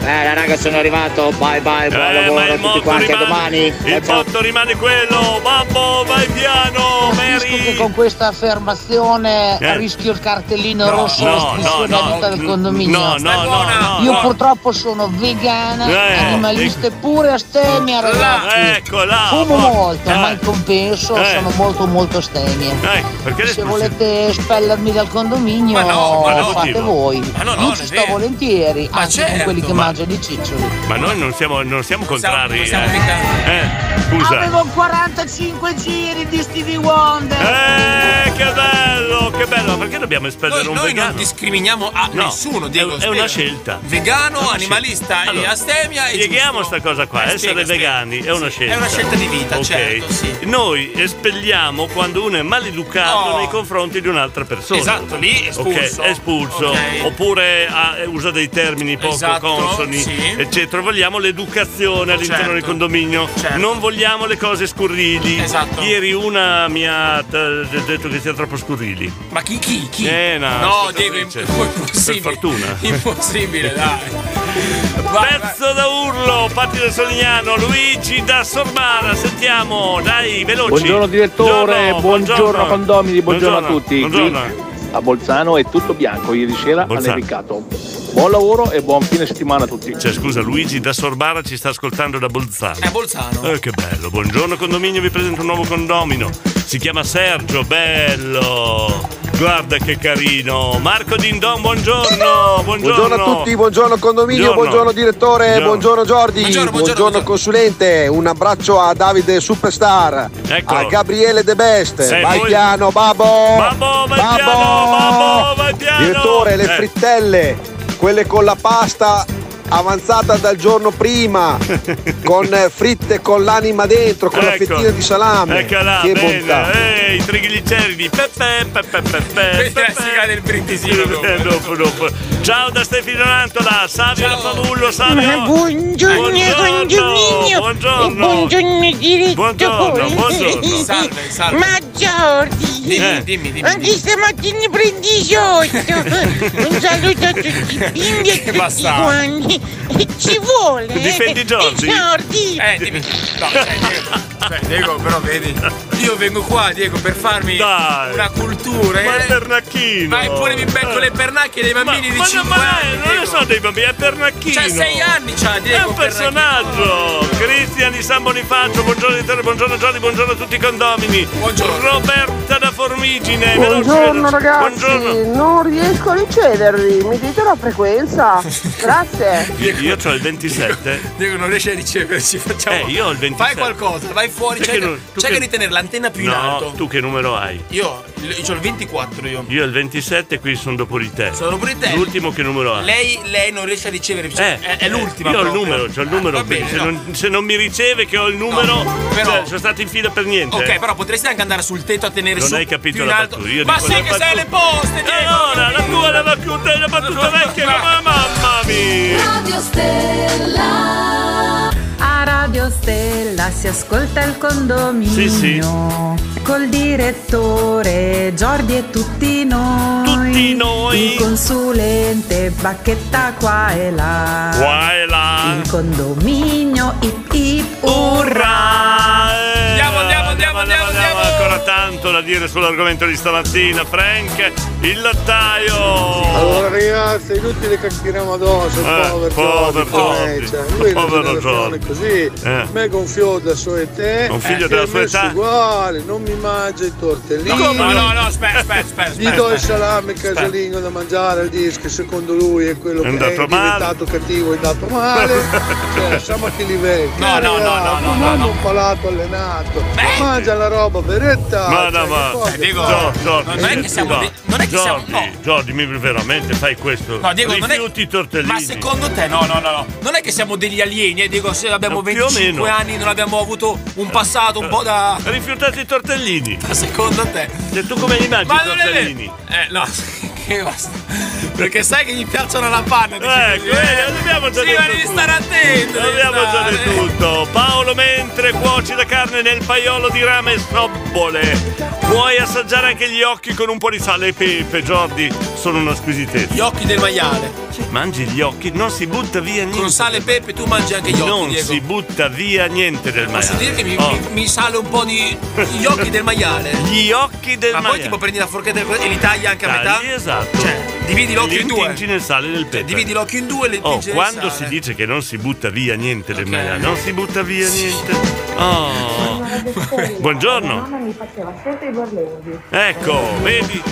[SPEAKER 19] Bella Eh, raga, sono arrivato. Bye bye, buon
[SPEAKER 2] Eh, ma
[SPEAKER 19] lavoro a
[SPEAKER 2] il
[SPEAKER 19] tutti
[SPEAKER 2] motto
[SPEAKER 19] quanti. A
[SPEAKER 2] rimane-
[SPEAKER 19] domani.
[SPEAKER 2] Il botto rimane quello. Babbo, vai piano, Mary.
[SPEAKER 4] Che con questa affermazione
[SPEAKER 2] Eh.
[SPEAKER 4] rischio il cartellino
[SPEAKER 2] No,
[SPEAKER 4] rosso
[SPEAKER 2] no,
[SPEAKER 4] l'espulsione
[SPEAKER 2] no, no,
[SPEAKER 4] dal
[SPEAKER 2] no,
[SPEAKER 4] condominio.
[SPEAKER 2] no, no, Stai no, buona. no,
[SPEAKER 4] Io
[SPEAKER 2] no.
[SPEAKER 4] purtroppo sono vegana,
[SPEAKER 2] Eh,
[SPEAKER 4] animalista e pure astemia, ragazzi.
[SPEAKER 2] eccola,
[SPEAKER 4] Fumo
[SPEAKER 2] porca-
[SPEAKER 4] molto, ma
[SPEAKER 2] eh.
[SPEAKER 4] in compenso
[SPEAKER 2] Eh.
[SPEAKER 4] sono molto molto astemia.
[SPEAKER 2] perché
[SPEAKER 4] Se
[SPEAKER 2] l'espulsione-
[SPEAKER 4] volete spellermi dal condominio,
[SPEAKER 2] Ma no, ma no,
[SPEAKER 4] fate
[SPEAKER 2] Timo.
[SPEAKER 4] voi.
[SPEAKER 2] Ma no, no,
[SPEAKER 4] Io
[SPEAKER 2] non è
[SPEAKER 4] ci sto volentieri, anche con
[SPEAKER 2] certo,
[SPEAKER 4] quelli che
[SPEAKER 2] ma-
[SPEAKER 4] mangiano i ciccioli.
[SPEAKER 2] Ma noi non siamo, non siamo contrari.
[SPEAKER 4] non siamo
[SPEAKER 2] eh. Eh, scusa.
[SPEAKER 4] Avevo 45 giri di Stevie Wonder.
[SPEAKER 2] Eh, che bello, che bello. Perché dobbiamo espellere
[SPEAKER 3] Noi,
[SPEAKER 2] un
[SPEAKER 3] noi
[SPEAKER 2] vegano?
[SPEAKER 3] non discriminiamo a
[SPEAKER 2] No,
[SPEAKER 3] nessuno, Diego.
[SPEAKER 2] è, è
[SPEAKER 3] spiega.
[SPEAKER 2] una scelta.
[SPEAKER 3] Vegano,
[SPEAKER 2] È una
[SPEAKER 3] animalista
[SPEAKER 2] scelta.
[SPEAKER 3] e astemia è
[SPEAKER 2] Spieghiamo
[SPEAKER 3] giusto.
[SPEAKER 2] sta cosa qua,
[SPEAKER 3] Eh,
[SPEAKER 2] essere
[SPEAKER 3] spiega, spiega.
[SPEAKER 2] vegani è una
[SPEAKER 3] Sì,
[SPEAKER 2] scelta.
[SPEAKER 3] è una scelta di vita,
[SPEAKER 2] Ok.
[SPEAKER 3] certo, sì.
[SPEAKER 2] Noi espelliamo quando uno è maleducato
[SPEAKER 3] No.
[SPEAKER 2] nei confronti di un'altra persona.
[SPEAKER 3] Esatto, lì è espulso.
[SPEAKER 2] Ok, è espulso.
[SPEAKER 3] Ok.
[SPEAKER 2] Oppure ah, usa dei termini poco
[SPEAKER 3] Esatto,
[SPEAKER 2] consoni,
[SPEAKER 3] sì.
[SPEAKER 2] eccetera. Vogliamo l'educazione all'interno
[SPEAKER 3] Certo. Esatto.
[SPEAKER 2] del condominio. Non vogliamo le cose scurrili. Ieri una mi ha t- t- detto che sia troppo scurrili.
[SPEAKER 3] Ma chi chi chi?
[SPEAKER 2] Eh, no,
[SPEAKER 3] no
[SPEAKER 2] sì,
[SPEAKER 3] Diego, è
[SPEAKER 2] dice. Per
[SPEAKER 3] impossibile.
[SPEAKER 2] fortuna. [LAUGHS]
[SPEAKER 3] Impossibile, dai.
[SPEAKER 2] Pezzo da urlo, Patti del Solignano, Luigi da Sormara, sentiamo, dai, veloci.
[SPEAKER 6] Buongiorno direttore,
[SPEAKER 2] Buongiorno,
[SPEAKER 6] buongiorno, condomini, buongiorno, a tutti.
[SPEAKER 2] Buongiorno.
[SPEAKER 6] Qui a Bolzano è tutto bianco, ieri sera
[SPEAKER 2] Bolzano.
[SPEAKER 6] ha nevicato. Buon lavoro e buon fine settimana a tutti.
[SPEAKER 2] Cioè, scusa, Luigi da Sorbara ci sta ascoltando da Bolzano. Da
[SPEAKER 3] Bolzano.
[SPEAKER 2] Eh, che bello. Buongiorno condominio, vi presento un nuovo condomino. Si chiama Sergio, bello. Guarda che carino. Marco Dindon, buongiorno. Buongiorno,
[SPEAKER 12] Buongiorno a tutti, buongiorno condominio, buongiorno, direttore, buongiorno, Jordi, buongiorno, consulente, un abbraccio a Davide Superstar,
[SPEAKER 2] Eccolo.
[SPEAKER 12] a Gabriele De Best,
[SPEAKER 2] Sei
[SPEAKER 12] vai
[SPEAKER 2] voi-
[SPEAKER 12] piano babbo,
[SPEAKER 2] Babbo, vai piano, babbo, vai piano.
[SPEAKER 12] direttore le
[SPEAKER 2] Eh.
[SPEAKER 12] frittelle, quelle con la pasta avanzata dal giorno
[SPEAKER 2] [LAUGHS]
[SPEAKER 12] prima, con eh, fritte con l'anima dentro, con la
[SPEAKER 2] Ecco.
[SPEAKER 12] fettina di salame,
[SPEAKER 2] Eccola,
[SPEAKER 12] che
[SPEAKER 2] bene.
[SPEAKER 12] bontà.
[SPEAKER 2] Ehi, i trigliceridi. Pepe, pepe, pepe. Classica del britisino. Eh, dopo, dopo. Ciao da Stefano Antola, Savio La Favullo, Savio.
[SPEAKER 4] Buongiorno, condominio.
[SPEAKER 2] Buongiorno.
[SPEAKER 4] E buongiorno, direttore.
[SPEAKER 2] Buongiorno,
[SPEAKER 4] [LAUGHS]
[SPEAKER 2] buongiorno. Eh. Salve, salve.
[SPEAKER 4] Ma Jordi,
[SPEAKER 2] Dimmi, dimmi, dimmi,
[SPEAKER 4] anche stamattina prendi sotto.
[SPEAKER 2] [LAUGHS]
[SPEAKER 4] Un saluto a tutti i bimbi e a tutti
[SPEAKER 2] bastardo.
[SPEAKER 4] quanti. E ci vuole. eh?
[SPEAKER 2] Difendi Jordi?
[SPEAKER 4] Jordi.
[SPEAKER 3] Eh, dimmi. Eh, No, cioè, [LAUGHS] Diego, cioè, Diego, però vedi, io vengo qua, Diego, per farmi una cultura. Ma il
[SPEAKER 2] pernacchino.
[SPEAKER 3] Ma eppure mi becco le pernacchie dei bambini di
[SPEAKER 2] ma
[SPEAKER 3] 5
[SPEAKER 2] non- ma
[SPEAKER 3] anni.
[SPEAKER 2] non ne so dei bambini, è Pernacchino.
[SPEAKER 3] Cioè, 6 anni c'ha, Diego.
[SPEAKER 2] È un personaggio! Cristian di San Bonifacio, buongiorno Ettore, buongiorno Giordi, buongiorno a tutti i condomini. Buongiorno. Roberta da Formigine, veloce,
[SPEAKER 24] Buongiorno
[SPEAKER 2] veloce.
[SPEAKER 24] ragazzi,
[SPEAKER 2] Buongiorno.
[SPEAKER 24] non riesco a ricevervi, mi dite la frequenza? Grazie.
[SPEAKER 2] Io, io ho il 27.
[SPEAKER 3] Diego non riesce a riceverci, facciamo.
[SPEAKER 2] Eh, io ho il 27.
[SPEAKER 3] Fai qualcosa, vai fuori,
[SPEAKER 2] Perché
[SPEAKER 3] cerca,
[SPEAKER 2] non- tu
[SPEAKER 3] cerca
[SPEAKER 2] che-
[SPEAKER 3] di tenere l'antenna più in
[SPEAKER 2] no,
[SPEAKER 3] alto.
[SPEAKER 2] tu che numero hai?
[SPEAKER 3] Io, ho il 24 io.
[SPEAKER 2] Io ho il 27 qui sono dopo di te.
[SPEAKER 3] Sono dopo di te.
[SPEAKER 2] L'ultimo che numero hai?
[SPEAKER 3] Lei, lei non riesce a ricevere, cioè,
[SPEAKER 2] Ah. Eh,
[SPEAKER 3] è, è l'ultima.
[SPEAKER 2] Io ho il
[SPEAKER 3] proprio.
[SPEAKER 2] numero, c'ho il numero
[SPEAKER 3] va
[SPEAKER 2] qui.
[SPEAKER 3] bene,
[SPEAKER 2] se,
[SPEAKER 3] no.
[SPEAKER 2] non, se non mi riceve che ho il numero,
[SPEAKER 3] però-
[SPEAKER 2] cioè, sono stato in fila per niente. eh.
[SPEAKER 3] Ok, però potresti anche andare sul tetto a tenere
[SPEAKER 2] Non
[SPEAKER 3] su
[SPEAKER 2] hai capito
[SPEAKER 3] più in
[SPEAKER 2] la
[SPEAKER 3] alto.
[SPEAKER 2] battuta, io
[SPEAKER 3] Ma
[SPEAKER 2] dico
[SPEAKER 3] sì
[SPEAKER 2] la
[SPEAKER 3] che sei alle poste, Diego!
[SPEAKER 2] E ora la tua la battuta è la battuta vecchia, ma mamma mia!
[SPEAKER 6] Radio Stella. A Radio Stella si ascolta il condominio.
[SPEAKER 2] Sì, sì.
[SPEAKER 6] Col direttore Giordi e tutti noi. Tutti
[SPEAKER 2] noi.
[SPEAKER 6] Il consulente Bacchetta qua e là.
[SPEAKER 2] Qua e là.
[SPEAKER 6] Il condominio ip ip urrà.
[SPEAKER 2] Andiamo, andiamo, andiamo, andiamo, andiamo. Ancora tanto da dire sull'argomento di stamattina, Frank, il
[SPEAKER 15] Allora
[SPEAKER 2] lattaio.
[SPEAKER 15] ragazzi, è inutile che tiriamo addosso,
[SPEAKER 2] Eh,
[SPEAKER 15] povero
[SPEAKER 2] povero
[SPEAKER 15] Giorgio,
[SPEAKER 2] Giorgio.
[SPEAKER 15] eh, cioè, lui è una
[SPEAKER 2] Povero
[SPEAKER 15] generazione
[SPEAKER 2] Giorgio.
[SPEAKER 15] così,
[SPEAKER 2] Eh.
[SPEAKER 15] me con figlio della sua età,
[SPEAKER 2] Un figlio
[SPEAKER 15] che
[SPEAKER 2] della
[SPEAKER 15] è
[SPEAKER 2] sua
[SPEAKER 15] messo
[SPEAKER 2] età?
[SPEAKER 15] uguale, non mi mangia i tortellini,
[SPEAKER 3] No, no, no, no,
[SPEAKER 2] Eh,
[SPEAKER 3] aspetta, aspetta, aspetta.
[SPEAKER 15] gli do il salame casalingo da mangiare al disco, che secondo lui è quello
[SPEAKER 2] È
[SPEAKER 15] che è
[SPEAKER 2] andato male.
[SPEAKER 15] diventato cattivo, è andato male,
[SPEAKER 2] [LAUGHS]
[SPEAKER 15] cioè siamo a che livelli,
[SPEAKER 2] No, no, no, no,
[SPEAKER 15] Raga,
[SPEAKER 2] no, no,
[SPEAKER 15] non
[SPEAKER 2] no.
[SPEAKER 15] un palato allenato, mangia la roba veretta,
[SPEAKER 2] Ma
[SPEAKER 15] cioè,
[SPEAKER 2] no, ma
[SPEAKER 15] che cose
[SPEAKER 2] Diego,
[SPEAKER 15] fai?
[SPEAKER 2] Giordi, Giordi,
[SPEAKER 3] non è che siamo
[SPEAKER 2] no.
[SPEAKER 3] dei- non è che siamo-
[SPEAKER 2] Giordi, Giordi, mi veramente fai questo.
[SPEAKER 3] No, Diego, non è-
[SPEAKER 2] Rifiuti i tortellini.
[SPEAKER 3] Ma secondo te, no, no, no, no, non è che siamo degli alieni, eh, Diego, se abbiamo
[SPEAKER 2] No, più o
[SPEAKER 3] 25
[SPEAKER 2] meno.
[SPEAKER 3] anni, non abbiamo avuto un passato un po' da.
[SPEAKER 2] Rifiutate i tortellini.
[SPEAKER 3] Ma secondo te?
[SPEAKER 2] tu come li mangi
[SPEAKER 3] Ma
[SPEAKER 2] i
[SPEAKER 3] non è vero.
[SPEAKER 2] tortellini?
[SPEAKER 3] Eh, no. perché basta. Perché sai che gli piacciono la panna. dici
[SPEAKER 2] Ecco,
[SPEAKER 3] così,
[SPEAKER 2] vedi,
[SPEAKER 3] eh.
[SPEAKER 2] abbiamo già
[SPEAKER 3] sì,
[SPEAKER 2] detto
[SPEAKER 3] ma devi
[SPEAKER 2] tutto.
[SPEAKER 3] stare attento. devi
[SPEAKER 2] Abbiamo già
[SPEAKER 3] stare-
[SPEAKER 2] detto tutto. Paolo mentre cuoci la carne nel paiolo di rame e snobbole. Puoi assaggiare anche gli occhi con un po' di sale e pepe, Jordi. Sono una squisitezza.
[SPEAKER 3] Gli occhi del maiale.
[SPEAKER 2] Mangi gli occhi, non si butta via niente.
[SPEAKER 3] Con sale e pepe tu mangi anche gli occhi,
[SPEAKER 2] Non
[SPEAKER 3] Diego.
[SPEAKER 2] si butta via niente del maiale.
[SPEAKER 3] Posso dire che mi,
[SPEAKER 2] Oh.
[SPEAKER 3] mi- mi sale un po' di gli occhi del maiale.
[SPEAKER 2] [LAUGHS] Gli occhi del
[SPEAKER 3] ma
[SPEAKER 2] maiale.
[SPEAKER 3] Ma poi tipo prendi la forchetta e li tagli anche a
[SPEAKER 2] Tagli,
[SPEAKER 3] metà?
[SPEAKER 2] esatto.
[SPEAKER 3] Cioè, dividi l'occhio
[SPEAKER 2] Li
[SPEAKER 3] in due. Cioè,
[SPEAKER 2] intingi nel sale e nel pepe.
[SPEAKER 3] dividi l'occhio in due e le eh.
[SPEAKER 2] Oh,
[SPEAKER 3] intingi nel
[SPEAKER 2] quando si
[SPEAKER 3] sale.
[SPEAKER 2] dice che non si butta via niente del maiale, non si butta via niente. Oh. Buongiorno.
[SPEAKER 14] mi faceva sempre i borlenghi.
[SPEAKER 2] Ecco, vedi,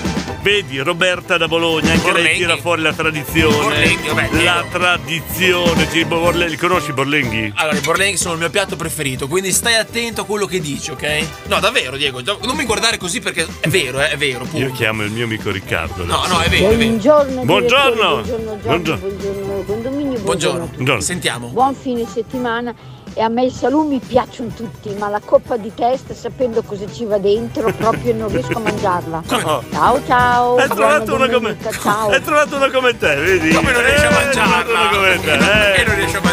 [SPEAKER 2] vedi Roberta da Bologna, anche lei tira fuori la tradizione. la tradizione, tipo Borlenghi, conosci Borlenghi?
[SPEAKER 3] Allora, i borlenghi sono il mio piatto preferito, quindi stai attento a quello che dici, ok? No, davvero, Diego, do- non mi guardare così perché è vero, eh, è vero.
[SPEAKER 2] Io chiamo il mio amico Riccardo.
[SPEAKER 3] No,
[SPEAKER 2] adesso.
[SPEAKER 3] no, è vero, è vero.
[SPEAKER 14] Buongiorno.
[SPEAKER 2] Buongiorno.
[SPEAKER 14] direttore, Buongiorno, Giorgio,
[SPEAKER 2] Buongiorno.
[SPEAKER 14] buongiorno. condominio.
[SPEAKER 3] Buongiorno.
[SPEAKER 14] a
[SPEAKER 2] Buongiorno.
[SPEAKER 14] tutti.
[SPEAKER 3] Sentiamo.
[SPEAKER 14] Buon fine settimana e a me i salumi piacciono tutti, ma la coppa di testa, sapendo cosa ci va dentro, proprio non riesco a mangiarla.
[SPEAKER 2] Oh.
[SPEAKER 14] Ciao ciao.
[SPEAKER 2] Hai
[SPEAKER 14] buona
[SPEAKER 2] trovato una come
[SPEAKER 14] domenica, Ciao.
[SPEAKER 2] Hai trovato una come te, vedi?
[SPEAKER 14] Come non riesce a
[SPEAKER 2] Eh,
[SPEAKER 14] mangiarla?
[SPEAKER 2] hai trovato una come
[SPEAKER 3] [LAUGHS]
[SPEAKER 2] te, eh.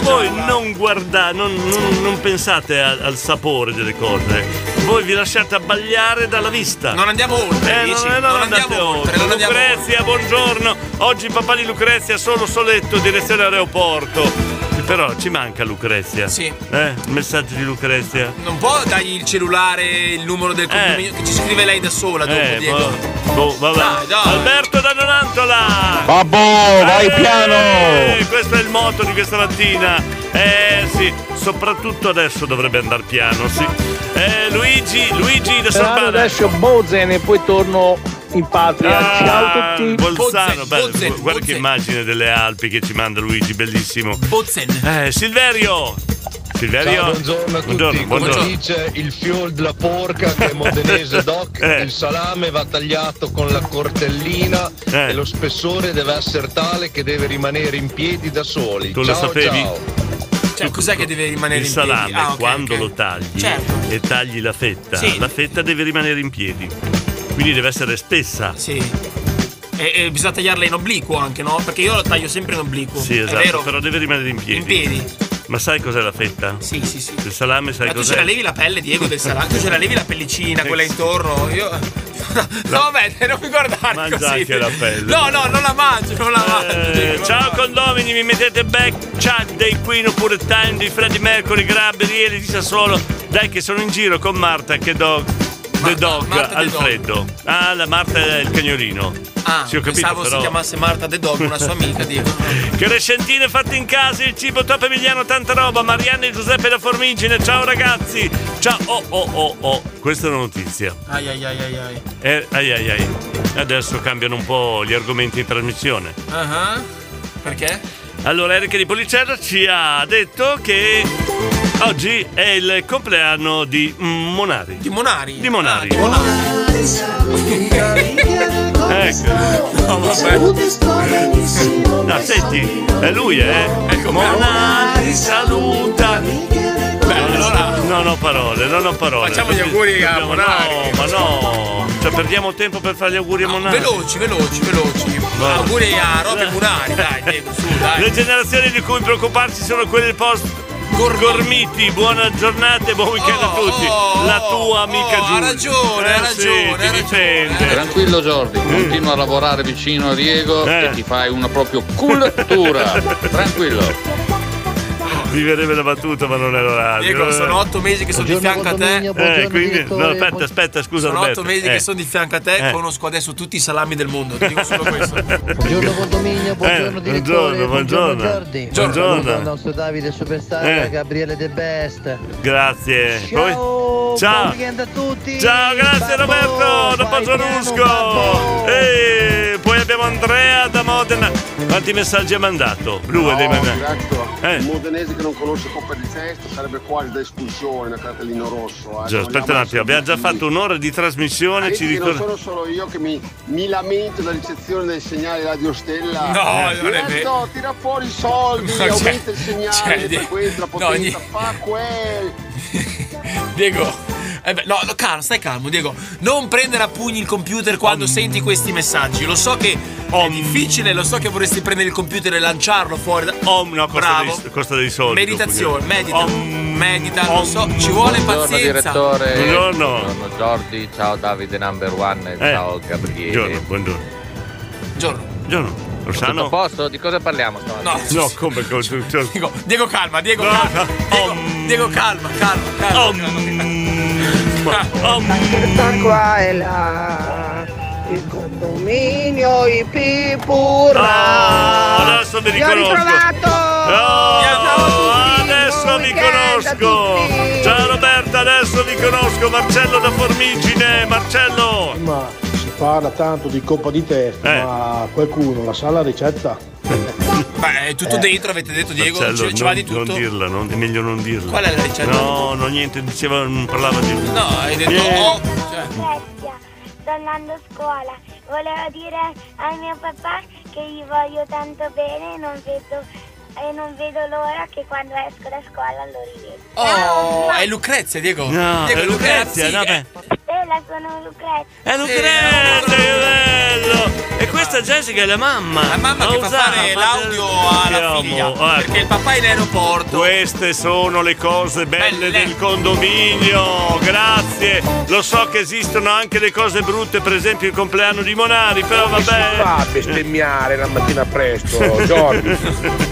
[SPEAKER 2] Voi non guardate, non, non- non pensate a- al sapore delle cose. Voi vi lasciate abbagliare dalla vista.
[SPEAKER 3] Non andiamo oltre,
[SPEAKER 2] Eh,
[SPEAKER 3] dici?
[SPEAKER 2] non, eh,
[SPEAKER 3] Non
[SPEAKER 2] andate
[SPEAKER 3] andiamo oltre,
[SPEAKER 2] oltre.
[SPEAKER 3] non andiamo
[SPEAKER 2] Lucrezia, buongiorno. Oggi papà di Lucrezia solo soletto, direzione aeroporto. Però ci manca Lucrezia.
[SPEAKER 3] Sì.
[SPEAKER 2] Eh, il messaggio di Lucrezia.
[SPEAKER 3] Non può dargli il cellulare, il numero del condominio, che ci scrive lei da sola dopo,
[SPEAKER 2] Eh,
[SPEAKER 3] Diego.
[SPEAKER 2] boh, boh, vabbè.
[SPEAKER 3] Dai, dai.
[SPEAKER 2] Alberto da Donantola!
[SPEAKER 15] Babbo, vai piano!
[SPEAKER 2] Eh, questo è il motto di questa mattina. Eh sì, soprattutto adesso dovrebbe andare piano, sì. Eh, Luigi, Luigi da
[SPEAKER 24] Tornado
[SPEAKER 2] Sorbana.
[SPEAKER 24] adesso Bozen e poi torno in patria. Ciao a
[SPEAKER 2] Ah,
[SPEAKER 24] tutti.
[SPEAKER 2] Bolzano, bello. Guarda che immagine delle Alpi che ci manda Luigi, bellissimo. Eh, Silverio! Silverio!
[SPEAKER 29] Ciao, buongiorno a tutti.
[SPEAKER 2] Buongiorno,
[SPEAKER 29] Come
[SPEAKER 2] buongiorno.
[SPEAKER 29] dice il fiol della porca che è modenese
[SPEAKER 2] Eh.
[SPEAKER 29] doc, il salame va tagliato con la cortellina
[SPEAKER 2] Eh.
[SPEAKER 29] e lo spessore deve essere tale che deve rimanere in piedi da soli.
[SPEAKER 2] Tu lo
[SPEAKER 29] ciao,
[SPEAKER 2] sapevi?
[SPEAKER 29] ciao.
[SPEAKER 3] Cioè, cos'è che deve rimanere
[SPEAKER 2] il
[SPEAKER 3] in
[SPEAKER 2] salame
[SPEAKER 3] piedi? Ah, ok,
[SPEAKER 2] quando
[SPEAKER 3] ok.
[SPEAKER 2] lo tagli
[SPEAKER 3] Certo.
[SPEAKER 2] e tagli la fetta,
[SPEAKER 3] Sì.
[SPEAKER 2] la fetta deve rimanere in piedi. Quindi deve essere spessa.
[SPEAKER 3] Sì. E, e bisogna tagliarla in obliquo anche, no? Perché io la taglio sempre in obliquo.
[SPEAKER 2] Sì,
[SPEAKER 3] È
[SPEAKER 2] esatto,
[SPEAKER 3] vero?
[SPEAKER 2] però deve rimanere in piedi. In piedi. Ma sai cos'è la fetta?
[SPEAKER 3] Sì, sì, sì.
[SPEAKER 2] Il salame sai
[SPEAKER 3] Ma tu
[SPEAKER 2] cos'è?
[SPEAKER 3] ce la levi la pelle, Diego, del salame? Tu ce la levi la pellicina, quella intorno? Io. [LAUGHS] No, vabbè, non mi guardare
[SPEAKER 2] Mangia
[SPEAKER 3] così.
[SPEAKER 2] anche la pelle.
[SPEAKER 3] No, no, non la mangio, non la mangio.
[SPEAKER 2] Eh, ciao condomini, mi mettete back chat dei Queen oppure Time di Freddie Mercury, Grabberi, Eli di Sassuolo. Dai che sono in giro con Marta che dog. The Dog
[SPEAKER 3] Marta the
[SPEAKER 2] Alfredo. Ah, la Marta è il cagnolino.
[SPEAKER 3] Ah,
[SPEAKER 2] sì, ho capito,
[SPEAKER 3] pensavo
[SPEAKER 2] però.
[SPEAKER 3] si chiamasse Marta The Dog, una sua amica,
[SPEAKER 2] [LAUGHS]
[SPEAKER 3] Diego.
[SPEAKER 2] Crescentine fatte in casa, il cibo top Emiliano, tanta roba. Marianne e Giuseppe da Formigine, ciao ragazzi. Ciao, oh oh oh oh. Questa è una notizia.
[SPEAKER 3] Ai ai ai ai ai.
[SPEAKER 2] Eh, ai ai ai. Adesso cambiano un po' gli argomenti di trasmissione.
[SPEAKER 3] Ah ah. Perché?
[SPEAKER 2] Allora, Erika di Policella ci ha detto che oggi è il compleanno di Monari. Di
[SPEAKER 3] Monari? Ah,
[SPEAKER 2] Di Monari.
[SPEAKER 29] ecco.
[SPEAKER 2] No, No, Ah, senti, è lui, eh? Ecco, Monari saluta. Beh, allora. Non ho parole, non ho parole.
[SPEAKER 3] Facciamo gli auguri a
[SPEAKER 2] Dobbiamo-
[SPEAKER 3] Monari.
[SPEAKER 2] No, ma no. Cioè, perdiamo tempo per fare gli auguri a Monari.
[SPEAKER 3] Veloci, veloci, veloci.
[SPEAKER 2] Vabbè.
[SPEAKER 3] Auguri a Robby Munari, dai, Diego, su, dai.
[SPEAKER 2] Le generazioni di cui preoccuparsi sono quelle post gormiti. Buona giornata e buon weekend
[SPEAKER 3] Oh,
[SPEAKER 2] a tutti. La tua amica Giulia. Eh, Ha ragione, ha ragione, ha
[SPEAKER 21] Tranquillo Jordi,
[SPEAKER 2] Mm.
[SPEAKER 21] continua a lavorare vicino a Diego
[SPEAKER 2] Eh.
[SPEAKER 21] e ti fai una proprio
[SPEAKER 2] [LAUGHS]
[SPEAKER 21] cultura. Tranquillo.
[SPEAKER 2] Mi verrebbe la battuta, ma non è l'orario.
[SPEAKER 3] Diego, sono otto mesi che sono di fianco a te.
[SPEAKER 2] Eh, quindi, no, aspetta, aspetta, scusa.
[SPEAKER 3] Sono
[SPEAKER 2] Roberto.
[SPEAKER 3] otto mesi
[SPEAKER 2] Eh.
[SPEAKER 3] che sono di fianco a te,
[SPEAKER 2] Eh.
[SPEAKER 3] conosco adesso tutti i salami del mondo. Ti dico solo
[SPEAKER 2] [LAUGHS]
[SPEAKER 3] questo.
[SPEAKER 1] Buongiorno condominio, buongiorno
[SPEAKER 2] Eh,
[SPEAKER 1] direttore,
[SPEAKER 2] buongiorno, buongiorno.
[SPEAKER 1] Jordi.
[SPEAKER 2] Buongiorno.
[SPEAKER 1] Saluto al nostro Davide Superstar,
[SPEAKER 2] Eh.
[SPEAKER 1] Gabriele De Best.
[SPEAKER 2] Grazie. Poi-
[SPEAKER 1] Ciao, buon
[SPEAKER 2] Ciao.
[SPEAKER 1] weekend a tutti.
[SPEAKER 2] Ciao, grazie Roberto da Pazorusco. E poi abbiamo Andrea da Modena. Quanti messaggi ha mandato? Blu e dei mandati. Eh.
[SPEAKER 30] Un modenese che non conosce Coppa di Testa sarebbe quasi da espulsione da cartellino rosso. eh.
[SPEAKER 2] Già, aspetta un attimo, abbiamo già fatto un'ora di trasmissione,
[SPEAKER 30] Vedi
[SPEAKER 2] ci
[SPEAKER 30] che non
[SPEAKER 2] ricordiamo.
[SPEAKER 30] sono solo io che mi, mi lamento della ricezione del segnale Radio Stella.
[SPEAKER 2] No, non è
[SPEAKER 30] Diretto, tira fuori i
[SPEAKER 2] [LAUGHS]
[SPEAKER 30] soldi,
[SPEAKER 3] No,
[SPEAKER 30] aumenta il
[SPEAKER 3] [LAUGHS] cioè-
[SPEAKER 30] segnale,
[SPEAKER 3] cioè,
[SPEAKER 30] la
[SPEAKER 3] Diego-
[SPEAKER 30] frequenza, la
[SPEAKER 3] no,
[SPEAKER 30] potenza,
[SPEAKER 3] ogni-
[SPEAKER 30] fa quel.
[SPEAKER 3] Diego, Eh beh, no, no, calmo, stai calmo, Diego. Non prendere a pugni il computer quando senti questi messaggi. Lo so che è difficile, lo so che vorresti prendere il computer e lanciarlo fuori. Da...
[SPEAKER 2] no, costa
[SPEAKER 3] Bravo.
[SPEAKER 2] dei, costa dei soldi.
[SPEAKER 3] Meditazione,
[SPEAKER 2] quindi.
[SPEAKER 3] medita. medita, lo so, ci vuole
[SPEAKER 1] Buongiorno
[SPEAKER 3] pazienza.
[SPEAKER 1] direttore.
[SPEAKER 2] Buongiorno.
[SPEAKER 1] Buongiorno Jordi, ciao Davide number one e
[SPEAKER 2] Eh.
[SPEAKER 1] ciao Gabriele.
[SPEAKER 2] Buongiorno, buongiorno.
[SPEAKER 3] Buongiorno.
[SPEAKER 2] Buongiorno.
[SPEAKER 1] Tutto
[SPEAKER 2] Rossano?
[SPEAKER 1] a posto? Di cosa parliamo stamattina?
[SPEAKER 2] No, no come? come
[SPEAKER 3] Diego, Diego calma, Diego calma. Diego, Diego calma, calma, calma. calma.
[SPEAKER 24] Questa qua è la... il condominio
[SPEAKER 2] Ah,
[SPEAKER 24] Ipipurra.
[SPEAKER 2] Adesso mi
[SPEAKER 24] Vi ho
[SPEAKER 2] riconosco.
[SPEAKER 24] ritrovato!
[SPEAKER 2] Oh, adesso vi conosco. Ciao Roberta, adesso vi conosco. Marcello da Formigine. Marcello.
[SPEAKER 15] Ma si parla tanto di coppa di testa,
[SPEAKER 2] Eh.
[SPEAKER 15] ma qualcuno la sa la ricetta?
[SPEAKER 3] Ma è tutto dentro, avete detto Diego,
[SPEAKER 2] Eh.
[SPEAKER 3] Cioè,
[SPEAKER 2] Marcello,
[SPEAKER 3] ci, ci va
[SPEAKER 2] non-
[SPEAKER 3] di tutto.
[SPEAKER 2] Non dirla, non- è meglio non dirla.
[SPEAKER 3] Qual è la ricetta?
[SPEAKER 2] No, no, niente, diceva, non parlava di.
[SPEAKER 3] No, hai detto
[SPEAKER 2] Niente.
[SPEAKER 3] oh.
[SPEAKER 2] Cioè,
[SPEAKER 26] Svezia, sto andando a scuola. Volevo dire a mio papà che gli voglio tanto bene e non vedo, e non vedo l'ora che quando esco da scuola lo rivedo.
[SPEAKER 3] Oh, è Lucrezia, Diego.
[SPEAKER 2] No,
[SPEAKER 3] Diego,
[SPEAKER 2] è Lucrezia,
[SPEAKER 3] sì,
[SPEAKER 2] no,
[SPEAKER 3] eh.
[SPEAKER 2] beh.
[SPEAKER 26] Bella, sono Lucrezia.
[SPEAKER 2] È Lucrezia, che bello! E questa Jessica è la mamma. La
[SPEAKER 3] mamma che fa fare l'audio alla figlia. Perché il papà è in aeroporto.
[SPEAKER 2] ecco. Queste sono le cose belle, del condominio. Grazie. Lo so che esistono anche le cose brutte, per esempio il compleanno di Monari, però vabbè.
[SPEAKER 11] a bestemmiare la mattina [LAUGHS] presto, Jordi?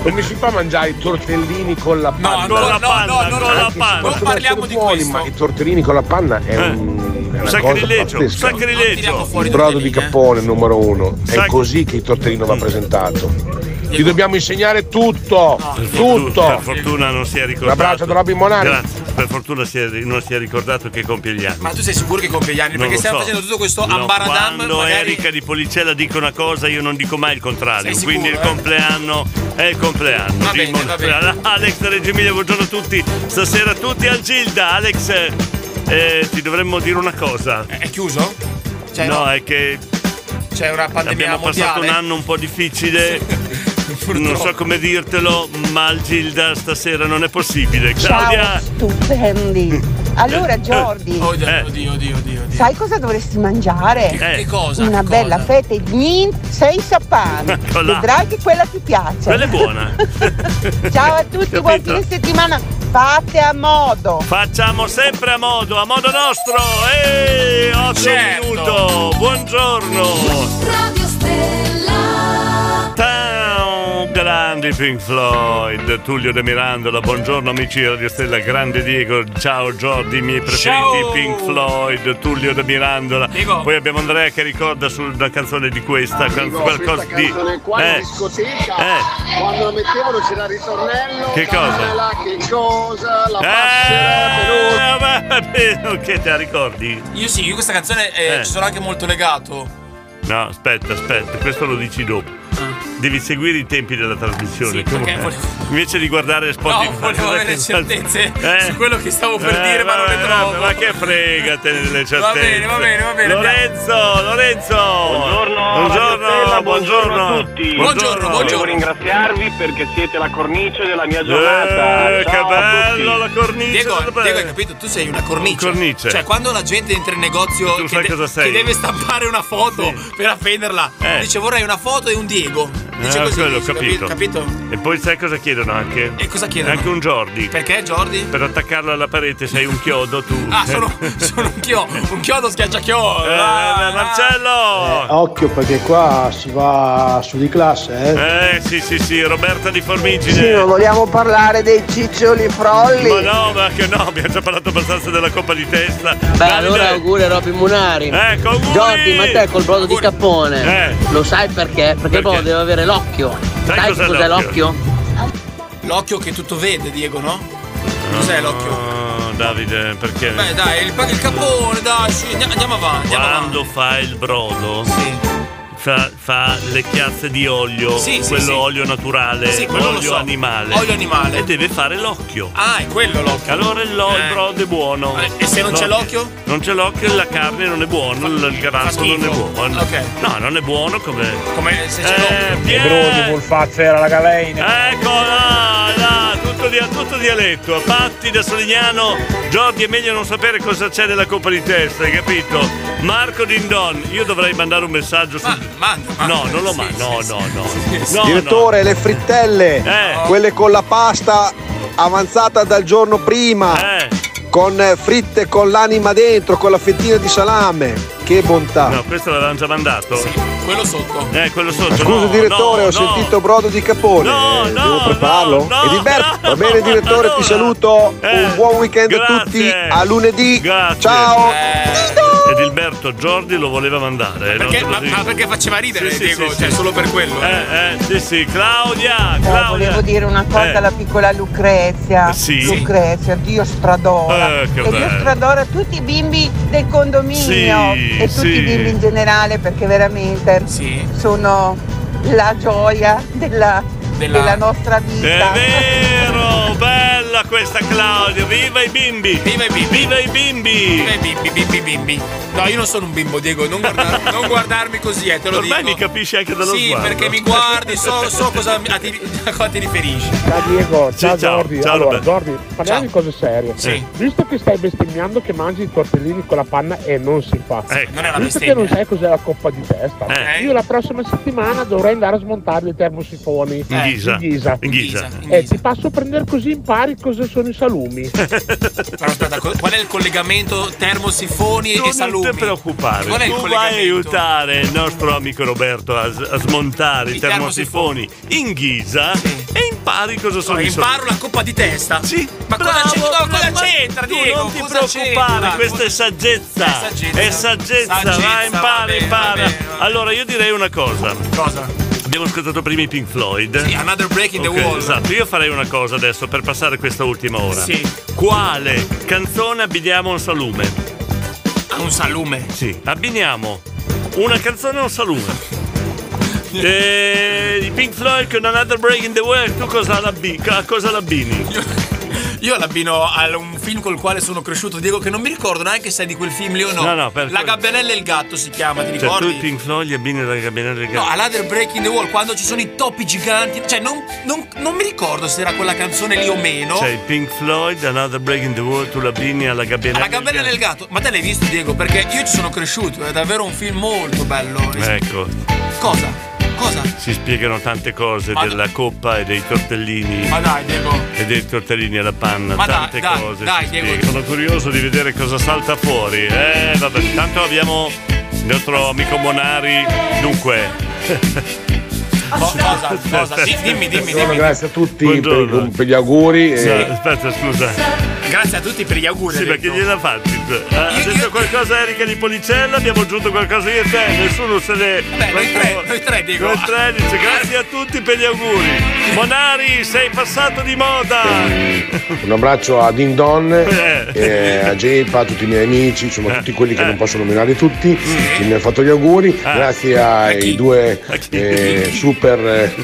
[SPEAKER 11] Come si fa a mangiare i tortellini con la panna?
[SPEAKER 2] con la no, panna, no, no, con la
[SPEAKER 11] Anche se
[SPEAKER 2] panna.
[SPEAKER 11] possono
[SPEAKER 2] Non parliamo Eh.
[SPEAKER 11] essere buoni, ma i tortellini con la panna è un, è una
[SPEAKER 2] sacrilegio,
[SPEAKER 11] cosa pazzesca.
[SPEAKER 2] sacrilegio. Non tiriamo fuori
[SPEAKER 11] Il brodo di Capone numero uno. È così che il tortellino va presentato. Ti dobbiamo insegnare tutto, tutto.
[SPEAKER 2] Ah. Per fortuna non si è ricordato.
[SPEAKER 11] Un abbraccio da Robin Monari.
[SPEAKER 2] Grazie. Per fortuna si è- non si è ricordato che compie gli anni.
[SPEAKER 3] Ma tu sei sicuro che compie gli anni?
[SPEAKER 2] Non
[SPEAKER 3] Perché
[SPEAKER 2] lo
[SPEAKER 3] stiamo
[SPEAKER 2] so.
[SPEAKER 3] facendo tutto questo
[SPEAKER 2] No,
[SPEAKER 3] ambaradam.
[SPEAKER 2] Quando
[SPEAKER 3] magari...
[SPEAKER 2] Erika di Policella dice una cosa, io non dico mai il contrario.
[SPEAKER 3] Sei sicuro,
[SPEAKER 2] quindi il
[SPEAKER 3] eh?
[SPEAKER 2] compleanno è il compleanno.
[SPEAKER 3] Va
[SPEAKER 2] di
[SPEAKER 3] bene,
[SPEAKER 2] Mon-
[SPEAKER 3] va bene.
[SPEAKER 2] Alex da Reggio Emilia, buongiorno a tutti. Stasera tutti al Gilda. Alex, eh, eh, ti dovremmo dire una cosa.
[SPEAKER 3] Eh, È chiuso? Cioè,
[SPEAKER 2] no,
[SPEAKER 3] no.
[SPEAKER 2] è che.
[SPEAKER 3] C'è una pandemia
[SPEAKER 2] Abbiamo passato
[SPEAKER 3] mondiale.
[SPEAKER 2] un anno un po'
[SPEAKER 3] [LAUGHS]
[SPEAKER 2] difficile. non so come dirtelo, ma al Gilda stasera non è possibile. Claudia! Mm. Eh,
[SPEAKER 24] stupendi. Allora, Jordi,
[SPEAKER 3] Oddio, oddio, oddio, oddio.
[SPEAKER 24] sai cosa dovresti mangiare?
[SPEAKER 3] Che- che cosa?
[SPEAKER 24] Una
[SPEAKER 3] Che
[SPEAKER 24] bella fetta di gnint, sei sapani.
[SPEAKER 2] [LAUGHS] Eccola.
[SPEAKER 24] Vedrai che quella ti piace.
[SPEAKER 2] Quella è buona.
[SPEAKER 24] [LAUGHS] Ciao a tutti, buon fine settimana. Fate a modo.
[SPEAKER 2] Facciamo sempre a modo, a modo nostro! Ehi, 8
[SPEAKER 4] Certo.
[SPEAKER 2] minuto! Buongiorno!
[SPEAKER 4] Radio Stella.
[SPEAKER 2] Town, grandi Pink Floyd, Tullio De Mirandola, buongiorno amici Radio Stella, grande Diego, ciao Jordi, i miei preferiti
[SPEAKER 3] Ciao.
[SPEAKER 2] Pink Floyd, Tullio De Mirandola.
[SPEAKER 3] Diego.
[SPEAKER 2] Poi abbiamo Andrea che ricorda sulla canzone di questa, can-
[SPEAKER 19] Dico,
[SPEAKER 2] qualcosa
[SPEAKER 19] questa
[SPEAKER 2] di...
[SPEAKER 19] canzone qua in
[SPEAKER 2] Eh,
[SPEAKER 19] discoteca
[SPEAKER 2] eh.
[SPEAKER 19] quando la mettevano c'era il ritornello
[SPEAKER 2] Che cosa?
[SPEAKER 19] la che cosa la
[SPEAKER 2] Eh,
[SPEAKER 19] passera
[SPEAKER 2] eh, vabbè, [LAUGHS] che te la ricordi?
[SPEAKER 3] Io sì, io questa canzone eh,
[SPEAKER 2] Eh.
[SPEAKER 3] ci sono anche molto legato.
[SPEAKER 2] No, aspetta, aspetta, questo lo dici dopo. Devi seguire i tempi della trasmissione.
[SPEAKER 3] Ah. Sì, perché
[SPEAKER 2] come-
[SPEAKER 3] volevo-
[SPEAKER 2] Invece di guardare Spotify. [LAUGHS]
[SPEAKER 3] No, volevo avere certezze su quello che stavo [LAUGHS] per
[SPEAKER 2] Eh,
[SPEAKER 3] dire, ma non le
[SPEAKER 2] vabbè,
[SPEAKER 3] trovo.
[SPEAKER 2] Ma che fregatene delle certezze.
[SPEAKER 3] Va bene, va bene, va bene,
[SPEAKER 2] Lorenzo, Lorenzo. Buongiorno.
[SPEAKER 4] Stella,
[SPEAKER 2] Buongiorno,
[SPEAKER 4] buongiorno a tutti.
[SPEAKER 2] Buongiorno,
[SPEAKER 4] Devo ringraziarvi perché siete la cornice della mia giornata.
[SPEAKER 2] Eh,
[SPEAKER 4] Ciao
[SPEAKER 2] che
[SPEAKER 4] a tutti.
[SPEAKER 2] bello la cornice.
[SPEAKER 3] Diego, Diego, hai capito? Tu sei una cornice.
[SPEAKER 2] Cornice.
[SPEAKER 3] Cioè, quando la gente entra in negozio
[SPEAKER 2] Tu
[SPEAKER 3] che,
[SPEAKER 2] sai
[SPEAKER 3] de-
[SPEAKER 2] cosa sei.
[SPEAKER 3] che deve stampare una foto per appenderla,
[SPEAKER 2] Eh.
[SPEAKER 3] dice vorrei una foto e un Diego. Dice
[SPEAKER 2] Eh,
[SPEAKER 3] così.
[SPEAKER 2] quello, ho
[SPEAKER 3] dice,
[SPEAKER 2] capito.
[SPEAKER 3] capito?
[SPEAKER 2] E poi sai cosa chiedono anche? E
[SPEAKER 3] cosa chiedono?
[SPEAKER 2] Anche un Jordi.
[SPEAKER 3] Perché Jordi?
[SPEAKER 2] Per attaccarlo alla parete sei un chiodo tu. Eh,
[SPEAKER 3] [LAUGHS] Ah, sono, sono un chiodo, un chiodo schiaccia chiodo.
[SPEAKER 2] Marcello!
[SPEAKER 15] Occhio perché qua si va su di classe, eh.
[SPEAKER 2] Eh sì sì sì, Roberta di Formigine.
[SPEAKER 24] Sì, non vogliamo parlare dei ciccioli frolli.
[SPEAKER 2] Ma no, ma che no, abbiamo già parlato abbastanza della coppa di testa.
[SPEAKER 8] Beh, allora auguri a Robin Munari.
[SPEAKER 2] Ecco, auguri.
[SPEAKER 8] Jordi, ma te col brodo di
[SPEAKER 2] Eh.
[SPEAKER 8] cappone. Lo sai perché? Perché, il brodo deve avere l'occhio.
[SPEAKER 3] Sai
[SPEAKER 8] Sai,
[SPEAKER 3] cos'è
[SPEAKER 8] cos'è
[SPEAKER 3] l'occhio?
[SPEAKER 8] l'occhio?
[SPEAKER 3] L'occhio che tutto vede, Diego, no? Cos'è l'occhio?
[SPEAKER 2] No, Ah, Davide, perché?
[SPEAKER 3] Beh, dai, il, il capone, dai, sì, andiamo avanti. Andiamo avanti.
[SPEAKER 2] Quando fa il brodo, fa, fa le chiazze di olio,
[SPEAKER 3] Sì, sì,
[SPEAKER 2] quello
[SPEAKER 3] sì.
[SPEAKER 2] olio naturale,
[SPEAKER 3] Sì, quello lo
[SPEAKER 2] olio
[SPEAKER 3] so.
[SPEAKER 2] animale.
[SPEAKER 3] Olio animale.
[SPEAKER 2] E deve fare l'occhio.
[SPEAKER 3] Ah, è quello l'occhio.
[SPEAKER 2] Allora il, lo, il
[SPEAKER 3] Eh.
[SPEAKER 2] brodo è buono.
[SPEAKER 3] Eh, e se non c'è l'occhio?
[SPEAKER 2] Non c'è l'occhio, la carne non è buona, il grasso non è
[SPEAKER 3] schifo.
[SPEAKER 2] buono. No, non è buono come. Eh,
[SPEAKER 3] Come se c'è
[SPEAKER 2] l'occhio.
[SPEAKER 25] E Brodi vuol far fare la galeina.
[SPEAKER 2] Ecco là, là, tutto, dia- tutto dialetto. Patti da Solignano, Giordi è meglio non sapere cosa c'è nella coppa di testa, hai capito? Marco Dindon, io dovrei mandare un messaggio su. no, non lo mando. No, no, no, no. Eh.
[SPEAKER 12] Direttore, le frittelle, quelle con la pasta avanzata dal giorno prima, con eh, fritte con l'anima dentro, con la fettina di salame. Che bontà.
[SPEAKER 2] No, questo l'avevamo già mandato.
[SPEAKER 3] Quello sotto.
[SPEAKER 2] Eh, quello sotto.
[SPEAKER 12] Ma scusa
[SPEAKER 2] no,
[SPEAKER 12] direttore,
[SPEAKER 2] no,
[SPEAKER 12] ho
[SPEAKER 2] no.
[SPEAKER 12] sentito brodo di capone. Eh, Devo prepararlo? Edilberto, va bene direttore, ti saluto.
[SPEAKER 2] Eh.
[SPEAKER 12] Un buon weekend a tutti. A lunedì. Ciao.
[SPEAKER 2] Eh. Ed Ilberto Giordi lo voleva mandare.
[SPEAKER 3] Eh.
[SPEAKER 2] non
[SPEAKER 3] Perché,
[SPEAKER 2] te
[SPEAKER 3] ma,
[SPEAKER 2] lo dico.
[SPEAKER 3] ah, perché faceva ridere
[SPEAKER 2] Sì, sì,
[SPEAKER 3] Diego,
[SPEAKER 2] sì,
[SPEAKER 3] cioè
[SPEAKER 2] sì.
[SPEAKER 3] solo per quello.
[SPEAKER 2] Eh, eh, sì, sì, Claudia,
[SPEAKER 19] Eh,
[SPEAKER 2] Claudia.
[SPEAKER 19] volevo dire una cosa
[SPEAKER 2] Eh.
[SPEAKER 19] alla piccola Lucrezia.
[SPEAKER 2] Sì.
[SPEAKER 19] Lucrezia, Dio Stradora.
[SPEAKER 2] Eh, che
[SPEAKER 19] e Dio
[SPEAKER 2] bello.
[SPEAKER 19] Stradora tutti i bimbi del condominio
[SPEAKER 2] Sì,
[SPEAKER 19] e tutti
[SPEAKER 2] sì.
[SPEAKER 19] i bimbi in generale perché veramente sono la gioia della,
[SPEAKER 2] Della-
[SPEAKER 19] della nostra vita.
[SPEAKER 2] Vero, Oh, bella questa Claudia, viva i bimbi!
[SPEAKER 3] Viva i bimbi!
[SPEAKER 2] Viva i bimbi!
[SPEAKER 3] Viva i bimbi, bimbi, bimbi. No, io non sono un bimbo, Diego, non,
[SPEAKER 2] [LAUGHS]
[SPEAKER 3] guardar- non guardarmi così, eh, te lo
[SPEAKER 2] Ormai
[SPEAKER 3] dico.
[SPEAKER 2] mi capisci anche dallo
[SPEAKER 3] Sì,
[SPEAKER 2] sguardo.
[SPEAKER 3] perché mi guardi, so, so cosa, a ti, a cosa ti riferisci.
[SPEAKER 25] Ciao Diego, ciao,
[SPEAKER 2] ciao,
[SPEAKER 25] Jordi.
[SPEAKER 2] ciao,
[SPEAKER 25] allora,
[SPEAKER 2] Roberto.
[SPEAKER 25] Jordi, parliamo di cose serie.
[SPEAKER 2] Sì.
[SPEAKER 25] Visto che stai bestemmiando che mangi i tortellini con la panna e non si fa.
[SPEAKER 2] Ecco. non è una
[SPEAKER 25] Visto che
[SPEAKER 2] bestemmia.
[SPEAKER 25] non sai cos'è la coppa di testa,
[SPEAKER 2] Eh.
[SPEAKER 25] io la prossima settimana dovrei andare a smontare i termosifoni Eh,
[SPEAKER 2] In ghisa.
[SPEAKER 25] in ghisa.
[SPEAKER 2] In ghisa.
[SPEAKER 25] E ti passo a prendere così impari cosa sono i salumi.
[SPEAKER 3] Però aspetta, co- qual è il collegamento termosifoni e salumi? Non ti
[SPEAKER 2] preoccupare,
[SPEAKER 3] Qual è il
[SPEAKER 2] tu vai a
[SPEAKER 3] collegamento?
[SPEAKER 2] aiutare il nostro amico Roberto a, s- a smontare i, termosifoni in ghisa e impari cosa sono
[SPEAKER 3] No,
[SPEAKER 2] i
[SPEAKER 3] imparo la coppa di testa. Sì. Ma cosa
[SPEAKER 2] Bravo,
[SPEAKER 3] c'è- no, cosa
[SPEAKER 2] ma
[SPEAKER 3] c'entra,
[SPEAKER 2] tu
[SPEAKER 3] Diego?
[SPEAKER 2] non ti
[SPEAKER 3] Cosa
[SPEAKER 2] preoccupare,
[SPEAKER 3] c'entra?
[SPEAKER 2] questa è saggezza.
[SPEAKER 3] È saggezza.
[SPEAKER 2] È saggezza,
[SPEAKER 3] Saggezza,
[SPEAKER 2] vai, impara,
[SPEAKER 3] va bene,
[SPEAKER 2] impara.
[SPEAKER 3] va bene, va
[SPEAKER 2] Allora, io direi una cosa.
[SPEAKER 3] Cosa?
[SPEAKER 2] Abbiamo ascoltato prima i Pink Floyd.
[SPEAKER 3] Sì, Another Break in the
[SPEAKER 2] Ok,
[SPEAKER 3] Wall.
[SPEAKER 2] Esatto, io farei una cosa adesso per passare questa ultima ora.
[SPEAKER 3] Sì.
[SPEAKER 2] Quale canzone abbiniamo a un salume?
[SPEAKER 3] A un salume?
[SPEAKER 2] Sì, abbiniamo una canzone a un
[SPEAKER 3] [LAUGHS]
[SPEAKER 2] salume. Eh, I Pink Floyd con Another Break in the Wall, tu cosa, l'abbi- a cosa l'abbini?
[SPEAKER 3] Io l'abbino a un film col quale sono cresciuto, Diego, che non mi ricordo neanche se è di quel film lì o no.
[SPEAKER 2] No, no, per-
[SPEAKER 3] La gabbianella e il gatto si chiama,
[SPEAKER 2] Cioè,
[SPEAKER 3] ti
[SPEAKER 2] tu
[SPEAKER 3] ricordi?
[SPEAKER 2] i Pink Floyd gli abbini la gabbiana del
[SPEAKER 3] No,
[SPEAKER 2] gatto.
[SPEAKER 3] a Ladder Breaking the Wall, quando ci sono i topi giganti. Cioè, non, non- non mi ricordo se era quella canzone lì o meno.
[SPEAKER 2] Cioè, i Pink Floyd, Another Break in the Wall, tu l'abbini alla gabbiana
[SPEAKER 3] La gabbiana del gatto. Ma te l'hai visto, Diego? Perché io ci sono cresciuto. È davvero un film molto bello.
[SPEAKER 2] Ecco,
[SPEAKER 3] Cosa? Cosa?
[SPEAKER 2] si spiegano tante cose della coppa e dei tortellini.
[SPEAKER 3] Ma dai, Diego.
[SPEAKER 2] E dei tortellini alla panna,
[SPEAKER 3] Ma dai,
[SPEAKER 2] tante
[SPEAKER 3] dai,
[SPEAKER 2] cose.
[SPEAKER 3] dai,
[SPEAKER 2] si
[SPEAKER 3] Diego.
[SPEAKER 2] spiegano. Sono curioso di vedere cosa salta fuori. Eh, vabbè, intanto abbiamo il nostro amico Monari. Dunque.
[SPEAKER 3] Cosa? Cosa? Sì, dimmi, dimmi,
[SPEAKER 11] Buongiorno,
[SPEAKER 3] dimmi.
[SPEAKER 11] grazie a tutti per, i- per gli auguri.
[SPEAKER 2] Sì,
[SPEAKER 11] e-
[SPEAKER 2] aspetta, scusa.
[SPEAKER 3] Grazie a tutti per gli auguri.
[SPEAKER 2] Sì,
[SPEAKER 3] ha
[SPEAKER 2] perché
[SPEAKER 3] detto.
[SPEAKER 2] gliela fatti. Eh, Ha detto qualcosa Erika di Policella, abbiamo aggiunto qualcosa io e te, nessuno se ne. Beh, noi tre,
[SPEAKER 3] noi tre dico.
[SPEAKER 2] Noi tre dice grazie a tutti per gli auguri. Monari, sei passato di moda!
[SPEAKER 11] Un abbraccio a Din Don,
[SPEAKER 2] Eh.
[SPEAKER 11] eh, a Gepa, a tutti i miei amici, insomma tutti quelli che non posso nominare tutti,
[SPEAKER 2] Mm.
[SPEAKER 11] che mi hanno fatto gli auguri,
[SPEAKER 2] Ah.
[SPEAKER 11] grazie ai due eh, super eh,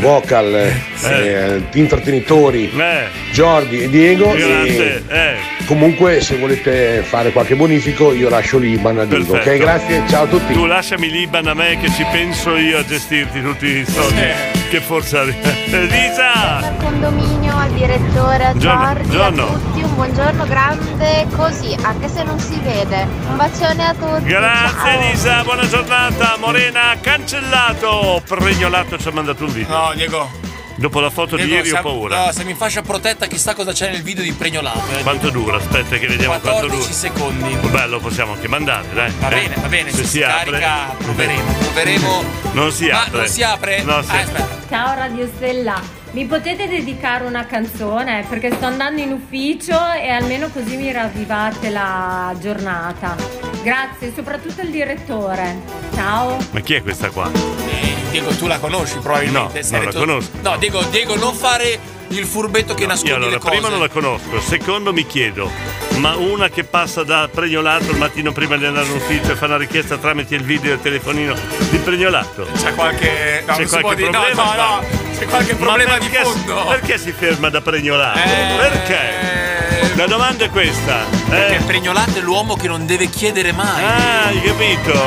[SPEAKER 11] vocal eh, intrattenitori
[SPEAKER 2] Eh.
[SPEAKER 11] Giordi e Diego.
[SPEAKER 2] Grazie,
[SPEAKER 11] E
[SPEAKER 2] eh.
[SPEAKER 11] comunque se volete fare qualche bonifico io lascio l'Iban a Diego,
[SPEAKER 2] Perfetto.
[SPEAKER 11] ok? Grazie, ciao a tutti.
[SPEAKER 2] Tu lasciami Liban a me che ci penso io a gestirti tutti i soldi. Che forza. [LAUGHS] Elisa!
[SPEAKER 18] Al condominio, al direttore, a
[SPEAKER 2] Buongiorno,
[SPEAKER 18] Giorgio,
[SPEAKER 2] buongiorno.
[SPEAKER 18] a tutti, un buongiorno grande così, anche se non si vede. Un bacione a tutti.
[SPEAKER 2] Grazie
[SPEAKER 18] ciao.
[SPEAKER 2] Elisa, buona giornata. Morena cancellato. Pregnolato ci ha mandato un video.
[SPEAKER 3] No, Diego.
[SPEAKER 2] Dopo la foto di
[SPEAKER 3] Diego,
[SPEAKER 2] ieri ho
[SPEAKER 3] siamo-
[SPEAKER 2] paura.
[SPEAKER 3] No, siamo in fascia protetta, chissà cosa c'è nel video di Pregnolato. Eh.
[SPEAKER 2] Quanto dura? Aspetta che vediamo quanto dura.
[SPEAKER 3] 14 secondi.
[SPEAKER 2] Vabbè, lo possiamo anche mandare, dai. eh.
[SPEAKER 3] Va bene, va bene, se si carica, proveremo, proveremo.
[SPEAKER 2] Non si
[SPEAKER 3] Ma
[SPEAKER 2] apre.
[SPEAKER 3] non si apre?
[SPEAKER 2] Eh. No, si
[SPEAKER 3] Ah,
[SPEAKER 2] apre.
[SPEAKER 8] Ciao Radio Stella, mi potete dedicare una canzone? Perché sto andando in ufficio e almeno così mi ravvivate la giornata. Grazie, soprattutto il direttore. Ciao.
[SPEAKER 2] Ma chi è questa qua?
[SPEAKER 3] Eh, Diego, tu la conosci probabilmente.
[SPEAKER 2] No,
[SPEAKER 3] sei
[SPEAKER 2] non la
[SPEAKER 3] detto-
[SPEAKER 2] conosco.
[SPEAKER 3] No, Diego, Diego, non fare il furbetto che nasconde
[SPEAKER 2] Io allora,
[SPEAKER 3] le cose.
[SPEAKER 2] prima non la conosco, secondo mi chiedo, ma una che passa da pregnolato il mattino prima di andare in ufficio e fa una richiesta tramite il video e il telefonino di pregnolato.
[SPEAKER 3] C'è qualche. No,
[SPEAKER 2] C'è
[SPEAKER 3] non si può
[SPEAKER 2] qualche
[SPEAKER 3] dire. No,
[SPEAKER 2] problema?
[SPEAKER 3] no, no. C'è qualche
[SPEAKER 2] Ma
[SPEAKER 3] problema di
[SPEAKER 2] perché-
[SPEAKER 3] fondo. Eh.
[SPEAKER 2] Perché si ferma da pregnolato? Perché? La domanda è questa. eh.
[SPEAKER 3] Perché il pregnolato è l'uomo che non deve chiedere mai. Eh,
[SPEAKER 2] Ah, hai capito?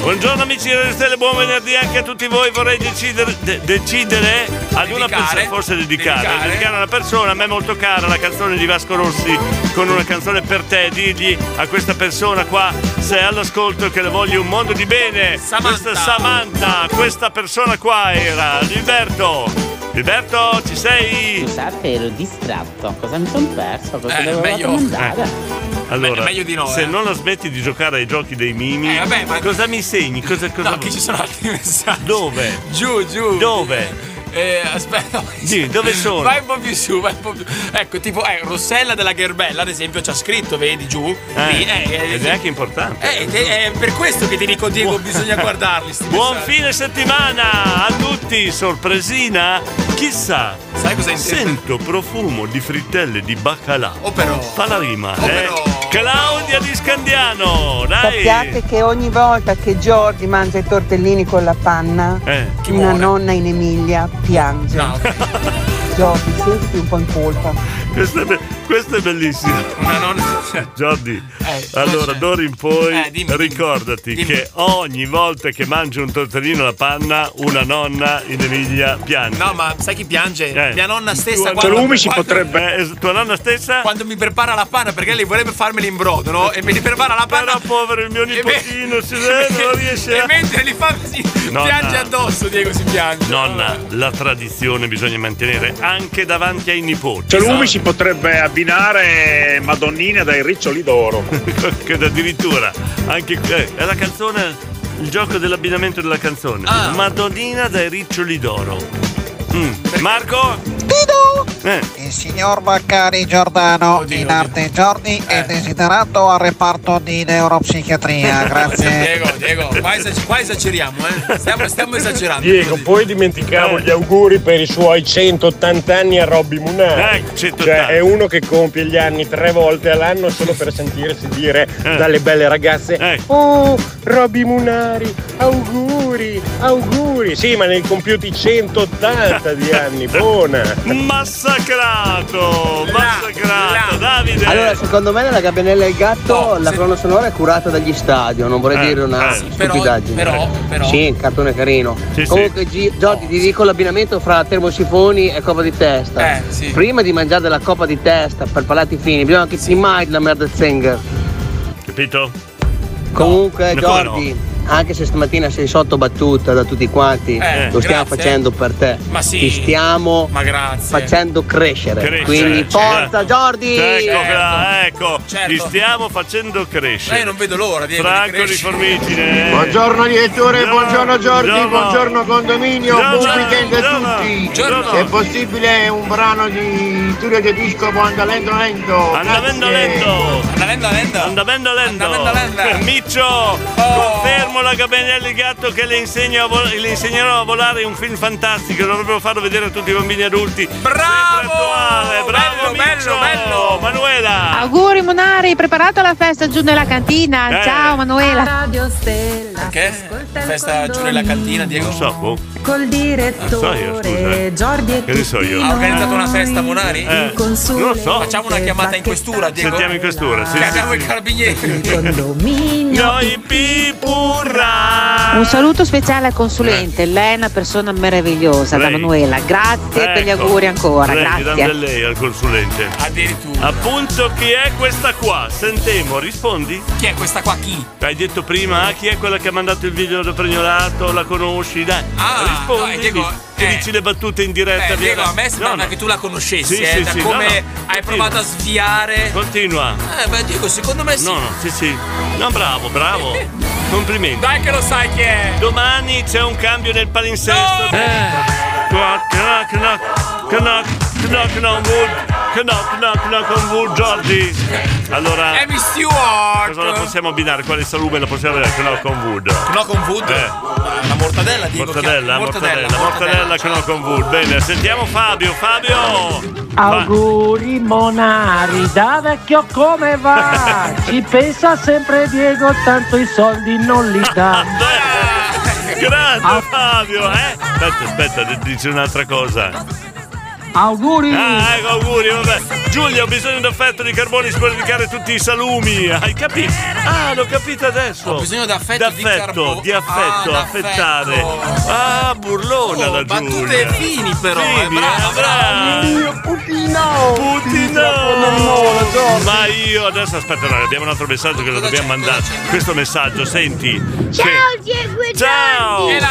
[SPEAKER 2] Buongiorno amici delle stelle, buon venerdì anche a tutti voi. Vorrei decidere, de- decidere ad una persona, forse dedicare, dedicare. a una persona, a me molto cara, la canzone di Vasco Rossi con una canzone per te, digli a questa persona qua, se è all'ascolto che le voglio un mondo di bene. Questa è Samantha, questa persona qua era Liberto. Liberto, ci sei?
[SPEAKER 35] Scusate, ero distratto. Cosa mi sono perso? Cosa
[SPEAKER 2] Eh,
[SPEAKER 35] dovevo
[SPEAKER 2] meglio-
[SPEAKER 35] domandare?
[SPEAKER 3] [LAUGHS]
[SPEAKER 2] Allora,
[SPEAKER 3] meglio di no,
[SPEAKER 2] se
[SPEAKER 3] eh.
[SPEAKER 2] non la smetti di giocare ai giochi dei mimi, cosa mi segni? Cosa, cosa
[SPEAKER 3] No, che ci sono altri [LAUGHS] messaggi.
[SPEAKER 2] Dove?
[SPEAKER 3] Giù, giù.
[SPEAKER 2] Dove?
[SPEAKER 3] Eh, aspetta, [LAUGHS]
[SPEAKER 2] Sì, dove sono?
[SPEAKER 3] Vai un po' più su, vai un po' più. Ecco, tipo, eh, Rossella della Gerbella, ad esempio, ci ha scritto, vedi giù.
[SPEAKER 2] Eh,
[SPEAKER 3] Lì, eh, eh,
[SPEAKER 2] ed è anche importante.
[SPEAKER 3] eh, te- è per questo che ti dico,
[SPEAKER 2] [LAUGHS]
[SPEAKER 3] Diego, bisogna guardarli. sti
[SPEAKER 2] Buon
[SPEAKER 3] messaggi.
[SPEAKER 2] fine settimana a tutti, sorpresina. Chissà,
[SPEAKER 3] Sai cosa intendo?
[SPEAKER 2] sento profumo di frittelle di baccalà. O
[SPEAKER 3] Oh, però. Oh,
[SPEAKER 2] Fa la rima, eh. Claudia di Scandiano, dai.
[SPEAKER 24] Sappiate che ogni volta che Giorgi mangia i tortellini con la panna,
[SPEAKER 2] Eh, chi
[SPEAKER 24] una
[SPEAKER 2] muore?
[SPEAKER 24] nonna in Emilia piange. [LAUGHS] Giorgi, sentiti un po' in colpa.
[SPEAKER 2] Questa è, be- questa è bellissima.
[SPEAKER 3] cioè.
[SPEAKER 2] Giordi,
[SPEAKER 3] Eh,
[SPEAKER 2] allora d'ora in poi ricordati che ogni volta che mangi un tortellino alla panna, una nonna in Emilia piange. Eh.
[SPEAKER 3] No, ma sai chi piange? Mia nonna stessa.
[SPEAKER 2] Tua- Salumi si potrebbe- tua nonna stessa?
[SPEAKER 3] Quando mi prepara la panna, perché lei vorrebbe farmeli in brodo, no? E mi li prepara la panna. Però
[SPEAKER 2] povero
[SPEAKER 3] [LAUGHS]
[SPEAKER 2] il mio nipotino, si vede, non riesce
[SPEAKER 3] E mentre li fa così,
[SPEAKER 2] Nonna.
[SPEAKER 3] piange addosso, Diego si piange.
[SPEAKER 2] Nonna, la tradizione bisogna mantenere anche davanti ai nipoti.
[SPEAKER 11] Cioè,
[SPEAKER 3] Esatto.
[SPEAKER 36] Cialumi si potrebbe abbinare Madonnina dai riccioli d'oro.
[SPEAKER 2] [LAUGHS] che addirittura anche eh, è la canzone il gioco dell'abbinamento della canzone
[SPEAKER 8] Ah.
[SPEAKER 2] Madonnina dai riccioli d'oro Mm. Marco
[SPEAKER 12] Dido!
[SPEAKER 2] Eh.
[SPEAKER 12] Il signor Baccari Giordano, in arte Giorni, è desiderato al reparto di neuropsichiatria. Grazie.
[SPEAKER 3] Diego, Diego, qua, esager- qua esageriamo, eh. Stiamo, stiamo esagerando.
[SPEAKER 11] Diego, poi
[SPEAKER 2] Eh.
[SPEAKER 11] dimenticavo gli auguri per i suoi 180 anni a Robby Munari.
[SPEAKER 2] Eh, 180.
[SPEAKER 11] Cioè, è uno che compie gli anni tre volte all'anno solo per sentirsi dire
[SPEAKER 2] Eh.
[SPEAKER 11] dalle belle ragazze Oh, Robby Munari, auguri, auguri. Sì, ma ne hai compiuti 180 di anni, buona.
[SPEAKER 2] massacrato massacrato Davide
[SPEAKER 4] Allora,
[SPEAKER 8] secondo me nella gabinella del gatto la colonna sonora è curata dagli stadio, non vorrei
[SPEAKER 2] Eh,
[SPEAKER 8] dire una
[SPEAKER 2] eh, sì, però-
[SPEAKER 8] stupidaggine.
[SPEAKER 2] però- però-
[SPEAKER 8] Sì, il cartone è carino.
[SPEAKER 2] Sì,
[SPEAKER 8] Comunque Gi- Giorgi ti dico l'abbinamento fra termosifoni e coppa di
[SPEAKER 2] Eh,
[SPEAKER 8] testa. Prima di mangiare della coppa di testa per palati fini, bisogna che ti mai la merda zinger.
[SPEAKER 2] capito
[SPEAKER 8] Comunque
[SPEAKER 2] No, come
[SPEAKER 8] Giorgi, anche se stamattina sei sotto battuta da tutti quanti,
[SPEAKER 3] Eh,
[SPEAKER 8] lo stiamo
[SPEAKER 3] grazie.
[SPEAKER 8] facendo per te.
[SPEAKER 3] Ma sì.
[SPEAKER 8] Ti stiamo
[SPEAKER 3] Ma grazie.
[SPEAKER 8] facendo crescere.
[SPEAKER 2] Crescere,
[SPEAKER 8] Quindi
[SPEAKER 2] certo.
[SPEAKER 8] forza Giordi!
[SPEAKER 2] Ecco, fra- ecco,
[SPEAKER 8] Certo.
[SPEAKER 2] li stiamo facendo crescere.
[SPEAKER 8] Eh, non vedo l'ora, Diego, di
[SPEAKER 2] Franco di
[SPEAKER 8] crescere.
[SPEAKER 2] Formigine.
[SPEAKER 4] Buongiorno direttore, buongiorno Giorgi,
[SPEAKER 2] Giorno.
[SPEAKER 4] buongiorno condominio,
[SPEAKER 2] Giorno.
[SPEAKER 4] buon weekend a
[SPEAKER 2] Giorno.
[SPEAKER 4] tutti.
[SPEAKER 2] Giorno.
[SPEAKER 4] Se è possibile un brano di Turio De Disco, buon andamento lento.
[SPEAKER 2] Andamento
[SPEAKER 4] Grazie.
[SPEAKER 2] lento! Andamento Eh. lento! Andamento lento! [LAUGHS] Oh. Miccio! Confermo la Gabriele Gatto che le, insegno a vol- le insegnerò a volare in un film fantastico, dovrebbero farlo vedere a tutti i bambini e adulti. Bravo! Bravo Miccio! Bello, Manuela!
[SPEAKER 6] Auguri Monari, preparata la festa giù nella cantina.
[SPEAKER 2] Eh.
[SPEAKER 6] Ciao Manuela.
[SPEAKER 3] Perché? Festa giù nella cantina, Diego? Non
[SPEAKER 2] so, boh.
[SPEAKER 6] Col direttore Giordi e
[SPEAKER 2] Che ne so io?
[SPEAKER 3] Ha organizzato una festa a Monari?
[SPEAKER 2] Eh,
[SPEAKER 6] non
[SPEAKER 2] lo so.
[SPEAKER 3] Facciamo una chiamata in questura, Diego.
[SPEAKER 2] Sentiamo in questura, sì,
[SPEAKER 3] Chiamiamo
[SPEAKER 2] sì,
[SPEAKER 3] i
[SPEAKER 2] sì.
[SPEAKER 3] carabinieri.
[SPEAKER 2] [LAUGHS]
[SPEAKER 6] Noi Un saluto speciale al
[SPEAKER 2] Eh.
[SPEAKER 6] consulente, lei è una persona meravigliosa da
[SPEAKER 2] Lei.
[SPEAKER 6] Manuela. Grazie per gli
[SPEAKER 2] Ecco.
[SPEAKER 6] auguri ancora,
[SPEAKER 2] Prendi,
[SPEAKER 6] grazie.
[SPEAKER 2] dammi lei al consulente. Addirittura. Appunto chi è questa qua? Sentemo, rispondi. Chi è questa qua chi? Hai detto prima ah, chi è quella che ha mandato il video da pregnolato, la conosci, dai.
[SPEAKER 3] Ah,
[SPEAKER 2] rispondi.
[SPEAKER 3] no, Diego,
[SPEAKER 2] ti dici le battute in diretta,
[SPEAKER 3] Eh,
[SPEAKER 2] via.
[SPEAKER 3] Diego, a me sembrava
[SPEAKER 2] No, no.
[SPEAKER 3] che tu la conoscessi,
[SPEAKER 2] Sì,
[SPEAKER 3] eh,
[SPEAKER 2] sì,
[SPEAKER 3] da
[SPEAKER 2] sì,
[SPEAKER 3] come
[SPEAKER 2] no, no.
[SPEAKER 3] hai provato a sviare.
[SPEAKER 2] Continua.
[SPEAKER 3] Eh, beh, Diego, secondo me sì.
[SPEAKER 2] No, no, sì, sì. No, bravo, bravo.
[SPEAKER 3] [LAUGHS]
[SPEAKER 2] Complimenti.
[SPEAKER 3] Dai che lo sai chi è.
[SPEAKER 2] Domani c'è un cambio nel Eh. palinsesto. Knock, knock, knock, knock, knock, knock, knock, wood. Knock, knock, knock, knock on wood, Giorgi. Allora.
[SPEAKER 3] Amy Stewart.
[SPEAKER 2] Cosa la possiamo abbinare? Quale salume la possiamo abbinare? Knock on wood.
[SPEAKER 3] Knock on wood?
[SPEAKER 2] Eh.
[SPEAKER 3] La mortadella, Diego.
[SPEAKER 2] Mortadella,
[SPEAKER 3] chiama-
[SPEAKER 2] mortadella, mortadella, knock on wood. Bene, sentiamo Fabio, Fabio.
[SPEAKER 4] Auguri Monari, da vecchio come va?
[SPEAKER 11] [LAUGHS]
[SPEAKER 4] Ci pensa sempre Diego, tanto i soldi non li dà.
[SPEAKER 2] [LAUGHS] Grande Fabio, eh? Aspetta, aspetta, d- dice un'altra cosa.
[SPEAKER 4] Auguri!
[SPEAKER 2] Ah, ecco, auguri, vabbè. Giulia, ho bisogno d'affetto di carboni per sbradicare tutti i salumi. Hai capito? Ah, l'ho capito adesso. Ho
[SPEAKER 3] bisogno d'affetto, Ah,
[SPEAKER 2] d'affetto, di, affetto, affettare. Ah, burlona
[SPEAKER 3] Oh,
[SPEAKER 2] la Giulia.
[SPEAKER 3] Battute fini però, eh,
[SPEAKER 2] Fini,
[SPEAKER 3] brava,
[SPEAKER 2] eh,
[SPEAKER 3] brava.
[SPEAKER 4] Putino!
[SPEAKER 2] Putino! Ma io adesso aspetta, no, abbiamo un altro messaggio che lo dobbiamo mandare. Questo messaggio, senti.
[SPEAKER 26] Ciao
[SPEAKER 2] Sì.
[SPEAKER 26] Diego e
[SPEAKER 2] Ciao!
[SPEAKER 26] Gianni.
[SPEAKER 2] Era!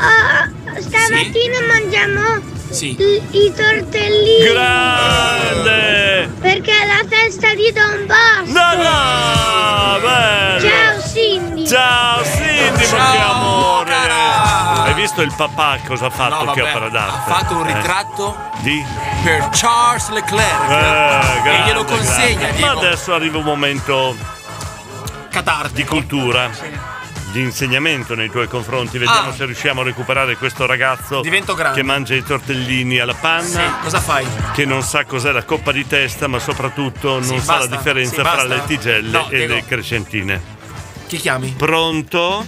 [SPEAKER 26] Oh, oh, stamattina mangiamo
[SPEAKER 3] Sì.
[SPEAKER 26] i, i tortellini
[SPEAKER 2] Grande!
[SPEAKER 26] perché è la festa di Don Bosco.
[SPEAKER 2] No, no, Ah, bello.
[SPEAKER 26] Ciao Cindy.
[SPEAKER 2] Ciao Cindy, ma che amore! Hai visto il papà cosa ha fatto
[SPEAKER 3] No,
[SPEAKER 2] che
[SPEAKER 3] vabbè,
[SPEAKER 2] a Paradarte?
[SPEAKER 3] ha fatto un
[SPEAKER 2] Eh.
[SPEAKER 3] ritratto
[SPEAKER 2] Di?
[SPEAKER 3] per Charles Leclerc
[SPEAKER 2] Eh,
[SPEAKER 3] e
[SPEAKER 2] grande,
[SPEAKER 3] glielo consegna
[SPEAKER 2] grande. Ma
[SPEAKER 3] Diego.
[SPEAKER 2] adesso arriva un momento di cultura, di insegnamento nei tuoi confronti. Vediamo
[SPEAKER 3] Ah.
[SPEAKER 2] se riusciamo a recuperare questo ragazzo
[SPEAKER 3] Divento grande.
[SPEAKER 2] che mangia i tortellini alla panna.
[SPEAKER 3] Sì, cosa fai?
[SPEAKER 2] Che non sa cos'è la coppa di testa, ma soprattutto non
[SPEAKER 3] Sì,
[SPEAKER 2] sa
[SPEAKER 3] basta.
[SPEAKER 2] la differenza
[SPEAKER 3] Sì,
[SPEAKER 2] fra
[SPEAKER 3] basta.
[SPEAKER 2] le tigelle
[SPEAKER 3] No,
[SPEAKER 2] e
[SPEAKER 3] Diego.
[SPEAKER 2] le crescentine.
[SPEAKER 3] Chi chiami?
[SPEAKER 2] Pronto?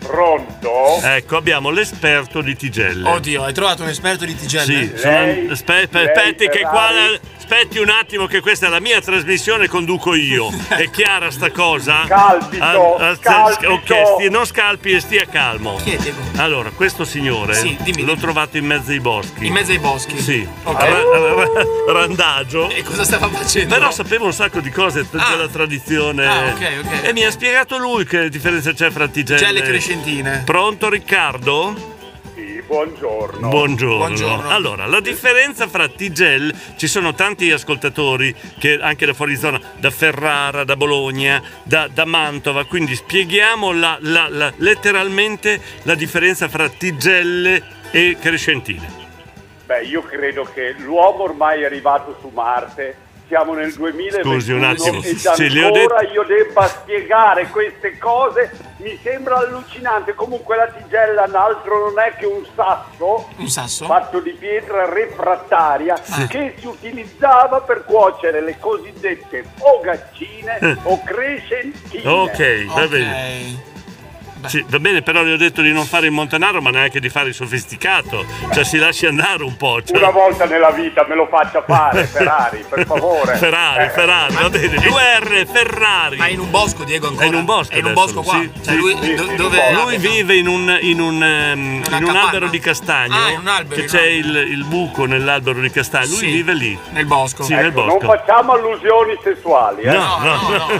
[SPEAKER 2] Pronto? Ecco, abbiamo l'esperto di tigelle.
[SPEAKER 3] Oddio, hai trovato un esperto di Oh, tigelle?
[SPEAKER 2] Sì, sono- aspe- aspe- aspetti, che qua la- aspetti un attimo che questa è la mia trasmissione, conduco
[SPEAKER 3] [LAUGHS]
[SPEAKER 2] io. È chiara sta cosa? Ah,
[SPEAKER 23] Scalpito, scalpito.
[SPEAKER 2] ok, stia- non scalpi e stia calmo.
[SPEAKER 3] Chi è, Diego?
[SPEAKER 2] Allora, questo signore
[SPEAKER 3] Sì,
[SPEAKER 2] l'ho trovato in mezzo ai boschi.
[SPEAKER 3] In mezzo ai boschi?
[SPEAKER 2] Sì.
[SPEAKER 3] Ok.
[SPEAKER 2] Ra- ra- randagio. E
[SPEAKER 3] cosa stava facendo?
[SPEAKER 2] Però sapevo un sacco di cose t- della tradizione.
[SPEAKER 3] Ah, ok, ok.
[SPEAKER 2] E mi ha spiegato lui che differenza c'è fra tigelle
[SPEAKER 3] Tigelle e crescentine.
[SPEAKER 2] Pronto Riccardo?
[SPEAKER 23] Sì, buongiorno.
[SPEAKER 2] Buongiorno. Allora, la differenza fra Tigel, ci sono tanti ascoltatori che anche da fuori zona, da Ferrara, da Bologna, da, da Mantova, quindi spieghiamo la- la- la- letteralmente la differenza fra Tigelle e Crescentine.
[SPEAKER 23] Beh, io credo che l'uomo ormai è arrivato su Marte. Siamo nel 2021
[SPEAKER 2] Scusi un attimo,
[SPEAKER 23] e
[SPEAKER 2] se le ho
[SPEAKER 23] ancora io debba spiegare queste cose mi sembra allucinante. Comunque la tigella altro non è che un sasso,
[SPEAKER 3] Un sasso? Ah.
[SPEAKER 23] fatto di pietra refrattaria che si utilizzava per cuocere le cosiddette fogaccine
[SPEAKER 2] Eh.
[SPEAKER 23] o crescentine.
[SPEAKER 2] Ok, va bene. Sì, va bene, però le ho detto di non fare il montanaro, ma neanche di fare il sofisticato. Cioè, si lasci andare un po'. cioè-
[SPEAKER 23] Una volta nella vita me lo faccia
[SPEAKER 2] [LAUGHS]
[SPEAKER 23] fare, Ferrari, per favore.
[SPEAKER 2] Ferrari,
[SPEAKER 23] Eh.
[SPEAKER 2] Ferrari, va bene. UR, Ferrari. Ma
[SPEAKER 3] in un bosco, Diego, ancora?
[SPEAKER 2] È in un bosco
[SPEAKER 3] È in un
[SPEAKER 2] adesso,
[SPEAKER 3] bosco qua?
[SPEAKER 2] sì,
[SPEAKER 3] Cioè,
[SPEAKER 2] sì.
[SPEAKER 3] lui do- dove
[SPEAKER 2] Lui
[SPEAKER 3] abita?
[SPEAKER 2] vive in un, in un, ehm, in un
[SPEAKER 3] capanna?
[SPEAKER 2] albero di castagno.
[SPEAKER 3] Ah, in un albero,
[SPEAKER 2] Che
[SPEAKER 3] in
[SPEAKER 2] c'è il, il buco nell'albero di castagno. Lui
[SPEAKER 23] Sì.
[SPEAKER 2] vive lì.
[SPEAKER 3] Nel bosco.
[SPEAKER 2] Sì,
[SPEAKER 23] Ecco,
[SPEAKER 2] nel
[SPEAKER 23] non
[SPEAKER 2] bosco.
[SPEAKER 23] facciamo allusioni sessuali, eh.
[SPEAKER 2] No, no, no,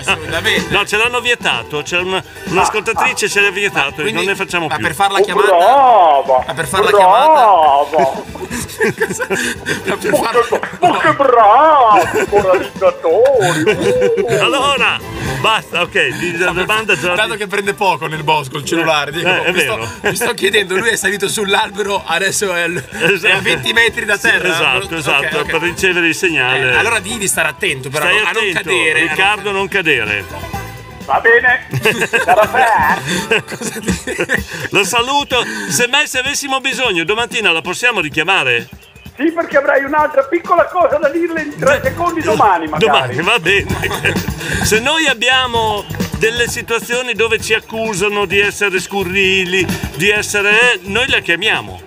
[SPEAKER 2] No, ce l'hanno vietato. C'è un-
[SPEAKER 3] Ah,
[SPEAKER 2] un'ascoltatrice ce l'ha vietato. e non ne facciamo più.
[SPEAKER 4] Oh!
[SPEAKER 23] Bravo!
[SPEAKER 3] Ma Ah, per farla
[SPEAKER 23] bravo.
[SPEAKER 3] [LAUGHS]
[SPEAKER 23] Ma che bravo! Moralizzatori!
[SPEAKER 2] Allora, basta, ok. di- La domanda già.
[SPEAKER 3] Dato che prende poco nel bosco il cellulare,
[SPEAKER 2] Eh,
[SPEAKER 3] Diego,
[SPEAKER 2] eh, è
[SPEAKER 3] mi, sto,
[SPEAKER 2] vero.
[SPEAKER 3] mi sto chiedendo, lui è salito sull'albero, adesso è, al- è a 20 metri da
[SPEAKER 2] Esatto. Sì,
[SPEAKER 3] terra.
[SPEAKER 2] Esatto,
[SPEAKER 3] Ok,
[SPEAKER 2] esatto,
[SPEAKER 3] ok.
[SPEAKER 2] per ricevere il segnale.
[SPEAKER 3] Eh, allora digli di stare attento, però,
[SPEAKER 2] Stai
[SPEAKER 3] a non
[SPEAKER 2] attento,
[SPEAKER 3] cadere, a non-
[SPEAKER 2] Riccardo, non cadere.
[SPEAKER 23] Va bene,
[SPEAKER 2] [LAUGHS] Lo saluto. Se mai se avessimo bisogno, domattina la possiamo richiamare?
[SPEAKER 23] Sì, perché avrei un'altra piccola cosa da dirle in tre
[SPEAKER 2] eh,
[SPEAKER 23] secondi domani, magari.
[SPEAKER 2] Domani, va bene. [LAUGHS] Se noi abbiamo delle situazioni dove ci accusano di essere scurrili, di essere. eh, noi la chiamiamo.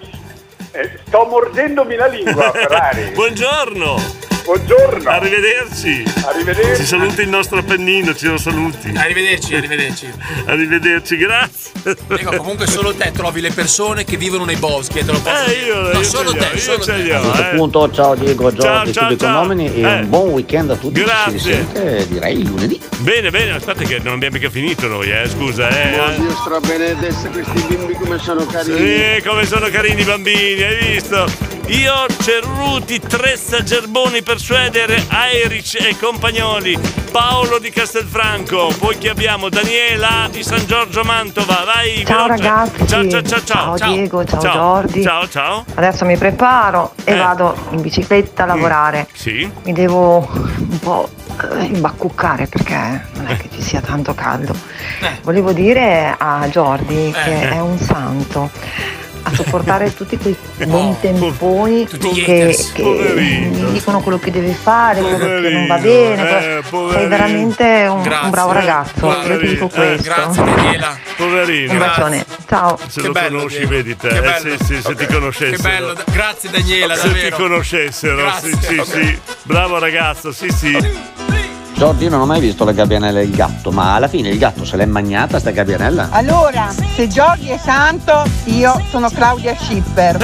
[SPEAKER 23] Eh, sto mordendomi
[SPEAKER 2] [LAUGHS]
[SPEAKER 23] la lingua, Ferrari.
[SPEAKER 2] Buongiorno.
[SPEAKER 23] Buongiorno.
[SPEAKER 2] Arrivederci.
[SPEAKER 23] Arrivederci.
[SPEAKER 2] Ci saluti il nostro Appennino, ci lo saluti.
[SPEAKER 3] Arrivederci, arrivederci.
[SPEAKER 2] Arrivederci, grazie.
[SPEAKER 3] Diego, comunque solo te trovi le persone che vivono nei boschi, e te lo posso
[SPEAKER 2] Eh,
[SPEAKER 3] dire.
[SPEAKER 2] io-
[SPEAKER 3] no,
[SPEAKER 2] io
[SPEAKER 3] solo
[SPEAKER 2] ce li
[SPEAKER 3] te,
[SPEAKER 2] ho, io
[SPEAKER 3] solo
[SPEAKER 2] ce
[SPEAKER 3] te.
[SPEAKER 23] Uh.
[SPEAKER 2] li ho.
[SPEAKER 37] A questo punto ciao Diego Giorgi
[SPEAKER 2] eh. ciao,
[SPEAKER 37] Subito
[SPEAKER 2] ciao.
[SPEAKER 37] Nomini e
[SPEAKER 2] Eh.
[SPEAKER 37] un buon weekend a tutti
[SPEAKER 2] Grazie.
[SPEAKER 37] ci si risente direi lunedì
[SPEAKER 2] Bene, bene, aspetta che non abbiamo mica finito noi, eh, scusa,
[SPEAKER 38] Oh
[SPEAKER 2] eh.
[SPEAKER 38] Dio strabenedesse questi bimbi come sono carini.
[SPEAKER 2] Sì, come sono carini i bambini, hai visto? Io, Cerruti, Tressa, Gerboni per Schroeder, Aerich e Compagnoli, Paolo di Castelfranco, poi chi abbiamo? Daniela di San Giorgio Mantova, vai!
[SPEAKER 6] Ciao
[SPEAKER 2] veloce.
[SPEAKER 6] ragazzi.
[SPEAKER 2] Ciao, ciao, ciao, ciao!
[SPEAKER 6] Diego, ciao,
[SPEAKER 2] Ciao.
[SPEAKER 6] Jordi.
[SPEAKER 2] Ciao, ciao!
[SPEAKER 6] Adesso mi preparo e
[SPEAKER 39] Eh.
[SPEAKER 6] vado in bicicletta a
[SPEAKER 39] Mm.
[SPEAKER 6] lavorare.
[SPEAKER 2] Sì?
[SPEAKER 6] Mi devo un po' eh, imbaccuccare perché non
[SPEAKER 39] Eh.
[SPEAKER 6] è che ci sia tanto caldo. Volevo dire a
[SPEAKER 39] Eh.
[SPEAKER 6] Jordi che è un santo a
[SPEAKER 39] [LAUGHS]
[SPEAKER 6] sopportare tutti quei buon temponi
[SPEAKER 39] gli
[SPEAKER 6] che,
[SPEAKER 39] haters.
[SPEAKER 6] che
[SPEAKER 39] Poverino.
[SPEAKER 6] gli dicono quello che deve fare, quello che non va
[SPEAKER 39] Poverino,
[SPEAKER 6] bene.
[SPEAKER 39] eh,
[SPEAKER 6] quello-
[SPEAKER 39] poverino.
[SPEAKER 6] sei veramente un, un
[SPEAKER 39] Grazie.
[SPEAKER 6] bravo ragazzo. Io ti dico questo.
[SPEAKER 2] eh, Grazie Daniela. Poverino.
[SPEAKER 6] Un bacione. Ciao.
[SPEAKER 2] Se
[SPEAKER 6] Che
[SPEAKER 2] lo
[SPEAKER 6] bello,
[SPEAKER 2] conosci,
[SPEAKER 6] Diego.
[SPEAKER 2] vedi te.
[SPEAKER 6] Che
[SPEAKER 2] Eh,
[SPEAKER 6] bello.
[SPEAKER 2] sì, sì, se ti conoscessero.
[SPEAKER 3] Che bello, da- grazie Daniela,
[SPEAKER 2] se
[SPEAKER 3] davvero.
[SPEAKER 2] ti conoscessero,
[SPEAKER 3] Grazie,
[SPEAKER 2] sì, sì,
[SPEAKER 3] vabbè.
[SPEAKER 2] sì. Bravo ragazzo, sì, sì.
[SPEAKER 4] Giorgio, io non ho mai visto la gabbianella e il gatto, ma alla fine il gatto se l'è magnata sta gabbianella?
[SPEAKER 24] Allora, se Giorgi è santo, io sono Claudia Schipper.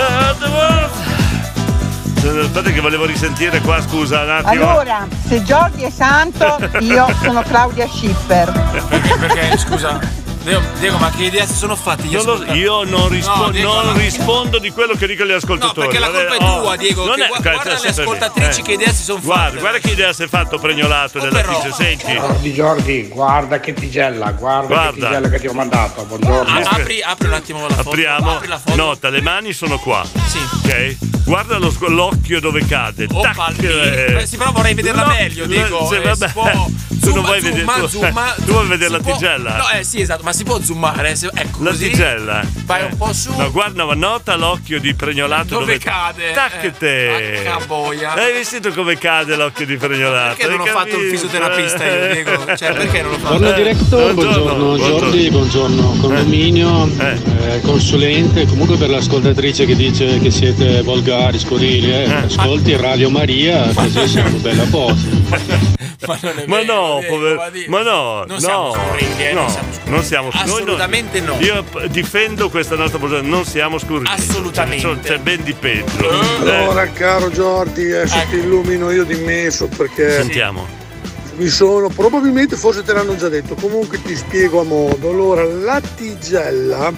[SPEAKER 2] Aspetta che volevo risentire qua, scusa, un attimo.
[SPEAKER 24] Allora, se Giorgi è santo, io sono Claudia Schipper.
[SPEAKER 3] Perché, perché, scusa, Diego, Diego, ma che idee si sono fatte?
[SPEAKER 2] Non lo- io non, rispo-
[SPEAKER 3] No, Diego,
[SPEAKER 2] non
[SPEAKER 3] ma-
[SPEAKER 2] rispondo di quello che dicono gli ascoltatori.
[SPEAKER 3] perché la
[SPEAKER 2] Vabbè,
[SPEAKER 3] colpa è
[SPEAKER 2] oh,
[SPEAKER 3] tua, Diego,
[SPEAKER 2] non
[SPEAKER 3] che gua- guarda le
[SPEAKER 2] aspetta,
[SPEAKER 3] ascoltatrici che idea si sono
[SPEAKER 2] Eh. Guarda, guarda che idea si è fatto
[SPEAKER 3] Oh,
[SPEAKER 2] pregnolato della fice, senti.
[SPEAKER 11] Giordi, Giordi, guarda che tigella, guarda, che
[SPEAKER 2] Guarda.
[SPEAKER 11] tigella che ti ho mandato. Buongiorno.
[SPEAKER 2] Ah,
[SPEAKER 3] Apri, apri un attimo la foto.
[SPEAKER 2] Apriamo,
[SPEAKER 3] Apri la foto.
[SPEAKER 2] nota, le mani sono qua. Sì. Ok? Guarda lo sc- l'occhio dove cade.
[SPEAKER 3] Oh,
[SPEAKER 2] Tac,
[SPEAKER 3] palmi.
[SPEAKER 2] eh.
[SPEAKER 3] Eh, sì, però vorrei vederla meglio, Diego,
[SPEAKER 2] se-
[SPEAKER 3] eh,
[SPEAKER 2] vabbè.
[SPEAKER 3] si può-
[SPEAKER 2] [LAUGHS] Tu non
[SPEAKER 3] Zooma,
[SPEAKER 2] vuoi vedere
[SPEAKER 3] zooma,
[SPEAKER 2] tu-
[SPEAKER 3] zooma.
[SPEAKER 2] [LAUGHS] tu vuoi vedere la
[SPEAKER 3] Si può-
[SPEAKER 2] tigella?
[SPEAKER 3] No, eh sì, esatto, ma si può zoomare. se- ecco,
[SPEAKER 2] La
[SPEAKER 3] così.
[SPEAKER 2] tigella. Eh.
[SPEAKER 3] Vai un po' su.
[SPEAKER 2] No, guarda, ma nota l'occhio di pregnolato
[SPEAKER 3] Dove
[SPEAKER 2] dove,
[SPEAKER 3] cade?
[SPEAKER 2] Tac
[SPEAKER 3] Eh,
[SPEAKER 2] te.
[SPEAKER 3] tacca boia.
[SPEAKER 2] Hai visto come cade l'occhio di pregnolato?
[SPEAKER 3] Perché non ho
[SPEAKER 2] Hai
[SPEAKER 3] fatto il
[SPEAKER 2] capito?
[SPEAKER 3] fisioterapista io, Diego? Cioè, perché non l'ho fatto?
[SPEAKER 9] Buongiorno direttore, Eh, buongiorno Giordi, buongiorno condominio, eh, consulente, comunque per l'ascoltatrice che dice che siete volgari, scurili, eh, ascolti Radio Maria, così siamo bella posto.
[SPEAKER 2] Ma no, pover- ma no,
[SPEAKER 3] Non
[SPEAKER 2] no,
[SPEAKER 3] siamo scurrilli, eh,
[SPEAKER 2] no,
[SPEAKER 3] non siamo
[SPEAKER 2] non siamo scurrilli. Noi
[SPEAKER 3] Assolutamente no.
[SPEAKER 2] Io p- difendo questa nostra posizione, non siamo scurrilli. Assolutamente. C'è, c'è ben di peggio.
[SPEAKER 3] Oh.
[SPEAKER 2] Eh,
[SPEAKER 15] Allora,
[SPEAKER 9] Eh.
[SPEAKER 15] eh. caro Giordi, adesso ti illumino io di messo
[SPEAKER 2] Eh,
[SPEAKER 15] perché
[SPEAKER 2] Sentiamo.
[SPEAKER 15] mi sono, probabilmente forse te l'hanno già detto, comunque ti spiego a modo. Allora, la tigella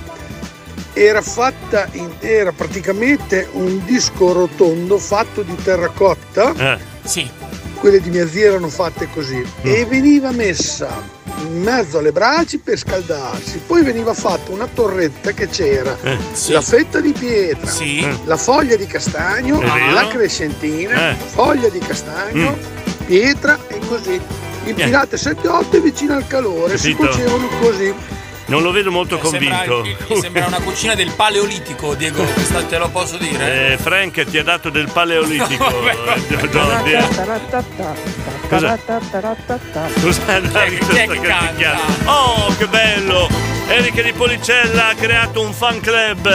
[SPEAKER 15] era fatta in, era praticamente un disco rotondo fatto di terracotta.
[SPEAKER 2] eh.
[SPEAKER 3] Sì.
[SPEAKER 15] Quelle di mia zia erano fatte così
[SPEAKER 2] Mm.
[SPEAKER 15] e veniva messa in mezzo alle braci per scaldarsi. Poi veniva fatta una torretta che c'era
[SPEAKER 2] Eh, sì.
[SPEAKER 15] la fetta di pietra,
[SPEAKER 2] Eh.
[SPEAKER 15] la foglia di castagno,
[SPEAKER 2] È vero.
[SPEAKER 15] la crescentina,
[SPEAKER 2] Eh.
[SPEAKER 15] foglia di
[SPEAKER 2] Mm.
[SPEAKER 15] castagno, pietra e così. Impilate 7-8 vicino al calore, si
[SPEAKER 2] Capito?
[SPEAKER 15] cuocevano così.
[SPEAKER 2] Non lo vedo molto convinto.
[SPEAKER 3] Mi Eh, sembra una cucina del paleolitico, Diego, questo te lo posso dire.
[SPEAKER 2] Eh, Frank ti ha dato del
[SPEAKER 3] [LAUGHS]
[SPEAKER 2] paleolitico.
[SPEAKER 3] No, vabbè,
[SPEAKER 2] eh, Giordi, eh. Cosa- Cos'è
[SPEAKER 4] Eh,
[SPEAKER 2] la ricerca canticchiata? Oh, che bello! Erika di Policella ha creato un fan club,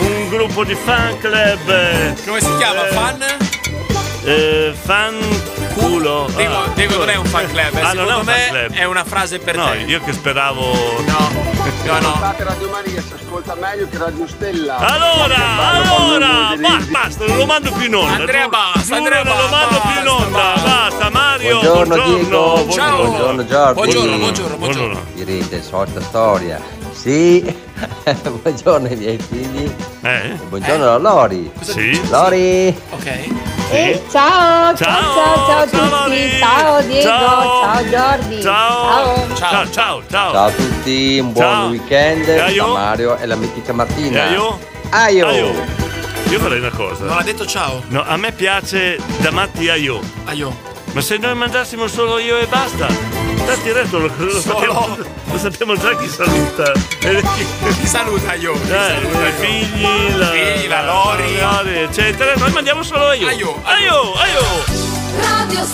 [SPEAKER 2] un gruppo di fan club.
[SPEAKER 3] Come si chiama? Fan?
[SPEAKER 2] Eh, fan culo.
[SPEAKER 3] Diego,
[SPEAKER 2] Ah,
[SPEAKER 3] Diego non è un fan club, eh.
[SPEAKER 2] Ah, non è
[SPEAKER 3] secondo
[SPEAKER 2] un fan
[SPEAKER 3] me
[SPEAKER 2] club.
[SPEAKER 3] è una frase per
[SPEAKER 2] No,
[SPEAKER 3] te.
[SPEAKER 2] io che speravo.
[SPEAKER 3] No, no.
[SPEAKER 40] Ascoltate Radio Maria, si ascolta meglio che Radio Stella.
[SPEAKER 2] Allora, allora, ba- basta, non lo mando più in onda.
[SPEAKER 40] Andrea,
[SPEAKER 2] giuro,
[SPEAKER 40] basta,
[SPEAKER 2] giuro, non lo mando più in onda. Basta, Mario.
[SPEAKER 4] Buongiorno, Diego,
[SPEAKER 2] buongiorno.
[SPEAKER 4] buongiorno Giorgio.
[SPEAKER 2] Buongiorno, buongiorno,
[SPEAKER 4] Direte, solita storia. Sì, [LAUGHS] buongiorno ai miei figli.
[SPEAKER 2] Eh?
[SPEAKER 4] Buongiorno a Lori.
[SPEAKER 2] Sì.
[SPEAKER 4] Lori.
[SPEAKER 3] Ok.
[SPEAKER 18] Eh, ciao, ciao, ciao, ciao a tutti, ciao Diego,
[SPEAKER 4] Ciao.
[SPEAKER 18] ciao, Jordi,
[SPEAKER 2] Ciao. Ciao, ciao, ciao.
[SPEAKER 4] Ciao a tutti, un buon weekend da Mario e la mitica Martina.
[SPEAKER 2] Aio?
[SPEAKER 4] Aio.
[SPEAKER 2] Io farei una cosa.
[SPEAKER 3] Non ha detto ciao?
[SPEAKER 2] No, a me piace da matti Aio.
[SPEAKER 3] Aio.
[SPEAKER 2] Ma se noi mandassimo solo io e basta. Tanti resto lo, lo, sappiamo, lo sappiamo già chi saluta.
[SPEAKER 3] [LAUGHS] Chi saluta io? Chi
[SPEAKER 2] saluta I figli, la,
[SPEAKER 3] Figli, la Lori.
[SPEAKER 2] la Lori, eccetera. Noi mandiamo solo io.
[SPEAKER 3] Aio,
[SPEAKER 2] Aio, aio.
[SPEAKER 18] Radio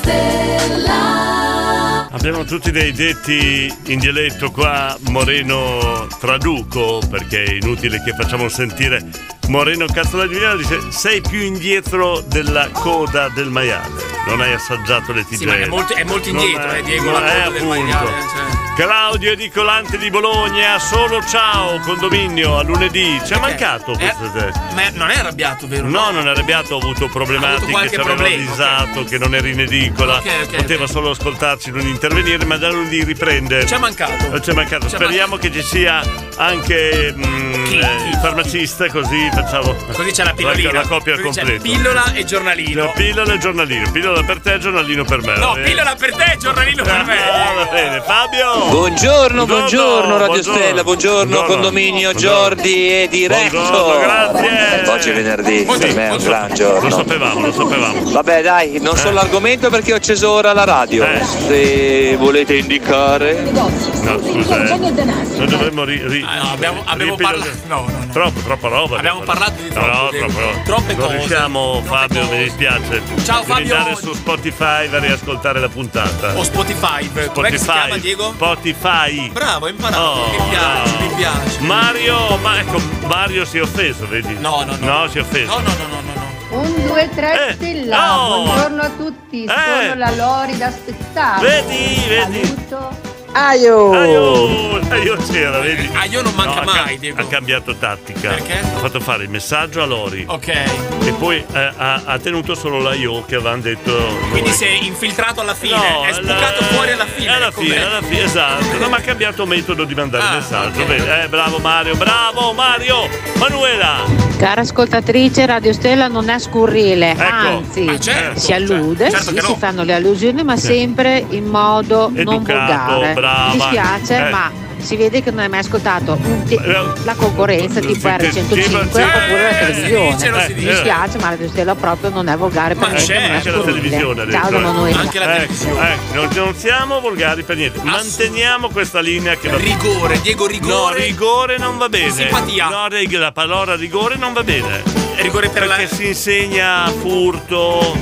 [SPEAKER 18] Stella,
[SPEAKER 2] Abbiamo tutti dei detti in dialetto qua, Moreno traduco, perché è inutile che facciamo sentire Moreno Cazzola di Milano dice sei più indietro della coda del maiale, non hai assaggiato le tigelle.
[SPEAKER 3] Sì, ma è molto, è molto
[SPEAKER 2] Non
[SPEAKER 3] indietro,
[SPEAKER 2] hai-
[SPEAKER 3] eh, Diego,
[SPEAKER 2] non
[SPEAKER 3] la
[SPEAKER 2] hai
[SPEAKER 3] coda del
[SPEAKER 2] appunto.
[SPEAKER 3] maiale. Cioè.
[SPEAKER 2] Claudio Edicolante di Bologna, solo ciao condominio a lunedì. Ci è mancato questo testo.
[SPEAKER 3] Eh, Ma non è arrabbiato, vero?
[SPEAKER 2] No, non è arrabbiato, ho avuto problematiche,
[SPEAKER 3] qualche
[SPEAKER 2] ci avevano
[SPEAKER 3] problema,
[SPEAKER 2] avvisato che non eri in edicola.
[SPEAKER 3] Ok, ok,
[SPEAKER 2] Poteva solo ascoltarci, non intervenire, ma da lunedì riprende.
[SPEAKER 3] Ci è mancato.
[SPEAKER 2] Eh, Ci è mancato.
[SPEAKER 3] Ci è
[SPEAKER 2] Speriamo che ci sia anche mm, eh, il farmacista, così facciamo.
[SPEAKER 3] Così c'è la pillolina.
[SPEAKER 2] La, la coppia al
[SPEAKER 3] Così c'è
[SPEAKER 2] completo.
[SPEAKER 3] pillola e giornalino.
[SPEAKER 2] La pillola e giornalino. Pillola per te, giornalino per me.
[SPEAKER 3] No,
[SPEAKER 2] va bene?
[SPEAKER 3] pillola per te, giornalino per me.
[SPEAKER 2] Ah, va bene, Fabio.
[SPEAKER 41] Buongiorno, buongiorno Radio
[SPEAKER 2] buongiorno.
[SPEAKER 41] Stella, buongiorno, condominio Giordi e diretto. Grazie. Oggi è venerdì, per me è un gran giorno. Lo
[SPEAKER 2] sapevamo, lo sapevamo.
[SPEAKER 41] Vabbè dai, non so l'argomento perché ho acceso ora la radio. Se volete indicare.
[SPEAKER 2] Eh. No, scusa. eh. Noi dovremmo ri, ri-
[SPEAKER 3] Ah, abbiamo abbiamo
[SPEAKER 2] ripilogare.
[SPEAKER 3] parlato. No, no, no.
[SPEAKER 2] Troppo, troppa roba.
[SPEAKER 3] Abbiamo parlato di troppo,
[SPEAKER 2] No,
[SPEAKER 3] di-
[SPEAKER 2] troppo, no.
[SPEAKER 3] troppe
[SPEAKER 2] non
[SPEAKER 3] cose.
[SPEAKER 2] riusciamo, Fabio, mi dispiace.
[SPEAKER 3] Ciao,
[SPEAKER 2] Devi
[SPEAKER 3] Fabio.
[SPEAKER 2] andare su Spotify a riascoltare la puntata.
[SPEAKER 3] O Spotify. Com'è che si chiama, Diego?
[SPEAKER 2] Spotify.
[SPEAKER 3] Bravo, hai imparato.
[SPEAKER 2] Oh,
[SPEAKER 3] mi piace,
[SPEAKER 2] no.
[SPEAKER 3] mi piace.
[SPEAKER 2] Mario, ma ecco, Mario si è offeso, vedi? No, no, no. No, si è offeso.
[SPEAKER 3] No, no, no,
[SPEAKER 6] Un, due, tre, stella.
[SPEAKER 2] oh! Eh!
[SPEAKER 6] Buongiorno a tutti. Sono la Lori da spettacolo.
[SPEAKER 2] Vedi, vedi.
[SPEAKER 6] Saluto.
[SPEAKER 2] Aio! Aio, c'era, vedi?
[SPEAKER 3] Aio Ah, non manca mai,
[SPEAKER 2] Ha cambiato tattica.
[SPEAKER 3] Perché?
[SPEAKER 2] Ha fatto fare il messaggio a Lori.
[SPEAKER 3] Ok.
[SPEAKER 2] E poi eh, ha, ha tenuto solo la Io che avevano detto.
[SPEAKER 3] Quindi
[SPEAKER 2] noi.
[SPEAKER 3] sei infiltrato alla fine,
[SPEAKER 2] No,
[SPEAKER 3] è sbucato fuori alla fine.
[SPEAKER 2] alla
[SPEAKER 3] com'è? Ah,
[SPEAKER 2] fine, alla fine, esatto. Non ha cambiato metodo di mandare il messaggio. vedi? Eh, bravo Mario, bravo Mario! Manuela!
[SPEAKER 13] Cara ascoltatrice, Radio Stella non è scurrile, anzi,
[SPEAKER 2] Ah, certo,
[SPEAKER 13] si allude,
[SPEAKER 2] certo
[SPEAKER 13] sì,
[SPEAKER 2] che no.
[SPEAKER 13] si fanno le allusioni, ma
[SPEAKER 2] Sì.
[SPEAKER 13] sempre in modo non
[SPEAKER 2] Educato,
[SPEAKER 13] volgare.
[SPEAKER 2] brava.
[SPEAKER 13] Mi dispiace,
[SPEAKER 2] Eh.
[SPEAKER 13] ma si vede che non hai mai ascoltato un ti-
[SPEAKER 2] Eh,
[SPEAKER 13] la concorrenza di
[SPEAKER 2] sì, sì,
[SPEAKER 13] 105
[SPEAKER 2] sì,
[SPEAKER 13] oppure la
[SPEAKER 2] eh,
[SPEAKER 13] televisione.
[SPEAKER 2] si dice, non si
[SPEAKER 13] Mi
[SPEAKER 2] dice.
[SPEAKER 13] dispiace, ma Radio Stella proprio non è volgare per niente,
[SPEAKER 3] certo.
[SPEAKER 13] non è
[SPEAKER 2] Ecco, anche la
[SPEAKER 13] scurrile.
[SPEAKER 2] televisione adesso.
[SPEAKER 13] Ciao da
[SPEAKER 2] eh.
[SPEAKER 13] Manuela.
[SPEAKER 2] Eh, eh, non, non siamo volgari per niente. Manteniamo questa linea che va
[SPEAKER 3] Rigore, Diego rigore.
[SPEAKER 2] No, rigore non va bene.
[SPEAKER 3] Simpatia.
[SPEAKER 2] No, reg- la parola rigore non va bene.
[SPEAKER 3] Rigore per
[SPEAKER 2] Perché si insegna furto,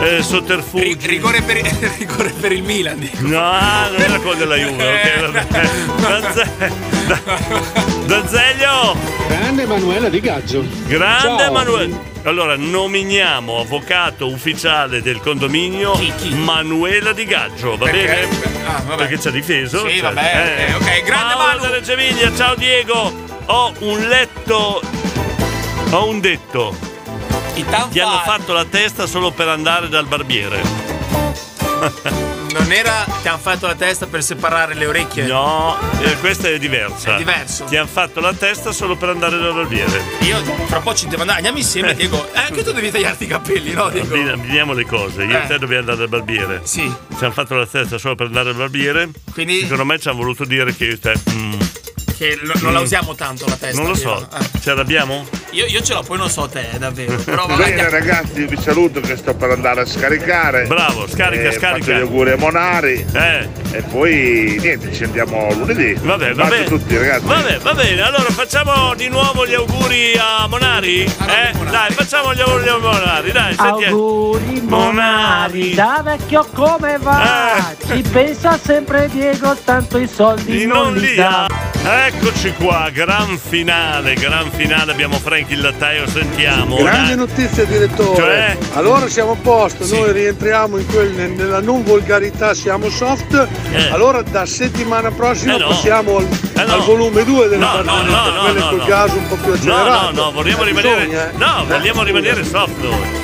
[SPEAKER 2] eh, sotterfugi.
[SPEAKER 3] rigore per [LAUGHS] rigore per il Milan. Eh.
[SPEAKER 2] No, non è la cosa della Juve, ok? vabbè. Donze- Don- Donzeglio!
[SPEAKER 42] Grande Emanuele Di Gaggio.
[SPEAKER 2] Grande
[SPEAKER 42] Ciao.
[SPEAKER 2] Manuele. Allora, nominiamo avvocato ufficiale del condominio Manuela Di Gaggio, va
[SPEAKER 3] Perché? Ah,
[SPEAKER 2] bene? Perché ci ha difeso.
[SPEAKER 3] Sì,
[SPEAKER 2] cioè,
[SPEAKER 3] vabbè,
[SPEAKER 2] eh.
[SPEAKER 3] ok, ok, grande
[SPEAKER 2] Paolo
[SPEAKER 3] Manu.
[SPEAKER 2] da Reggio Emilia, ciao Diego. Ho un letto. Ho un detto. Ti hanno fatto la testa solo per andare dal barbiere.
[SPEAKER 3] Non era ti hanno fatto la testa per separare le orecchie?
[SPEAKER 2] No, eh, questa è diversa.
[SPEAKER 3] È diverso.
[SPEAKER 2] Ti hanno fatto la testa solo per andare dal barbiere.
[SPEAKER 3] Io fra poco ci devo andare, andiamo insieme, Diego. Eh, anche tu devi tagliarti i capelli, no? Diego?
[SPEAKER 2] Abbina- Abbiniamo le cose, io e
[SPEAKER 3] Eh.
[SPEAKER 2] te dobbiamo andare dal barbiere. Sì. Ci hanno fatto la testa solo per andare dal barbiere. Quindi. Secondo me ci hanno voluto dire che io e te. mm,
[SPEAKER 3] Che lo- non la usiamo tanto la testa.
[SPEAKER 2] non lo
[SPEAKER 3] Diego.
[SPEAKER 2] so.
[SPEAKER 3] Eh,
[SPEAKER 2] Ci arrabbiamo?
[SPEAKER 3] Io, io ce l'ho, poi non so te, davvero. Però vabbè,
[SPEAKER 4] Bene ragazzi, io vi saluto che sto per andare a scaricare.
[SPEAKER 2] Bravo, scarica,
[SPEAKER 4] Eh,
[SPEAKER 2] scarica. Eh.
[SPEAKER 4] Faccio gli auguri a Monari. E poi niente, ci andiamo lunedì.
[SPEAKER 2] Vabbè,
[SPEAKER 4] Un bacio a
[SPEAKER 2] vabbè.
[SPEAKER 4] tutti ragazzi.
[SPEAKER 2] Vabbè, va bene, allora facciamo di nuovo gli auguri a Monari. eh? Dai, facciamo gli auguri a Monari, dai, senti.
[SPEAKER 43] Auguri Monari, da vecchio come va?
[SPEAKER 2] Eh.
[SPEAKER 43] Ci pensa sempre Diego, tanto i soldi
[SPEAKER 2] Di
[SPEAKER 43] non,
[SPEAKER 2] non
[SPEAKER 43] li
[SPEAKER 2] lì.
[SPEAKER 43] dà.
[SPEAKER 2] Eccoci qua, gran finale, gran finale. Abbiamo Franky il lattaio, sentiamo.
[SPEAKER 15] Grande
[SPEAKER 2] dai.
[SPEAKER 15] notizia direttore.
[SPEAKER 2] Cioè?
[SPEAKER 15] Allora siamo a posto, noi rientriamo in quel- nella non volgarità, siamo soft.
[SPEAKER 2] Eh.
[SPEAKER 15] Allora da settimana prossima
[SPEAKER 2] Eh no. Eh
[SPEAKER 15] passiamo al,
[SPEAKER 2] no.
[SPEAKER 15] al volume 2 della
[SPEAKER 2] No, no,
[SPEAKER 15] partita,
[SPEAKER 2] no, no,
[SPEAKER 15] quelle
[SPEAKER 2] no,
[SPEAKER 15] col
[SPEAKER 2] no.
[SPEAKER 15] gas un po' più
[SPEAKER 2] No,
[SPEAKER 15] accelerato.
[SPEAKER 2] no, no, vogliamo
[SPEAKER 15] Eh,
[SPEAKER 2] rimanere.
[SPEAKER 15] bisogna, eh.
[SPEAKER 2] No, vogliamo
[SPEAKER 15] Eh,
[SPEAKER 2] rimanere soft noi.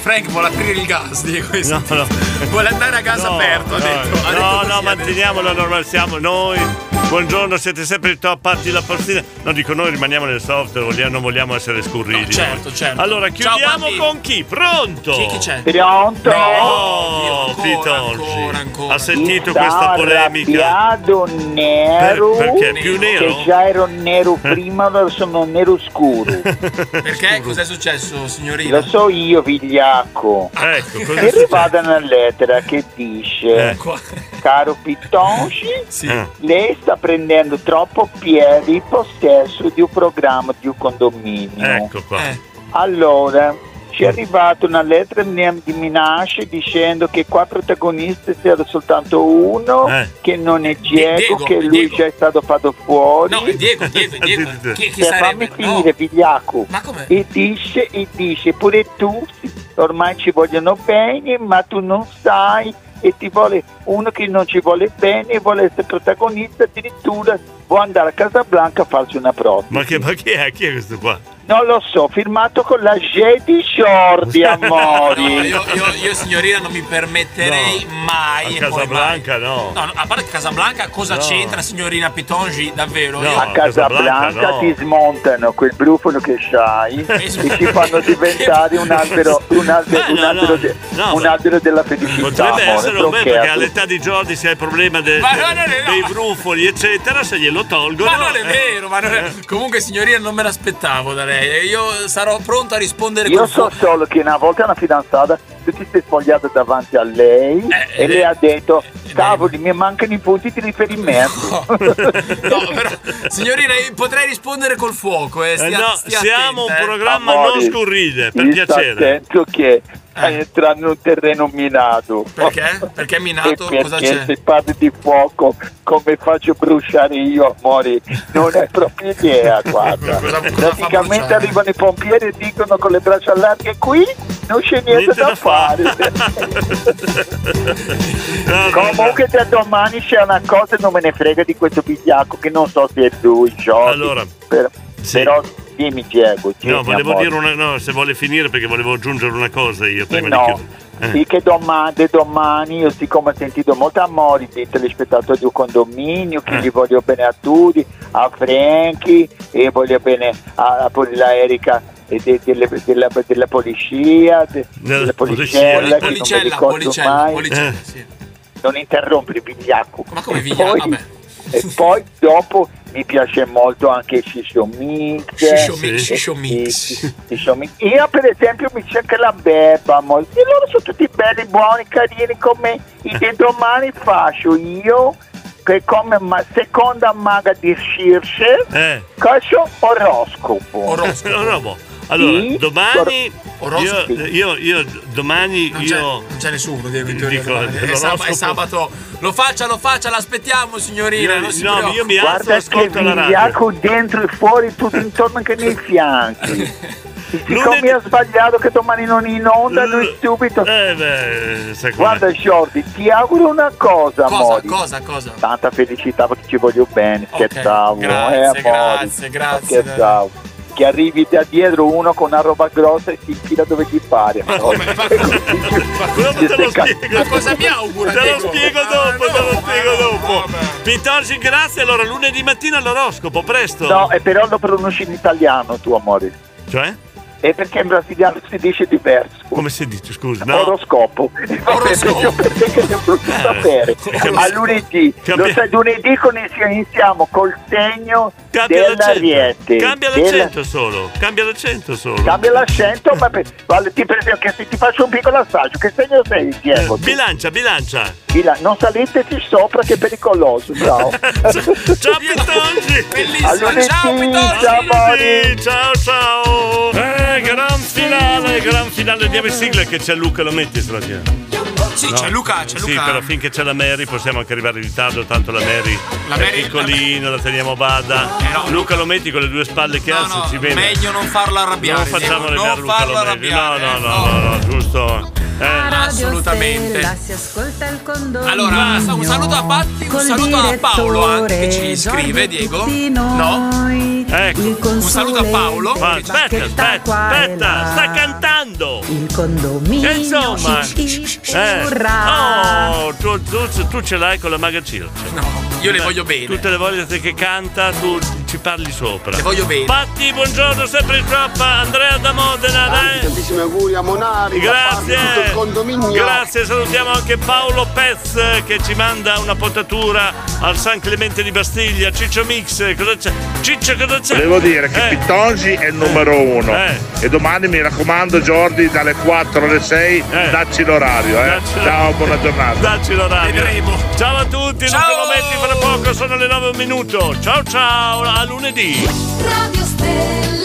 [SPEAKER 3] Frank vuole aprire il gas,
[SPEAKER 2] [LAUGHS]
[SPEAKER 3] Diego. hai sentito? Vuole andare a gas
[SPEAKER 2] No,
[SPEAKER 3] aperto, ha
[SPEAKER 2] no,
[SPEAKER 3] detto. ha detto
[SPEAKER 2] No,
[SPEAKER 3] così,
[SPEAKER 2] no,
[SPEAKER 3] ha
[SPEAKER 2] manteniamo la normale, siamo noi. Buongiorno, siete sempre il top party la postina. No, dico noi rimaniamo nel soft, vogliamo- non vogliamo essere scurrili.
[SPEAKER 3] certo, certo.
[SPEAKER 2] Allora
[SPEAKER 3] Ciao,
[SPEAKER 2] chiudiamo
[SPEAKER 3] Bambi.
[SPEAKER 2] con chi? Pronto?
[SPEAKER 3] Chi- chi c'è?
[SPEAKER 2] Pronto?
[SPEAKER 3] No,
[SPEAKER 2] No, Tito Orsi. Ha sentito
[SPEAKER 19] Sta
[SPEAKER 2] questa polemica?
[SPEAKER 19] arrabbiato nero
[SPEAKER 2] Per- perché? Più nero? Eh.
[SPEAKER 19] che già ero nero prima ora sono nero scuro
[SPEAKER 3] detto. Perché? Cos'è successo, signorina?
[SPEAKER 19] lo so io figliacco
[SPEAKER 2] Ecco, Eh.
[SPEAKER 19] è arrivata una lettera che dice caro Pittonci lei sta prendendo troppo piedi in possesso di un programma di un condominio
[SPEAKER 2] Ecco qua.
[SPEAKER 3] Eh.
[SPEAKER 19] Allora, ci è arrivata una lettera min- di minacce dicendo che qua protagonista c'era soltanto uno, che non è Diego,
[SPEAKER 3] Eh. Diego,
[SPEAKER 19] che lui già è stato fatto fuori.
[SPEAKER 3] No, Diego, Diego, Diego. chi, chi
[SPEAKER 19] Eh,
[SPEAKER 3] sarebbe?
[SPEAKER 19] fammi finire, figliaco. E dice, e dice, pure tu ormai ci vogliono bene, ma tu non sai e ti vuole uno che non ci vuole bene e vuole essere protagonista, addirittura vuole andare a Casablanca a farsi una prova.
[SPEAKER 2] Ma, che, ma chi è? Chi è questo qua?
[SPEAKER 19] Non lo so, firmato con la J
[SPEAKER 3] [LAUGHS]
[SPEAKER 19] di Jordi
[SPEAKER 3] No,
[SPEAKER 19] Amori.
[SPEAKER 3] io, io- io, signorina non mi permetterei mai.
[SPEAKER 2] A
[SPEAKER 3] e poi mai.
[SPEAKER 2] Casablanca no.
[SPEAKER 3] No, no, a parte Casablanca, cosa
[SPEAKER 2] No.
[SPEAKER 3] c'entra signorina Pitongi? Davvero?
[SPEAKER 2] No,
[SPEAKER 3] Io-
[SPEAKER 19] a Casablanca ti smontano quel brufolo che c'hai e ti fanno diventare un albero, un albero, un albero, de- un albero della felicità.
[SPEAKER 2] Potrebbe
[SPEAKER 19] amore,
[SPEAKER 2] essere un bel
[SPEAKER 19] bloccato.
[SPEAKER 2] perché all'età di Jordi se hai il problema de-
[SPEAKER 3] Ma non è
[SPEAKER 2] dei brufoli eccetera se glielo tolgono
[SPEAKER 3] Ma
[SPEAKER 2] [LAUGHS]
[SPEAKER 3] non è
[SPEAKER 2] eh.
[SPEAKER 3] vero, ma non è... comunque signorina non me l'aspettavo da lei. e Io sarò pronto a rispondere
[SPEAKER 19] Io
[SPEAKER 3] con
[SPEAKER 19] so solo che una volta una fidanzata tu ti sei sfogliato davanti a lei e lei ha detto cavoli mi mancano i punti di riferimento
[SPEAKER 3] Signorina, io potrei rispondere col fuoco. Eh.
[SPEAKER 19] Eh
[SPEAKER 3] Stia,
[SPEAKER 19] no,
[SPEAKER 3] stia
[SPEAKER 2] siamo
[SPEAKER 3] attenta,
[SPEAKER 2] un
[SPEAKER 3] eh.
[SPEAKER 2] programma non scurrile per
[SPEAKER 19] Io
[SPEAKER 2] piacere
[SPEAKER 19] sto attento che entrano in un terreno minato
[SPEAKER 3] Eh. Perché? Perché minato?
[SPEAKER 19] E
[SPEAKER 3] Cosa
[SPEAKER 19] perché
[SPEAKER 3] c'è?
[SPEAKER 19] se parli di fuoco come faccio a bruciare io amore non hai proprio
[SPEAKER 3] [LAUGHS]
[SPEAKER 19] idea guarda praticamente arrivano i pompieri e dicono con le braccia larghe qui non c'è niente,
[SPEAKER 2] Niente
[SPEAKER 19] da,
[SPEAKER 2] da
[SPEAKER 19] fare
[SPEAKER 2] [LAUGHS]
[SPEAKER 19] comunque da domani c'è una cosa e non me ne frega di questo bigliacco che non so se è lui Jordi
[SPEAKER 2] Allora,
[SPEAKER 19] però, però dimmi Diego
[SPEAKER 2] No,
[SPEAKER 19] dimmi,
[SPEAKER 2] volevo
[SPEAKER 19] amore.
[SPEAKER 2] dire una. No, se vuole finire, perché volevo aggiungere una cosa io prima
[SPEAKER 19] no.
[SPEAKER 2] di chiudere.
[SPEAKER 19] Sì, che domani, domani io siccome ho sentito molto amore dei telespettatori del condominio,
[SPEAKER 2] Eh.
[SPEAKER 19] che gli voglio bene a tutti, a Frankie e voglio bene a, a pure la Erika e de- delle- della, della polizia, de- della policella, Eh. che non mi
[SPEAKER 3] Policella,
[SPEAKER 19] ricordo
[SPEAKER 3] policella,
[SPEAKER 19] mai.
[SPEAKER 3] policella,
[SPEAKER 19] Non interrompere Vigliacco.
[SPEAKER 3] Ma come
[SPEAKER 19] E
[SPEAKER 3] Vigliacco?
[SPEAKER 19] poi-
[SPEAKER 3] Vabbè.
[SPEAKER 19] E poi dopo mi piace molto anche Shisho Mix.
[SPEAKER 3] Shisho Mix,
[SPEAKER 19] Sì.
[SPEAKER 3] Shisho Mix.
[SPEAKER 19] Shisho Mix. Io per esempio mi cerco la beba, mo. e loro sono tutti belli, buoni, carini come [LAUGHS] i di domani faccio io che come ma- seconda maga di Circe faccio oroscopo.
[SPEAKER 2] [LAUGHS]
[SPEAKER 19] [LAUGHS]
[SPEAKER 2] Oroscopo. Allora,
[SPEAKER 19] Sì?
[SPEAKER 2] domani. Io,
[SPEAKER 3] Oroscopi.
[SPEAKER 2] io, io domani
[SPEAKER 3] Non c'è,
[SPEAKER 2] io.
[SPEAKER 3] non c'è nessuno, Diego, in
[SPEAKER 2] Dico,
[SPEAKER 3] teoria, domani. è, sab- è
[SPEAKER 2] l'oroscopo-
[SPEAKER 3] sabato. Lo faccia, lo faccia, l'aspettiamo, signorina.
[SPEAKER 2] Io-
[SPEAKER 3] non si
[SPEAKER 2] no,
[SPEAKER 3] preoccupi.
[SPEAKER 2] io mi
[SPEAKER 19] Guarda che vigliacco dentro e fuori, tutto intorno anche nei
[SPEAKER 3] [LAUGHS]
[SPEAKER 19] fianchi. E Siccome ha sbagliato che domani non in onda, lui stupido.
[SPEAKER 3] Eh,
[SPEAKER 2] Eh,
[SPEAKER 19] Guarda Jordi, ti auguro una cosa,
[SPEAKER 3] Cosa,
[SPEAKER 19] amore.
[SPEAKER 3] cosa, cosa?
[SPEAKER 19] Tanta felicità perché ci voglio bene, scherzavo.
[SPEAKER 3] grazie,
[SPEAKER 19] eh, amore.
[SPEAKER 3] grazie, grazie,
[SPEAKER 19] Scherzavo. Che arrivi da dietro uno con una roba grossa e si infila dove ti pare. amore. Ti sei ca-
[SPEAKER 2] Ma cosa mi auguro? Te lo
[SPEAKER 3] Ah,
[SPEAKER 2] spiego dopo, te lo spiego dopo. Pitorgi, grazie. Allora, lunedì mattina l'oroscopo, presto.
[SPEAKER 19] No, e però lo pronunci in italiano tu, amore.
[SPEAKER 2] Cioè?
[SPEAKER 19] E perché in brasiliano si dice diverso.
[SPEAKER 2] Come si dice, scusa? Eh,
[SPEAKER 19] Oroscopo. Oroscopo. [LAUGHS] Perché che devo sapere. A lunedì. Lo sai, lunedì con- iniziamo col segno
[SPEAKER 2] Cambia
[SPEAKER 19] dell'ariete.
[SPEAKER 2] l'accento. Cambia
[SPEAKER 19] Della-
[SPEAKER 2] l'accento solo. Cambia l'accento solo.
[SPEAKER 19] Cambia l'accento, ma per, vale, ti, per esempio, che se ti faccio un piccolo assaggio, che segno sei,
[SPEAKER 2] Eh,
[SPEAKER 19] Diego? tu?
[SPEAKER 2] Bilancia, bilancia.
[SPEAKER 19] Bila- non saliteci sopra che è pericoloso,
[SPEAKER 2] [LAUGHS]
[SPEAKER 19] ciao. [LAUGHS]
[SPEAKER 2] ciao Pitongi!
[SPEAKER 19] Bellissimo, ciao Pitongi! Ciao Mori!
[SPEAKER 2] Ciao ciao! Eh, gran finale, gran finale. Andiamo in sigla che c'è Luca, lo metti se lo
[SPEAKER 3] Sì, c'è Luca, c'è
[SPEAKER 2] Sì,
[SPEAKER 3] Luca.
[SPEAKER 2] però finché c'è la Mary possiamo anche arrivare in ritardo, tanto la Mary,
[SPEAKER 3] La Mary- Eh,
[SPEAKER 2] è piccolina, la teniamo a bada. Luca lo metti con le due spalle che ha, se ci vede.
[SPEAKER 3] Meglio non farla arrabbiare.
[SPEAKER 2] non facciamo
[SPEAKER 3] Diego,
[SPEAKER 2] arrabbiare
[SPEAKER 3] non
[SPEAKER 2] Luca
[SPEAKER 3] farlo
[SPEAKER 2] lo metti. No,
[SPEAKER 3] arrabbiare.
[SPEAKER 2] no, no, no, no, giusto. Eh.
[SPEAKER 3] Assolutamente.
[SPEAKER 6] Stella si ascolta il condominio.
[SPEAKER 3] Allora, un saluto a Patti, un
[SPEAKER 6] Col
[SPEAKER 3] saluto a Paolo anche che ci
[SPEAKER 6] direttore,
[SPEAKER 3] scrive,
[SPEAKER 6] Giorgio
[SPEAKER 3] Diego.
[SPEAKER 6] Tutti
[SPEAKER 3] No?
[SPEAKER 6] Ecco.
[SPEAKER 3] Un saluto a Paolo.
[SPEAKER 6] aspetta, aspetta,
[SPEAKER 2] aspetta, sta cantando.
[SPEAKER 6] Il condominio.
[SPEAKER 2] E insomma,
[SPEAKER 6] ci- ci-
[SPEAKER 2] eh.
[SPEAKER 6] urrà.
[SPEAKER 2] Oh, tu, tu- tu ce l'hai con la maga Circe.
[SPEAKER 3] Io le voglio bene.
[SPEAKER 2] Tutte le volte che canta, tu ci parli sopra.
[SPEAKER 3] Le voglio bene.
[SPEAKER 2] Patti, buongiorno, sempre in troppa. Andrea da Modena, dai.
[SPEAKER 23] Tantissimi auguri a Monari, da parte
[SPEAKER 2] Grazie.
[SPEAKER 23] di tutto il condominio.
[SPEAKER 2] Grazie, salutiamo anche Paolo Pez eh, che ci manda una potatura al San Clemente di Bastiglia. Ciccio Mix, eh, cosa c'è? Ciccio, cosa c'è?
[SPEAKER 23] Volevo dire che
[SPEAKER 2] Eh,
[SPEAKER 23] Pitongi è il numero uno
[SPEAKER 2] Eh.
[SPEAKER 23] e domani mi raccomando Jordi dalle 4 alle 6 dacci l'orario. eh. Ciao, buona giornata.
[SPEAKER 2] Dacci l'orario. Ciao a tutti,
[SPEAKER 23] Ciao.
[SPEAKER 2] non te lo metti fra poco, sono le 9 e un minuto. Ciao ciao, a lunedì.
[SPEAKER 6] Radio Stella.